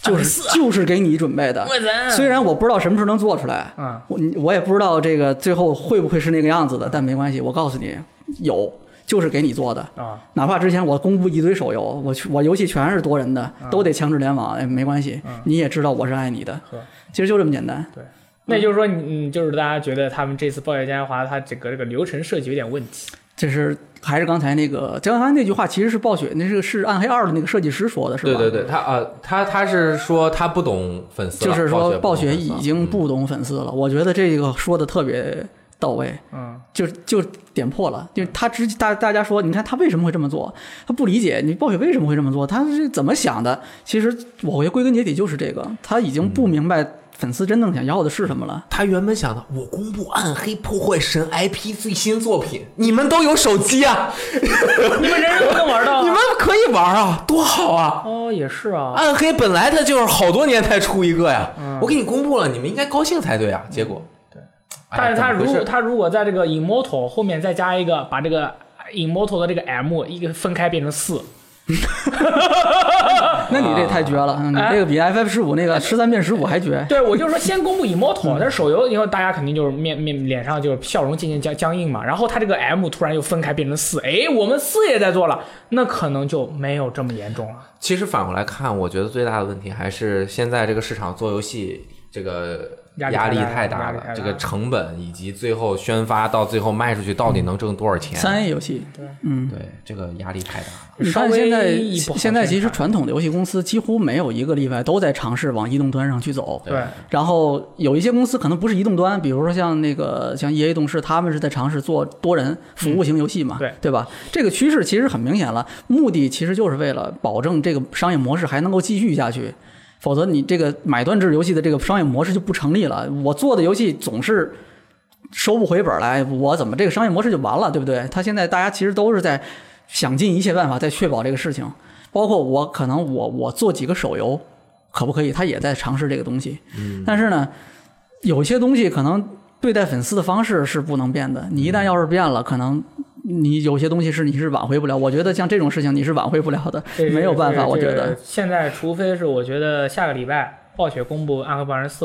[SPEAKER 3] 就是就是给你准备的。嗯
[SPEAKER 2] 人
[SPEAKER 3] 虽然我不知道什么时候能做出来，
[SPEAKER 2] 嗯
[SPEAKER 3] 我你我也不知道这个最后会不会是那个样子的，但没关系，我告诉你，有就是给你做的。
[SPEAKER 2] 啊，
[SPEAKER 3] 哪怕之前我公布一堆手游，我去我游戏全是多人的，都得强制联网，哎，没关系，你也知道我是爱你的
[SPEAKER 2] 呵，
[SPEAKER 3] 其实就这么简单。
[SPEAKER 2] 那就是说，你嗯，就是大家觉得他们这次《暴雪嘉年华》它整个这个流程设计有点问题。
[SPEAKER 3] 这是还是刚才那个江刚才那句话，其实是暴雪那是是暗黑二的那个设计师说的，是吧？
[SPEAKER 1] 对对对，他啊、他他是说他不懂粉丝了，啊嗯
[SPEAKER 3] 就是说暴
[SPEAKER 1] 暴
[SPEAKER 3] 雪
[SPEAKER 1] 雪
[SPEAKER 2] 啊
[SPEAKER 3] 已
[SPEAKER 2] 嗯
[SPEAKER 3] 经不懂粉丝了，我觉得这个说的特别到位。
[SPEAKER 2] 嗯，
[SPEAKER 3] 就就点破了，就是他直大大家说，你看他为什么会这么做？他不理解你暴雪为什么会这么做，他是怎么想的？其实我觉得归根结底就是这个，他已经不明白粉丝真正想要的是什么了。
[SPEAKER 1] 他原本想的，我公布《暗黑破坏神》IP 最新作品，你们都有手机啊，
[SPEAKER 2] 你们人人都能玩 到啊。
[SPEAKER 1] 你们可以玩啊，多好啊！
[SPEAKER 2] 哦，也是啊。
[SPEAKER 1] 暗黑本来它就是好多年才出一个呀，
[SPEAKER 2] 嗯
[SPEAKER 1] 我给你公布了，你们应该高兴才对啊。结果，哎对，
[SPEAKER 2] 但是他如
[SPEAKER 1] 果
[SPEAKER 2] 果他如果在这个 Immortal 后面再加一个，把这个 Immortal 的这个 M 一个分开变成四，啊
[SPEAKER 3] 那你这太 绝了，嗯你这个比 FF 十五那个十三变十五还绝。
[SPEAKER 2] 对，我就说先公布
[SPEAKER 3] 嗯
[SPEAKER 2] Immortal，但是手游以后大家肯定就是面面脸上就是笑容渐渐僵僵硬嘛。然后他这个 M 突然又分开变成四，哎，我们四也在做了，那可能就没有这么严重了。
[SPEAKER 1] 其实反过来看，我觉得最大的问题还是现在这个市场做游戏这个
[SPEAKER 2] 压力
[SPEAKER 1] 压力
[SPEAKER 2] 太
[SPEAKER 1] 太
[SPEAKER 2] 大
[SPEAKER 1] 大
[SPEAKER 2] 了
[SPEAKER 1] 了
[SPEAKER 2] 压力太大，
[SPEAKER 1] 这个成本以及最后宣发到最后卖出去到底能挣多少钱？
[SPEAKER 3] 三 A 游戏，嗯，
[SPEAKER 1] 对，这个压力太大了。
[SPEAKER 3] 你
[SPEAKER 2] 稍
[SPEAKER 3] 看
[SPEAKER 2] 微
[SPEAKER 3] 现在
[SPEAKER 2] 不好
[SPEAKER 3] 现在其
[SPEAKER 2] 宣
[SPEAKER 3] 实
[SPEAKER 2] 传
[SPEAKER 3] 传统的游戏公司几乎没有一个例外，都在尝试往移动端上去走。
[SPEAKER 2] 对
[SPEAKER 3] 然后有一些公司可能不是移动端，比如说像那个像 EA 动视，他们是在尝试做多人服务型游戏嘛，
[SPEAKER 2] 对
[SPEAKER 3] 吧？这个趋势其实很明显了，目的其实就是为了保证这个商业模式还能够继续下去。否则，你这个买断制游戏的这个商业模式就不成立了。我做的游戏总是收不回本来，我怎么这个商业模式就完了，对不对？他现在大家其实都是在想尽一切办法在确保这个事情，包括我可能我我做几个手游，可不可以？他也在尝试这个东西。嗯，但是呢，有些东西可能对待粉丝的方式是不能变的，你一旦要是变了，可能。你有些东西是你是挽回不了，我觉得像这种事情你是挽回不了的，
[SPEAKER 2] 这
[SPEAKER 3] 没有办法，
[SPEAKER 2] 这
[SPEAKER 3] 我觉
[SPEAKER 2] 这
[SPEAKER 3] 得
[SPEAKER 2] 个现在除非是我觉得下个礼拜暴雪公布《暗黑破坏神四》，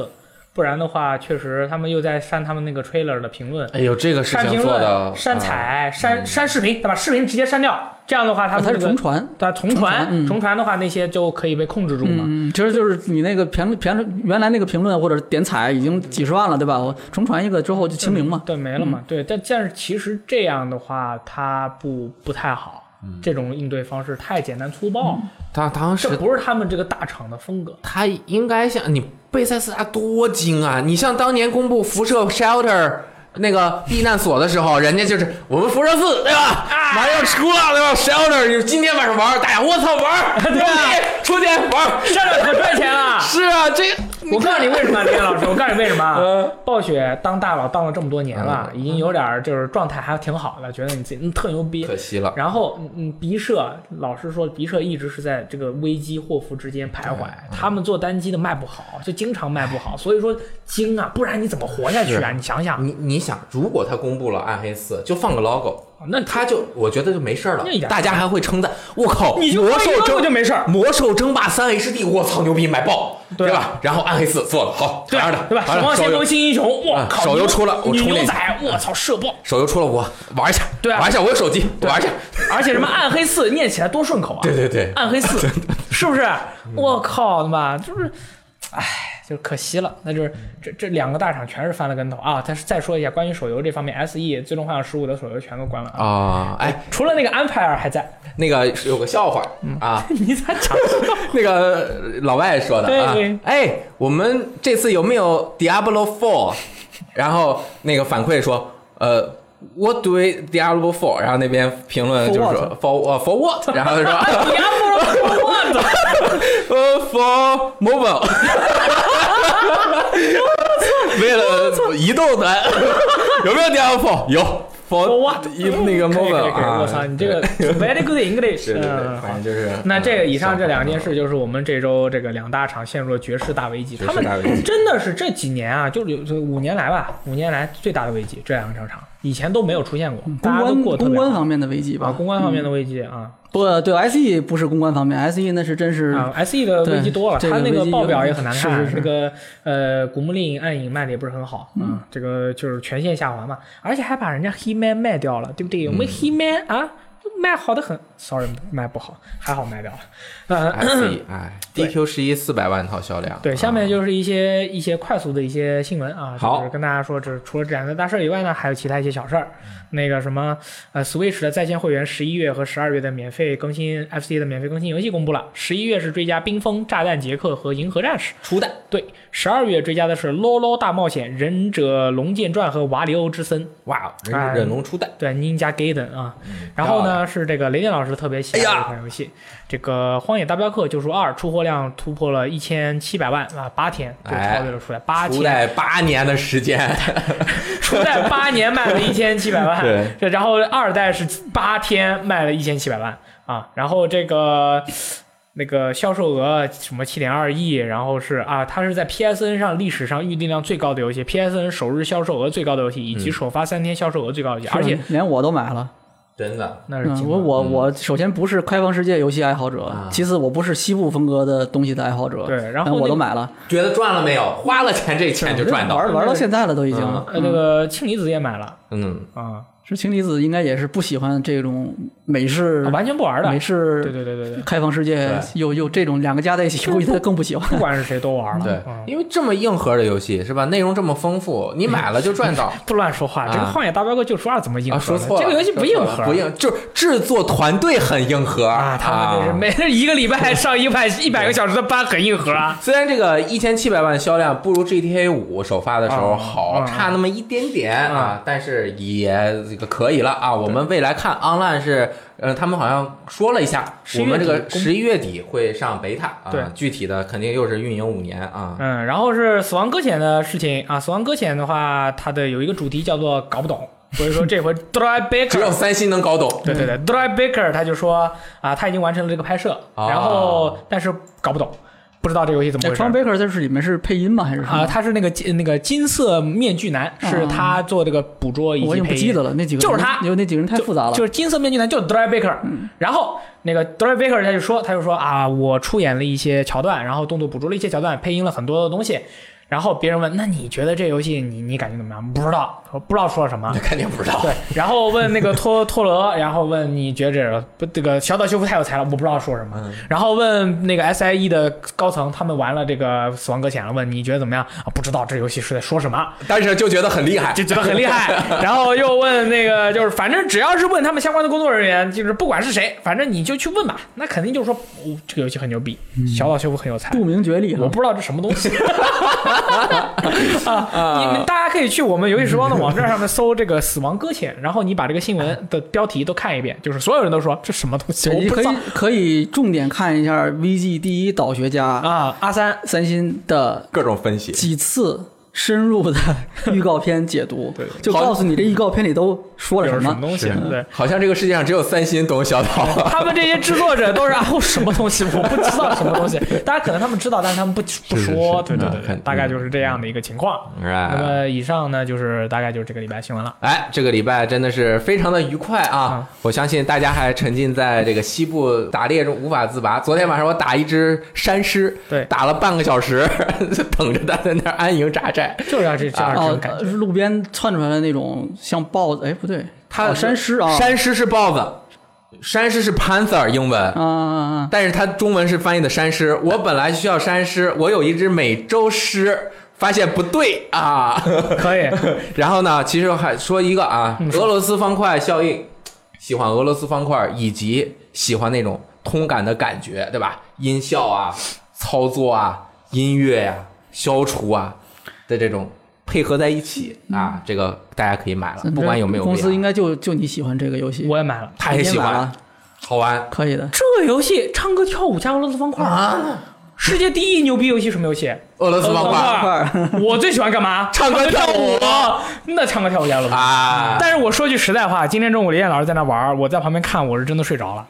[SPEAKER 2] 不然的话，确实他们又在删他们那个 trailer 的评论。
[SPEAKER 1] 哎呦，这个事
[SPEAKER 2] 删
[SPEAKER 1] 情
[SPEAKER 2] 评
[SPEAKER 1] 做嗯的
[SPEAKER 2] 论、删，彩、删删视频，对吧？视频直接删掉，这样的话，他们
[SPEAKER 3] 它
[SPEAKER 2] 这
[SPEAKER 3] 啊是
[SPEAKER 2] 个
[SPEAKER 3] 重传，
[SPEAKER 2] 对，重
[SPEAKER 3] 传嗯
[SPEAKER 2] 传重传的话，那些就可以被控制住嘛。
[SPEAKER 3] 嗯，其实就是你那个评论评论原来那个评论或者点彩已经几十万了，对吧？我重传一个之后就清零嘛。嗯
[SPEAKER 2] 对，没了嘛。对，但但是其实这样的话，它不不太好。这种应对方式太简单粗暴，
[SPEAKER 3] 嗯
[SPEAKER 1] 他当时
[SPEAKER 2] 这不是他们这个大厂的风格。
[SPEAKER 1] 他应该像你贝塞斯达多精啊！你像当年公布辐射 shelter 那个避难所的时候，人家就是我们辐射四对吧？
[SPEAKER 2] 啊
[SPEAKER 1] 马上要出了对吧？shelter 就是今天晚 上玩，大家我操玩，对吧？出去玩。
[SPEAKER 2] 这可赚钱了
[SPEAKER 1] 是啊，这
[SPEAKER 2] 我告诉你为什么，李岩老师，我告诉你为什么啊，暴雪当大佬当了这么多年了，已经有点儿就是状态还挺好了，觉得你自己嗯特牛逼，
[SPEAKER 1] 可惜了。
[SPEAKER 2] 然后，嗯嗯，鼻社老实说，鼻社一直是在这个危机祸福之间徘徊。
[SPEAKER 1] 哎嗯
[SPEAKER 2] 他们做单机的卖不好，就经常卖不好，所以说精啊，不然你怎么活下去啊？
[SPEAKER 1] 是嗯
[SPEAKER 2] 你想想，
[SPEAKER 1] 你你想，如果他公布了《暗黑四》，就放个 logo，
[SPEAKER 2] 哦那
[SPEAKER 1] 他就我觉得就没事儿了
[SPEAKER 2] 那一点，
[SPEAKER 1] 大家还会称赞。我靠，
[SPEAKER 2] 哎你就
[SPEAKER 1] 魔
[SPEAKER 2] 放一
[SPEAKER 1] 兽
[SPEAKER 2] logo
[SPEAKER 1] 争
[SPEAKER 2] 就没事儿
[SPEAKER 1] 魔兽争霸三 HD，我操牛逼，买爆，
[SPEAKER 2] 对啊
[SPEAKER 1] 对吧？然后《暗黑四》做了好，
[SPEAKER 2] 对啊
[SPEAKER 1] 好样的，
[SPEAKER 2] 对吧？
[SPEAKER 1] 好
[SPEAKER 2] 守
[SPEAKER 1] 样
[SPEAKER 2] 望
[SPEAKER 1] 的手
[SPEAKER 2] 先
[SPEAKER 1] 游
[SPEAKER 2] 锋新英雄，我
[SPEAKER 1] 嗯
[SPEAKER 2] 靠，
[SPEAKER 1] 手游
[SPEAKER 2] 牛
[SPEAKER 1] 出了我
[SPEAKER 2] 女
[SPEAKER 1] 充了
[SPEAKER 2] 牛
[SPEAKER 1] 一下
[SPEAKER 2] 仔，我操，射爆！
[SPEAKER 1] 手游出了，我玩一下，
[SPEAKER 2] 对啊
[SPEAKER 1] 玩一下，我有手机，玩一下。
[SPEAKER 2] 而且什么暗黑四念起来多顺口啊！
[SPEAKER 1] 对对对，
[SPEAKER 2] 暗黑四是不是？我靠他妈，就是，唉，就是可惜了。那就是这这两个大厂全是翻了跟头啊！但是再说一下关于手游这方面，S E 最终幻想十五的手游全都关了啊，
[SPEAKER 1] 啊，哎，
[SPEAKER 2] 除了那个安排尔还在。
[SPEAKER 1] 那个有个笑话
[SPEAKER 2] 嗯
[SPEAKER 1] 啊，
[SPEAKER 2] 你咋讲？
[SPEAKER 1] 那个老外说的啊
[SPEAKER 2] 对，
[SPEAKER 1] 哎，我们这次有没有 Diablo Four？然 后那个反馈说，呃。What do we Diablo Four？然后那边评论就是说 For 呃 For what？然后他说
[SPEAKER 2] 你安不了我的，
[SPEAKER 1] 呃 For mobile。为了移动端， 有没有 Diablo Four？有 For
[SPEAKER 2] what？
[SPEAKER 1] 一那个
[SPEAKER 2] 可以可
[SPEAKER 1] mobile
[SPEAKER 2] 以可以
[SPEAKER 1] 啊！
[SPEAKER 2] 我操，你这个 very good English，
[SPEAKER 1] 对对对，
[SPEAKER 2] 嗯，
[SPEAKER 1] 反
[SPEAKER 2] 好
[SPEAKER 1] 正。就是
[SPEAKER 2] 那这个以上这两
[SPEAKER 1] 件
[SPEAKER 2] 件
[SPEAKER 1] 事。
[SPEAKER 2] 事，就是我们这周这个两大厂陷入了绝世大危机。
[SPEAKER 1] 啊绝
[SPEAKER 2] 他
[SPEAKER 1] 世
[SPEAKER 2] 们
[SPEAKER 1] 大危机
[SPEAKER 2] 真的是这几年啊，就就五年来吧，五年来最大的危机，这两个厂以前都没有出现过，大
[SPEAKER 3] 嗯公
[SPEAKER 2] 家都
[SPEAKER 3] 关
[SPEAKER 2] 过得特
[SPEAKER 3] 公
[SPEAKER 2] 别
[SPEAKER 3] 关嗯
[SPEAKER 2] 好
[SPEAKER 3] 方面的危机
[SPEAKER 2] 啊，
[SPEAKER 3] 吧，
[SPEAKER 2] 公关方面的危机啊
[SPEAKER 3] 不对，SE 不是公关方面，SE 那是真是
[SPEAKER 2] 啊，SE 的危机多了，
[SPEAKER 3] 嗯对
[SPEAKER 2] 它那
[SPEAKER 3] 这个
[SPEAKER 2] 个
[SPEAKER 3] 危机
[SPEAKER 2] 报表
[SPEAKER 3] 有
[SPEAKER 2] 也很难看，
[SPEAKER 3] 是是是
[SPEAKER 2] 那个呃《古墓丽影》《暗影》卖的也不是很好，嗯，这个就是全线下滑嘛，而且还把人家 He Man 卖掉了，对不对？我
[SPEAKER 3] 嗯
[SPEAKER 2] 们 He Man 啊卖好的很，sorry 卖不好，还好卖掉了， 呃，
[SPEAKER 1] SE，哎，DQ 十一四百万套销量。啊
[SPEAKER 2] 对，下面
[SPEAKER 1] 就
[SPEAKER 2] 就是一些一些快速的一些新闻啊，
[SPEAKER 1] 好
[SPEAKER 2] 就是跟大家说，这除了这两个大事儿以外呢，还有其他一些小事
[SPEAKER 3] 嗯
[SPEAKER 2] 儿。那个什么，呃，Switch 的在线会员十一月和十二月的免费更新，FC 的免费更新游戏公布了。十一月是追加《冰封》《炸弹杰克》和《银河战士》，
[SPEAKER 1] 初代
[SPEAKER 2] 对，十二月追加的是《LOL 大冒险》《忍者龙剑传》和《瓦里欧之森》。
[SPEAKER 1] 哇，
[SPEAKER 2] 哎
[SPEAKER 1] 忍忍龙初代，
[SPEAKER 2] 对，Ninja Gaiden 啊，然后
[SPEAKER 1] 漂
[SPEAKER 2] 呢是这个雷电老师特别喜
[SPEAKER 1] 嗯哎
[SPEAKER 2] 欢的
[SPEAKER 1] 呀
[SPEAKER 2] 一款游戏，这个《荒野大镖客：救赎二》出货量突破了一千七百万啊，八天就
[SPEAKER 1] 哎
[SPEAKER 2] 超越了出来，八
[SPEAKER 1] 初
[SPEAKER 2] 千
[SPEAKER 1] 代八年的时间，
[SPEAKER 2] 初代八年卖了一千七百 万，
[SPEAKER 1] 对
[SPEAKER 2] 这然后二代是八天卖了一千七百万啊，然后这个。那个销售额什么七点二亿，然后是啊，它是在 PSN 上历史上预定量最高的游戏，PSN 首日销售额最高的游戏，以及
[SPEAKER 1] 嗯
[SPEAKER 2] 首发三天销售额最高的游戏，而
[SPEAKER 1] 啊
[SPEAKER 2] 且
[SPEAKER 3] 连我都买了。
[SPEAKER 1] 真的
[SPEAKER 2] 那是
[SPEAKER 3] 嗯，
[SPEAKER 2] 金
[SPEAKER 3] 我
[SPEAKER 2] 额
[SPEAKER 3] 我我首先不是开放世界游戏爱好者，
[SPEAKER 1] 啊
[SPEAKER 3] 其次我不是西部风格的东西的爱好者。
[SPEAKER 2] 对然后
[SPEAKER 3] 但我
[SPEAKER 2] 那
[SPEAKER 3] 都
[SPEAKER 2] 个
[SPEAKER 3] 买了，
[SPEAKER 1] 觉得赚了没有？花了钱，这钱就赚到。
[SPEAKER 3] 玩玩到现在了都已经。
[SPEAKER 1] 嗯
[SPEAKER 2] 呃，那个氢离子也买了
[SPEAKER 1] 嗯，
[SPEAKER 2] 啊、
[SPEAKER 3] 是氢离子应该也是不喜欢这种美式
[SPEAKER 2] 完全不玩的。
[SPEAKER 3] 美式
[SPEAKER 2] 对对对对对，
[SPEAKER 3] 开放世界
[SPEAKER 1] 对
[SPEAKER 3] 又又这种两个加在一起，估计他更不喜
[SPEAKER 2] 不
[SPEAKER 3] 欢。
[SPEAKER 2] 管是谁都玩 了。
[SPEAKER 1] 对
[SPEAKER 2] 嗯，
[SPEAKER 1] 因为这么硬核的游戏是吧？内容这么丰富，你买了就赚到。
[SPEAKER 2] 不乱说话，这个《
[SPEAKER 1] 啊
[SPEAKER 2] 荒野大镖客：救赎二》怎么硬核
[SPEAKER 1] 啊，
[SPEAKER 2] 呢？
[SPEAKER 1] 说错了，
[SPEAKER 2] 这个游戏不硬
[SPEAKER 1] 说错
[SPEAKER 2] 核，
[SPEAKER 1] 了不硬，就是制作团队很硬核
[SPEAKER 2] 啊！他们这是
[SPEAKER 1] 啊
[SPEAKER 2] 每 日一个礼拜上一百一百个小时的班，很硬核啊！
[SPEAKER 1] 虽然这个一千七百万销量不如 GTA 五首发的时候
[SPEAKER 2] 啊
[SPEAKER 1] 好，
[SPEAKER 2] 啊
[SPEAKER 1] 差那么一点点啊，但是也这个可以了啊。我们未来看 Online 是，呃，他们好像说了一下，
[SPEAKER 2] 11
[SPEAKER 1] 我们这
[SPEAKER 2] 月
[SPEAKER 1] 个
[SPEAKER 2] 底公
[SPEAKER 1] 十一月底会上 beta 啊，
[SPEAKER 2] 对
[SPEAKER 1] 具体的肯定又是运营五年啊。
[SPEAKER 2] 嗯，然后是《死亡搁浅》的事情啊，《死亡搁浅》的话，它的有一个主题叫做搞不懂， 所以说这回 Dry
[SPEAKER 1] 只
[SPEAKER 2] Baker
[SPEAKER 1] 有三星能搞懂，
[SPEAKER 2] 对对对，Dry Baker 他就说啊，他已经完成了这个拍摄，
[SPEAKER 1] 哦
[SPEAKER 2] 然后但是搞不懂，不知道这个游戏怎么
[SPEAKER 3] 哎
[SPEAKER 2] 回事
[SPEAKER 3] ，Tron。Baker 在啊这里面是配音吗？还是什
[SPEAKER 2] 啊，
[SPEAKER 3] 么？
[SPEAKER 2] 他是那个金那个金色面具男，是他做这个捕捉以
[SPEAKER 3] 啊我已
[SPEAKER 2] 及
[SPEAKER 3] 经不
[SPEAKER 2] 配
[SPEAKER 3] 记
[SPEAKER 2] 音。
[SPEAKER 3] 得了，那几个
[SPEAKER 2] 就是他
[SPEAKER 3] 有那几个人太复杂了。
[SPEAKER 2] 就是金色面具男就是 Dry Baker，、然后那个 Dry Baker 他就说，他就说啊，我出演了一些桥段，然后动作捕捉了一些桥段，配音了很多的东西。然后别人问，那你觉得这游戏你你感觉怎么样？不知道，我不知道说什么
[SPEAKER 1] 那。肯定不知道。
[SPEAKER 2] 对，然后问那个托托罗，然后问你觉得这个不这个小岛秀夫太有才了，我不知道说什么。然后问那个 SIE 的高层，他们玩了这个《死亡搁浅》了，问你觉得怎么样啊？不知道这游戏是在说什么。
[SPEAKER 1] 但是就觉得很厉害
[SPEAKER 2] 就，觉得很厉害。 然后又问那个，就是反正只要是问他们相关的工作人员，就是不管是谁，反正你就去问吧。那肯嗯定就是说，哦、这个游戏很牛逼，小岛秀夫很有才。
[SPEAKER 3] 著名角力
[SPEAKER 2] 我
[SPEAKER 3] 哈，
[SPEAKER 2] 不知道这什么东西，啊，你们大家可以去我们游戏时光的网站上面搜这个“死亡搁浅”，然后你把这个新闻的标题都看一遍，就是所有人都说这什么东西，我
[SPEAKER 3] 你
[SPEAKER 2] 不
[SPEAKER 3] 可
[SPEAKER 2] 知
[SPEAKER 3] 以
[SPEAKER 2] 道
[SPEAKER 3] 可以重点看一下 VG 第一导学家
[SPEAKER 2] 啊。阿三，
[SPEAKER 3] 三星的
[SPEAKER 1] 各种分析，
[SPEAKER 3] 几次深入的预告片解读
[SPEAKER 2] 对，
[SPEAKER 3] 就告诉你这预告片里都说了
[SPEAKER 2] 有
[SPEAKER 3] 什
[SPEAKER 2] 什么
[SPEAKER 3] 么。
[SPEAKER 2] 东西？对。
[SPEAKER 1] 好像这个世界上只有三星懂小岛。
[SPEAKER 2] 他们这些制作者都是啊，我什么东西我不知道什么 东西，大家可能他们知道，但是他们不
[SPEAKER 1] 是
[SPEAKER 2] 不
[SPEAKER 1] 是
[SPEAKER 2] 说，对对
[SPEAKER 1] 嗯
[SPEAKER 2] 对对
[SPEAKER 1] 很，
[SPEAKER 2] 大概就是这样的一个情况。那
[SPEAKER 1] Right
[SPEAKER 2] 么以上呢，就是大概就是这个礼拜新闻了。
[SPEAKER 1] 哎，这个礼拜真的是非常的愉快啊！我相信大家还沉浸在这个西部打猎中无法自拔。昨天晚上我打一只山狮，
[SPEAKER 2] 对
[SPEAKER 1] 打了半个小时， 就等着它在那儿安营扎寨。
[SPEAKER 2] 就是要这这样这
[SPEAKER 3] 哦
[SPEAKER 2] 种感，觉。
[SPEAKER 3] 是路边窜出来的那种像豹子，哎，不对，
[SPEAKER 1] 它
[SPEAKER 3] 哦山狮啊，
[SPEAKER 1] 山狮是豹子，山狮是 panther 英文，
[SPEAKER 3] 啊啊啊，
[SPEAKER 1] 但是它中文是翻译的山狮。我本来需要山狮，我有一只美洲狮，发现不对啊。
[SPEAKER 2] 可以，
[SPEAKER 1] 然后呢，其实还说一个啊，俄罗斯方块效应，喜欢俄罗斯方块以及喜欢那种通感的感觉，对吧？音效啊、操作啊、音乐呀、消除啊的这种配合在一起啊，这个大家可以买了，不管有没有
[SPEAKER 3] 公司应
[SPEAKER 1] 必要
[SPEAKER 3] 该就就你喜欢这个游戏，
[SPEAKER 2] 我也买了。
[SPEAKER 1] 他也喜
[SPEAKER 3] 你也买
[SPEAKER 1] 欢
[SPEAKER 3] 了，
[SPEAKER 1] 好玩。
[SPEAKER 3] 可以的。
[SPEAKER 2] 这个游戏唱歌跳舞加俄罗斯方块啊，世界第一牛逼 游戏什么游戏？
[SPEAKER 1] 俄罗斯方块
[SPEAKER 2] 块儿，我最喜欢干嘛？
[SPEAKER 1] 唱歌
[SPEAKER 2] 跳
[SPEAKER 1] 跳舞
[SPEAKER 2] 那唱歌跳舞加俄罗斯。
[SPEAKER 1] 啊，
[SPEAKER 2] 但是我说句实在话，今天中午李艳老师在那玩儿，我在旁边看，我是真的 睡着了。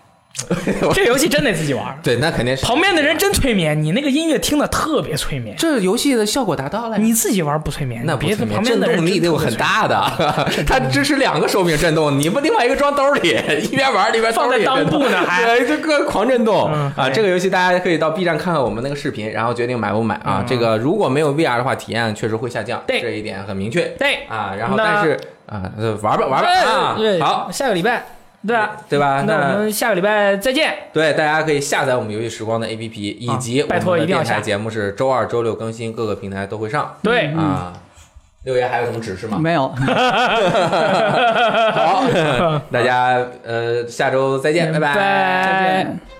[SPEAKER 2] 这游戏真得自己玩儿，
[SPEAKER 1] 对，那肯定是
[SPEAKER 2] 旁边的人真催眠，你那个音乐听的特别催眠。
[SPEAKER 1] 这游戏的效果达到了呀。
[SPEAKER 2] 你自己玩儿不催眠，
[SPEAKER 1] 那
[SPEAKER 2] 你
[SPEAKER 1] 不
[SPEAKER 2] 别
[SPEAKER 1] 是
[SPEAKER 2] 的
[SPEAKER 1] 没
[SPEAKER 2] 旁边
[SPEAKER 1] 震
[SPEAKER 2] 的人
[SPEAKER 1] 动力
[SPEAKER 2] 真
[SPEAKER 1] 有
[SPEAKER 2] 特别
[SPEAKER 1] 很
[SPEAKER 2] 催眠。
[SPEAKER 1] 大的， 它支持两个手柄震动，你们另外一个装兜里，一边玩儿一边兜里
[SPEAKER 2] 放在裆部呢还
[SPEAKER 1] 对这个狂震动
[SPEAKER 2] 嗯
[SPEAKER 1] 啊！
[SPEAKER 2] 对
[SPEAKER 1] 这个游戏大家可以到 B 站看看我们那个视频，然后决定买不买啊。这个如果没有 VR 的话，体验确实会下降，
[SPEAKER 2] 嗯对
[SPEAKER 1] 这一点很明确
[SPEAKER 2] 对，
[SPEAKER 1] 啊。然后
[SPEAKER 2] 那
[SPEAKER 1] 但是啊，呃玩吧玩吧啊
[SPEAKER 2] 对，，
[SPEAKER 1] 好，嗯
[SPEAKER 2] 下个礼拜，对啊，
[SPEAKER 1] 对吧？
[SPEAKER 2] 那我们下个礼拜再见。
[SPEAKER 1] 对，大家可以下载我们游戏时光的 APP，以及我
[SPEAKER 2] 啊拜托
[SPEAKER 1] 们的
[SPEAKER 2] 一定要
[SPEAKER 1] 电台
[SPEAKER 2] 下嗯
[SPEAKER 1] 节目是周二、周六更新，各个平台都会上
[SPEAKER 2] 对，
[SPEAKER 1] 啊。六爷还有什么指示吗？
[SPEAKER 3] 没有，
[SPEAKER 1] 好，大家呃，下周再见，拜拜。
[SPEAKER 2] 拜
[SPEAKER 3] 再见。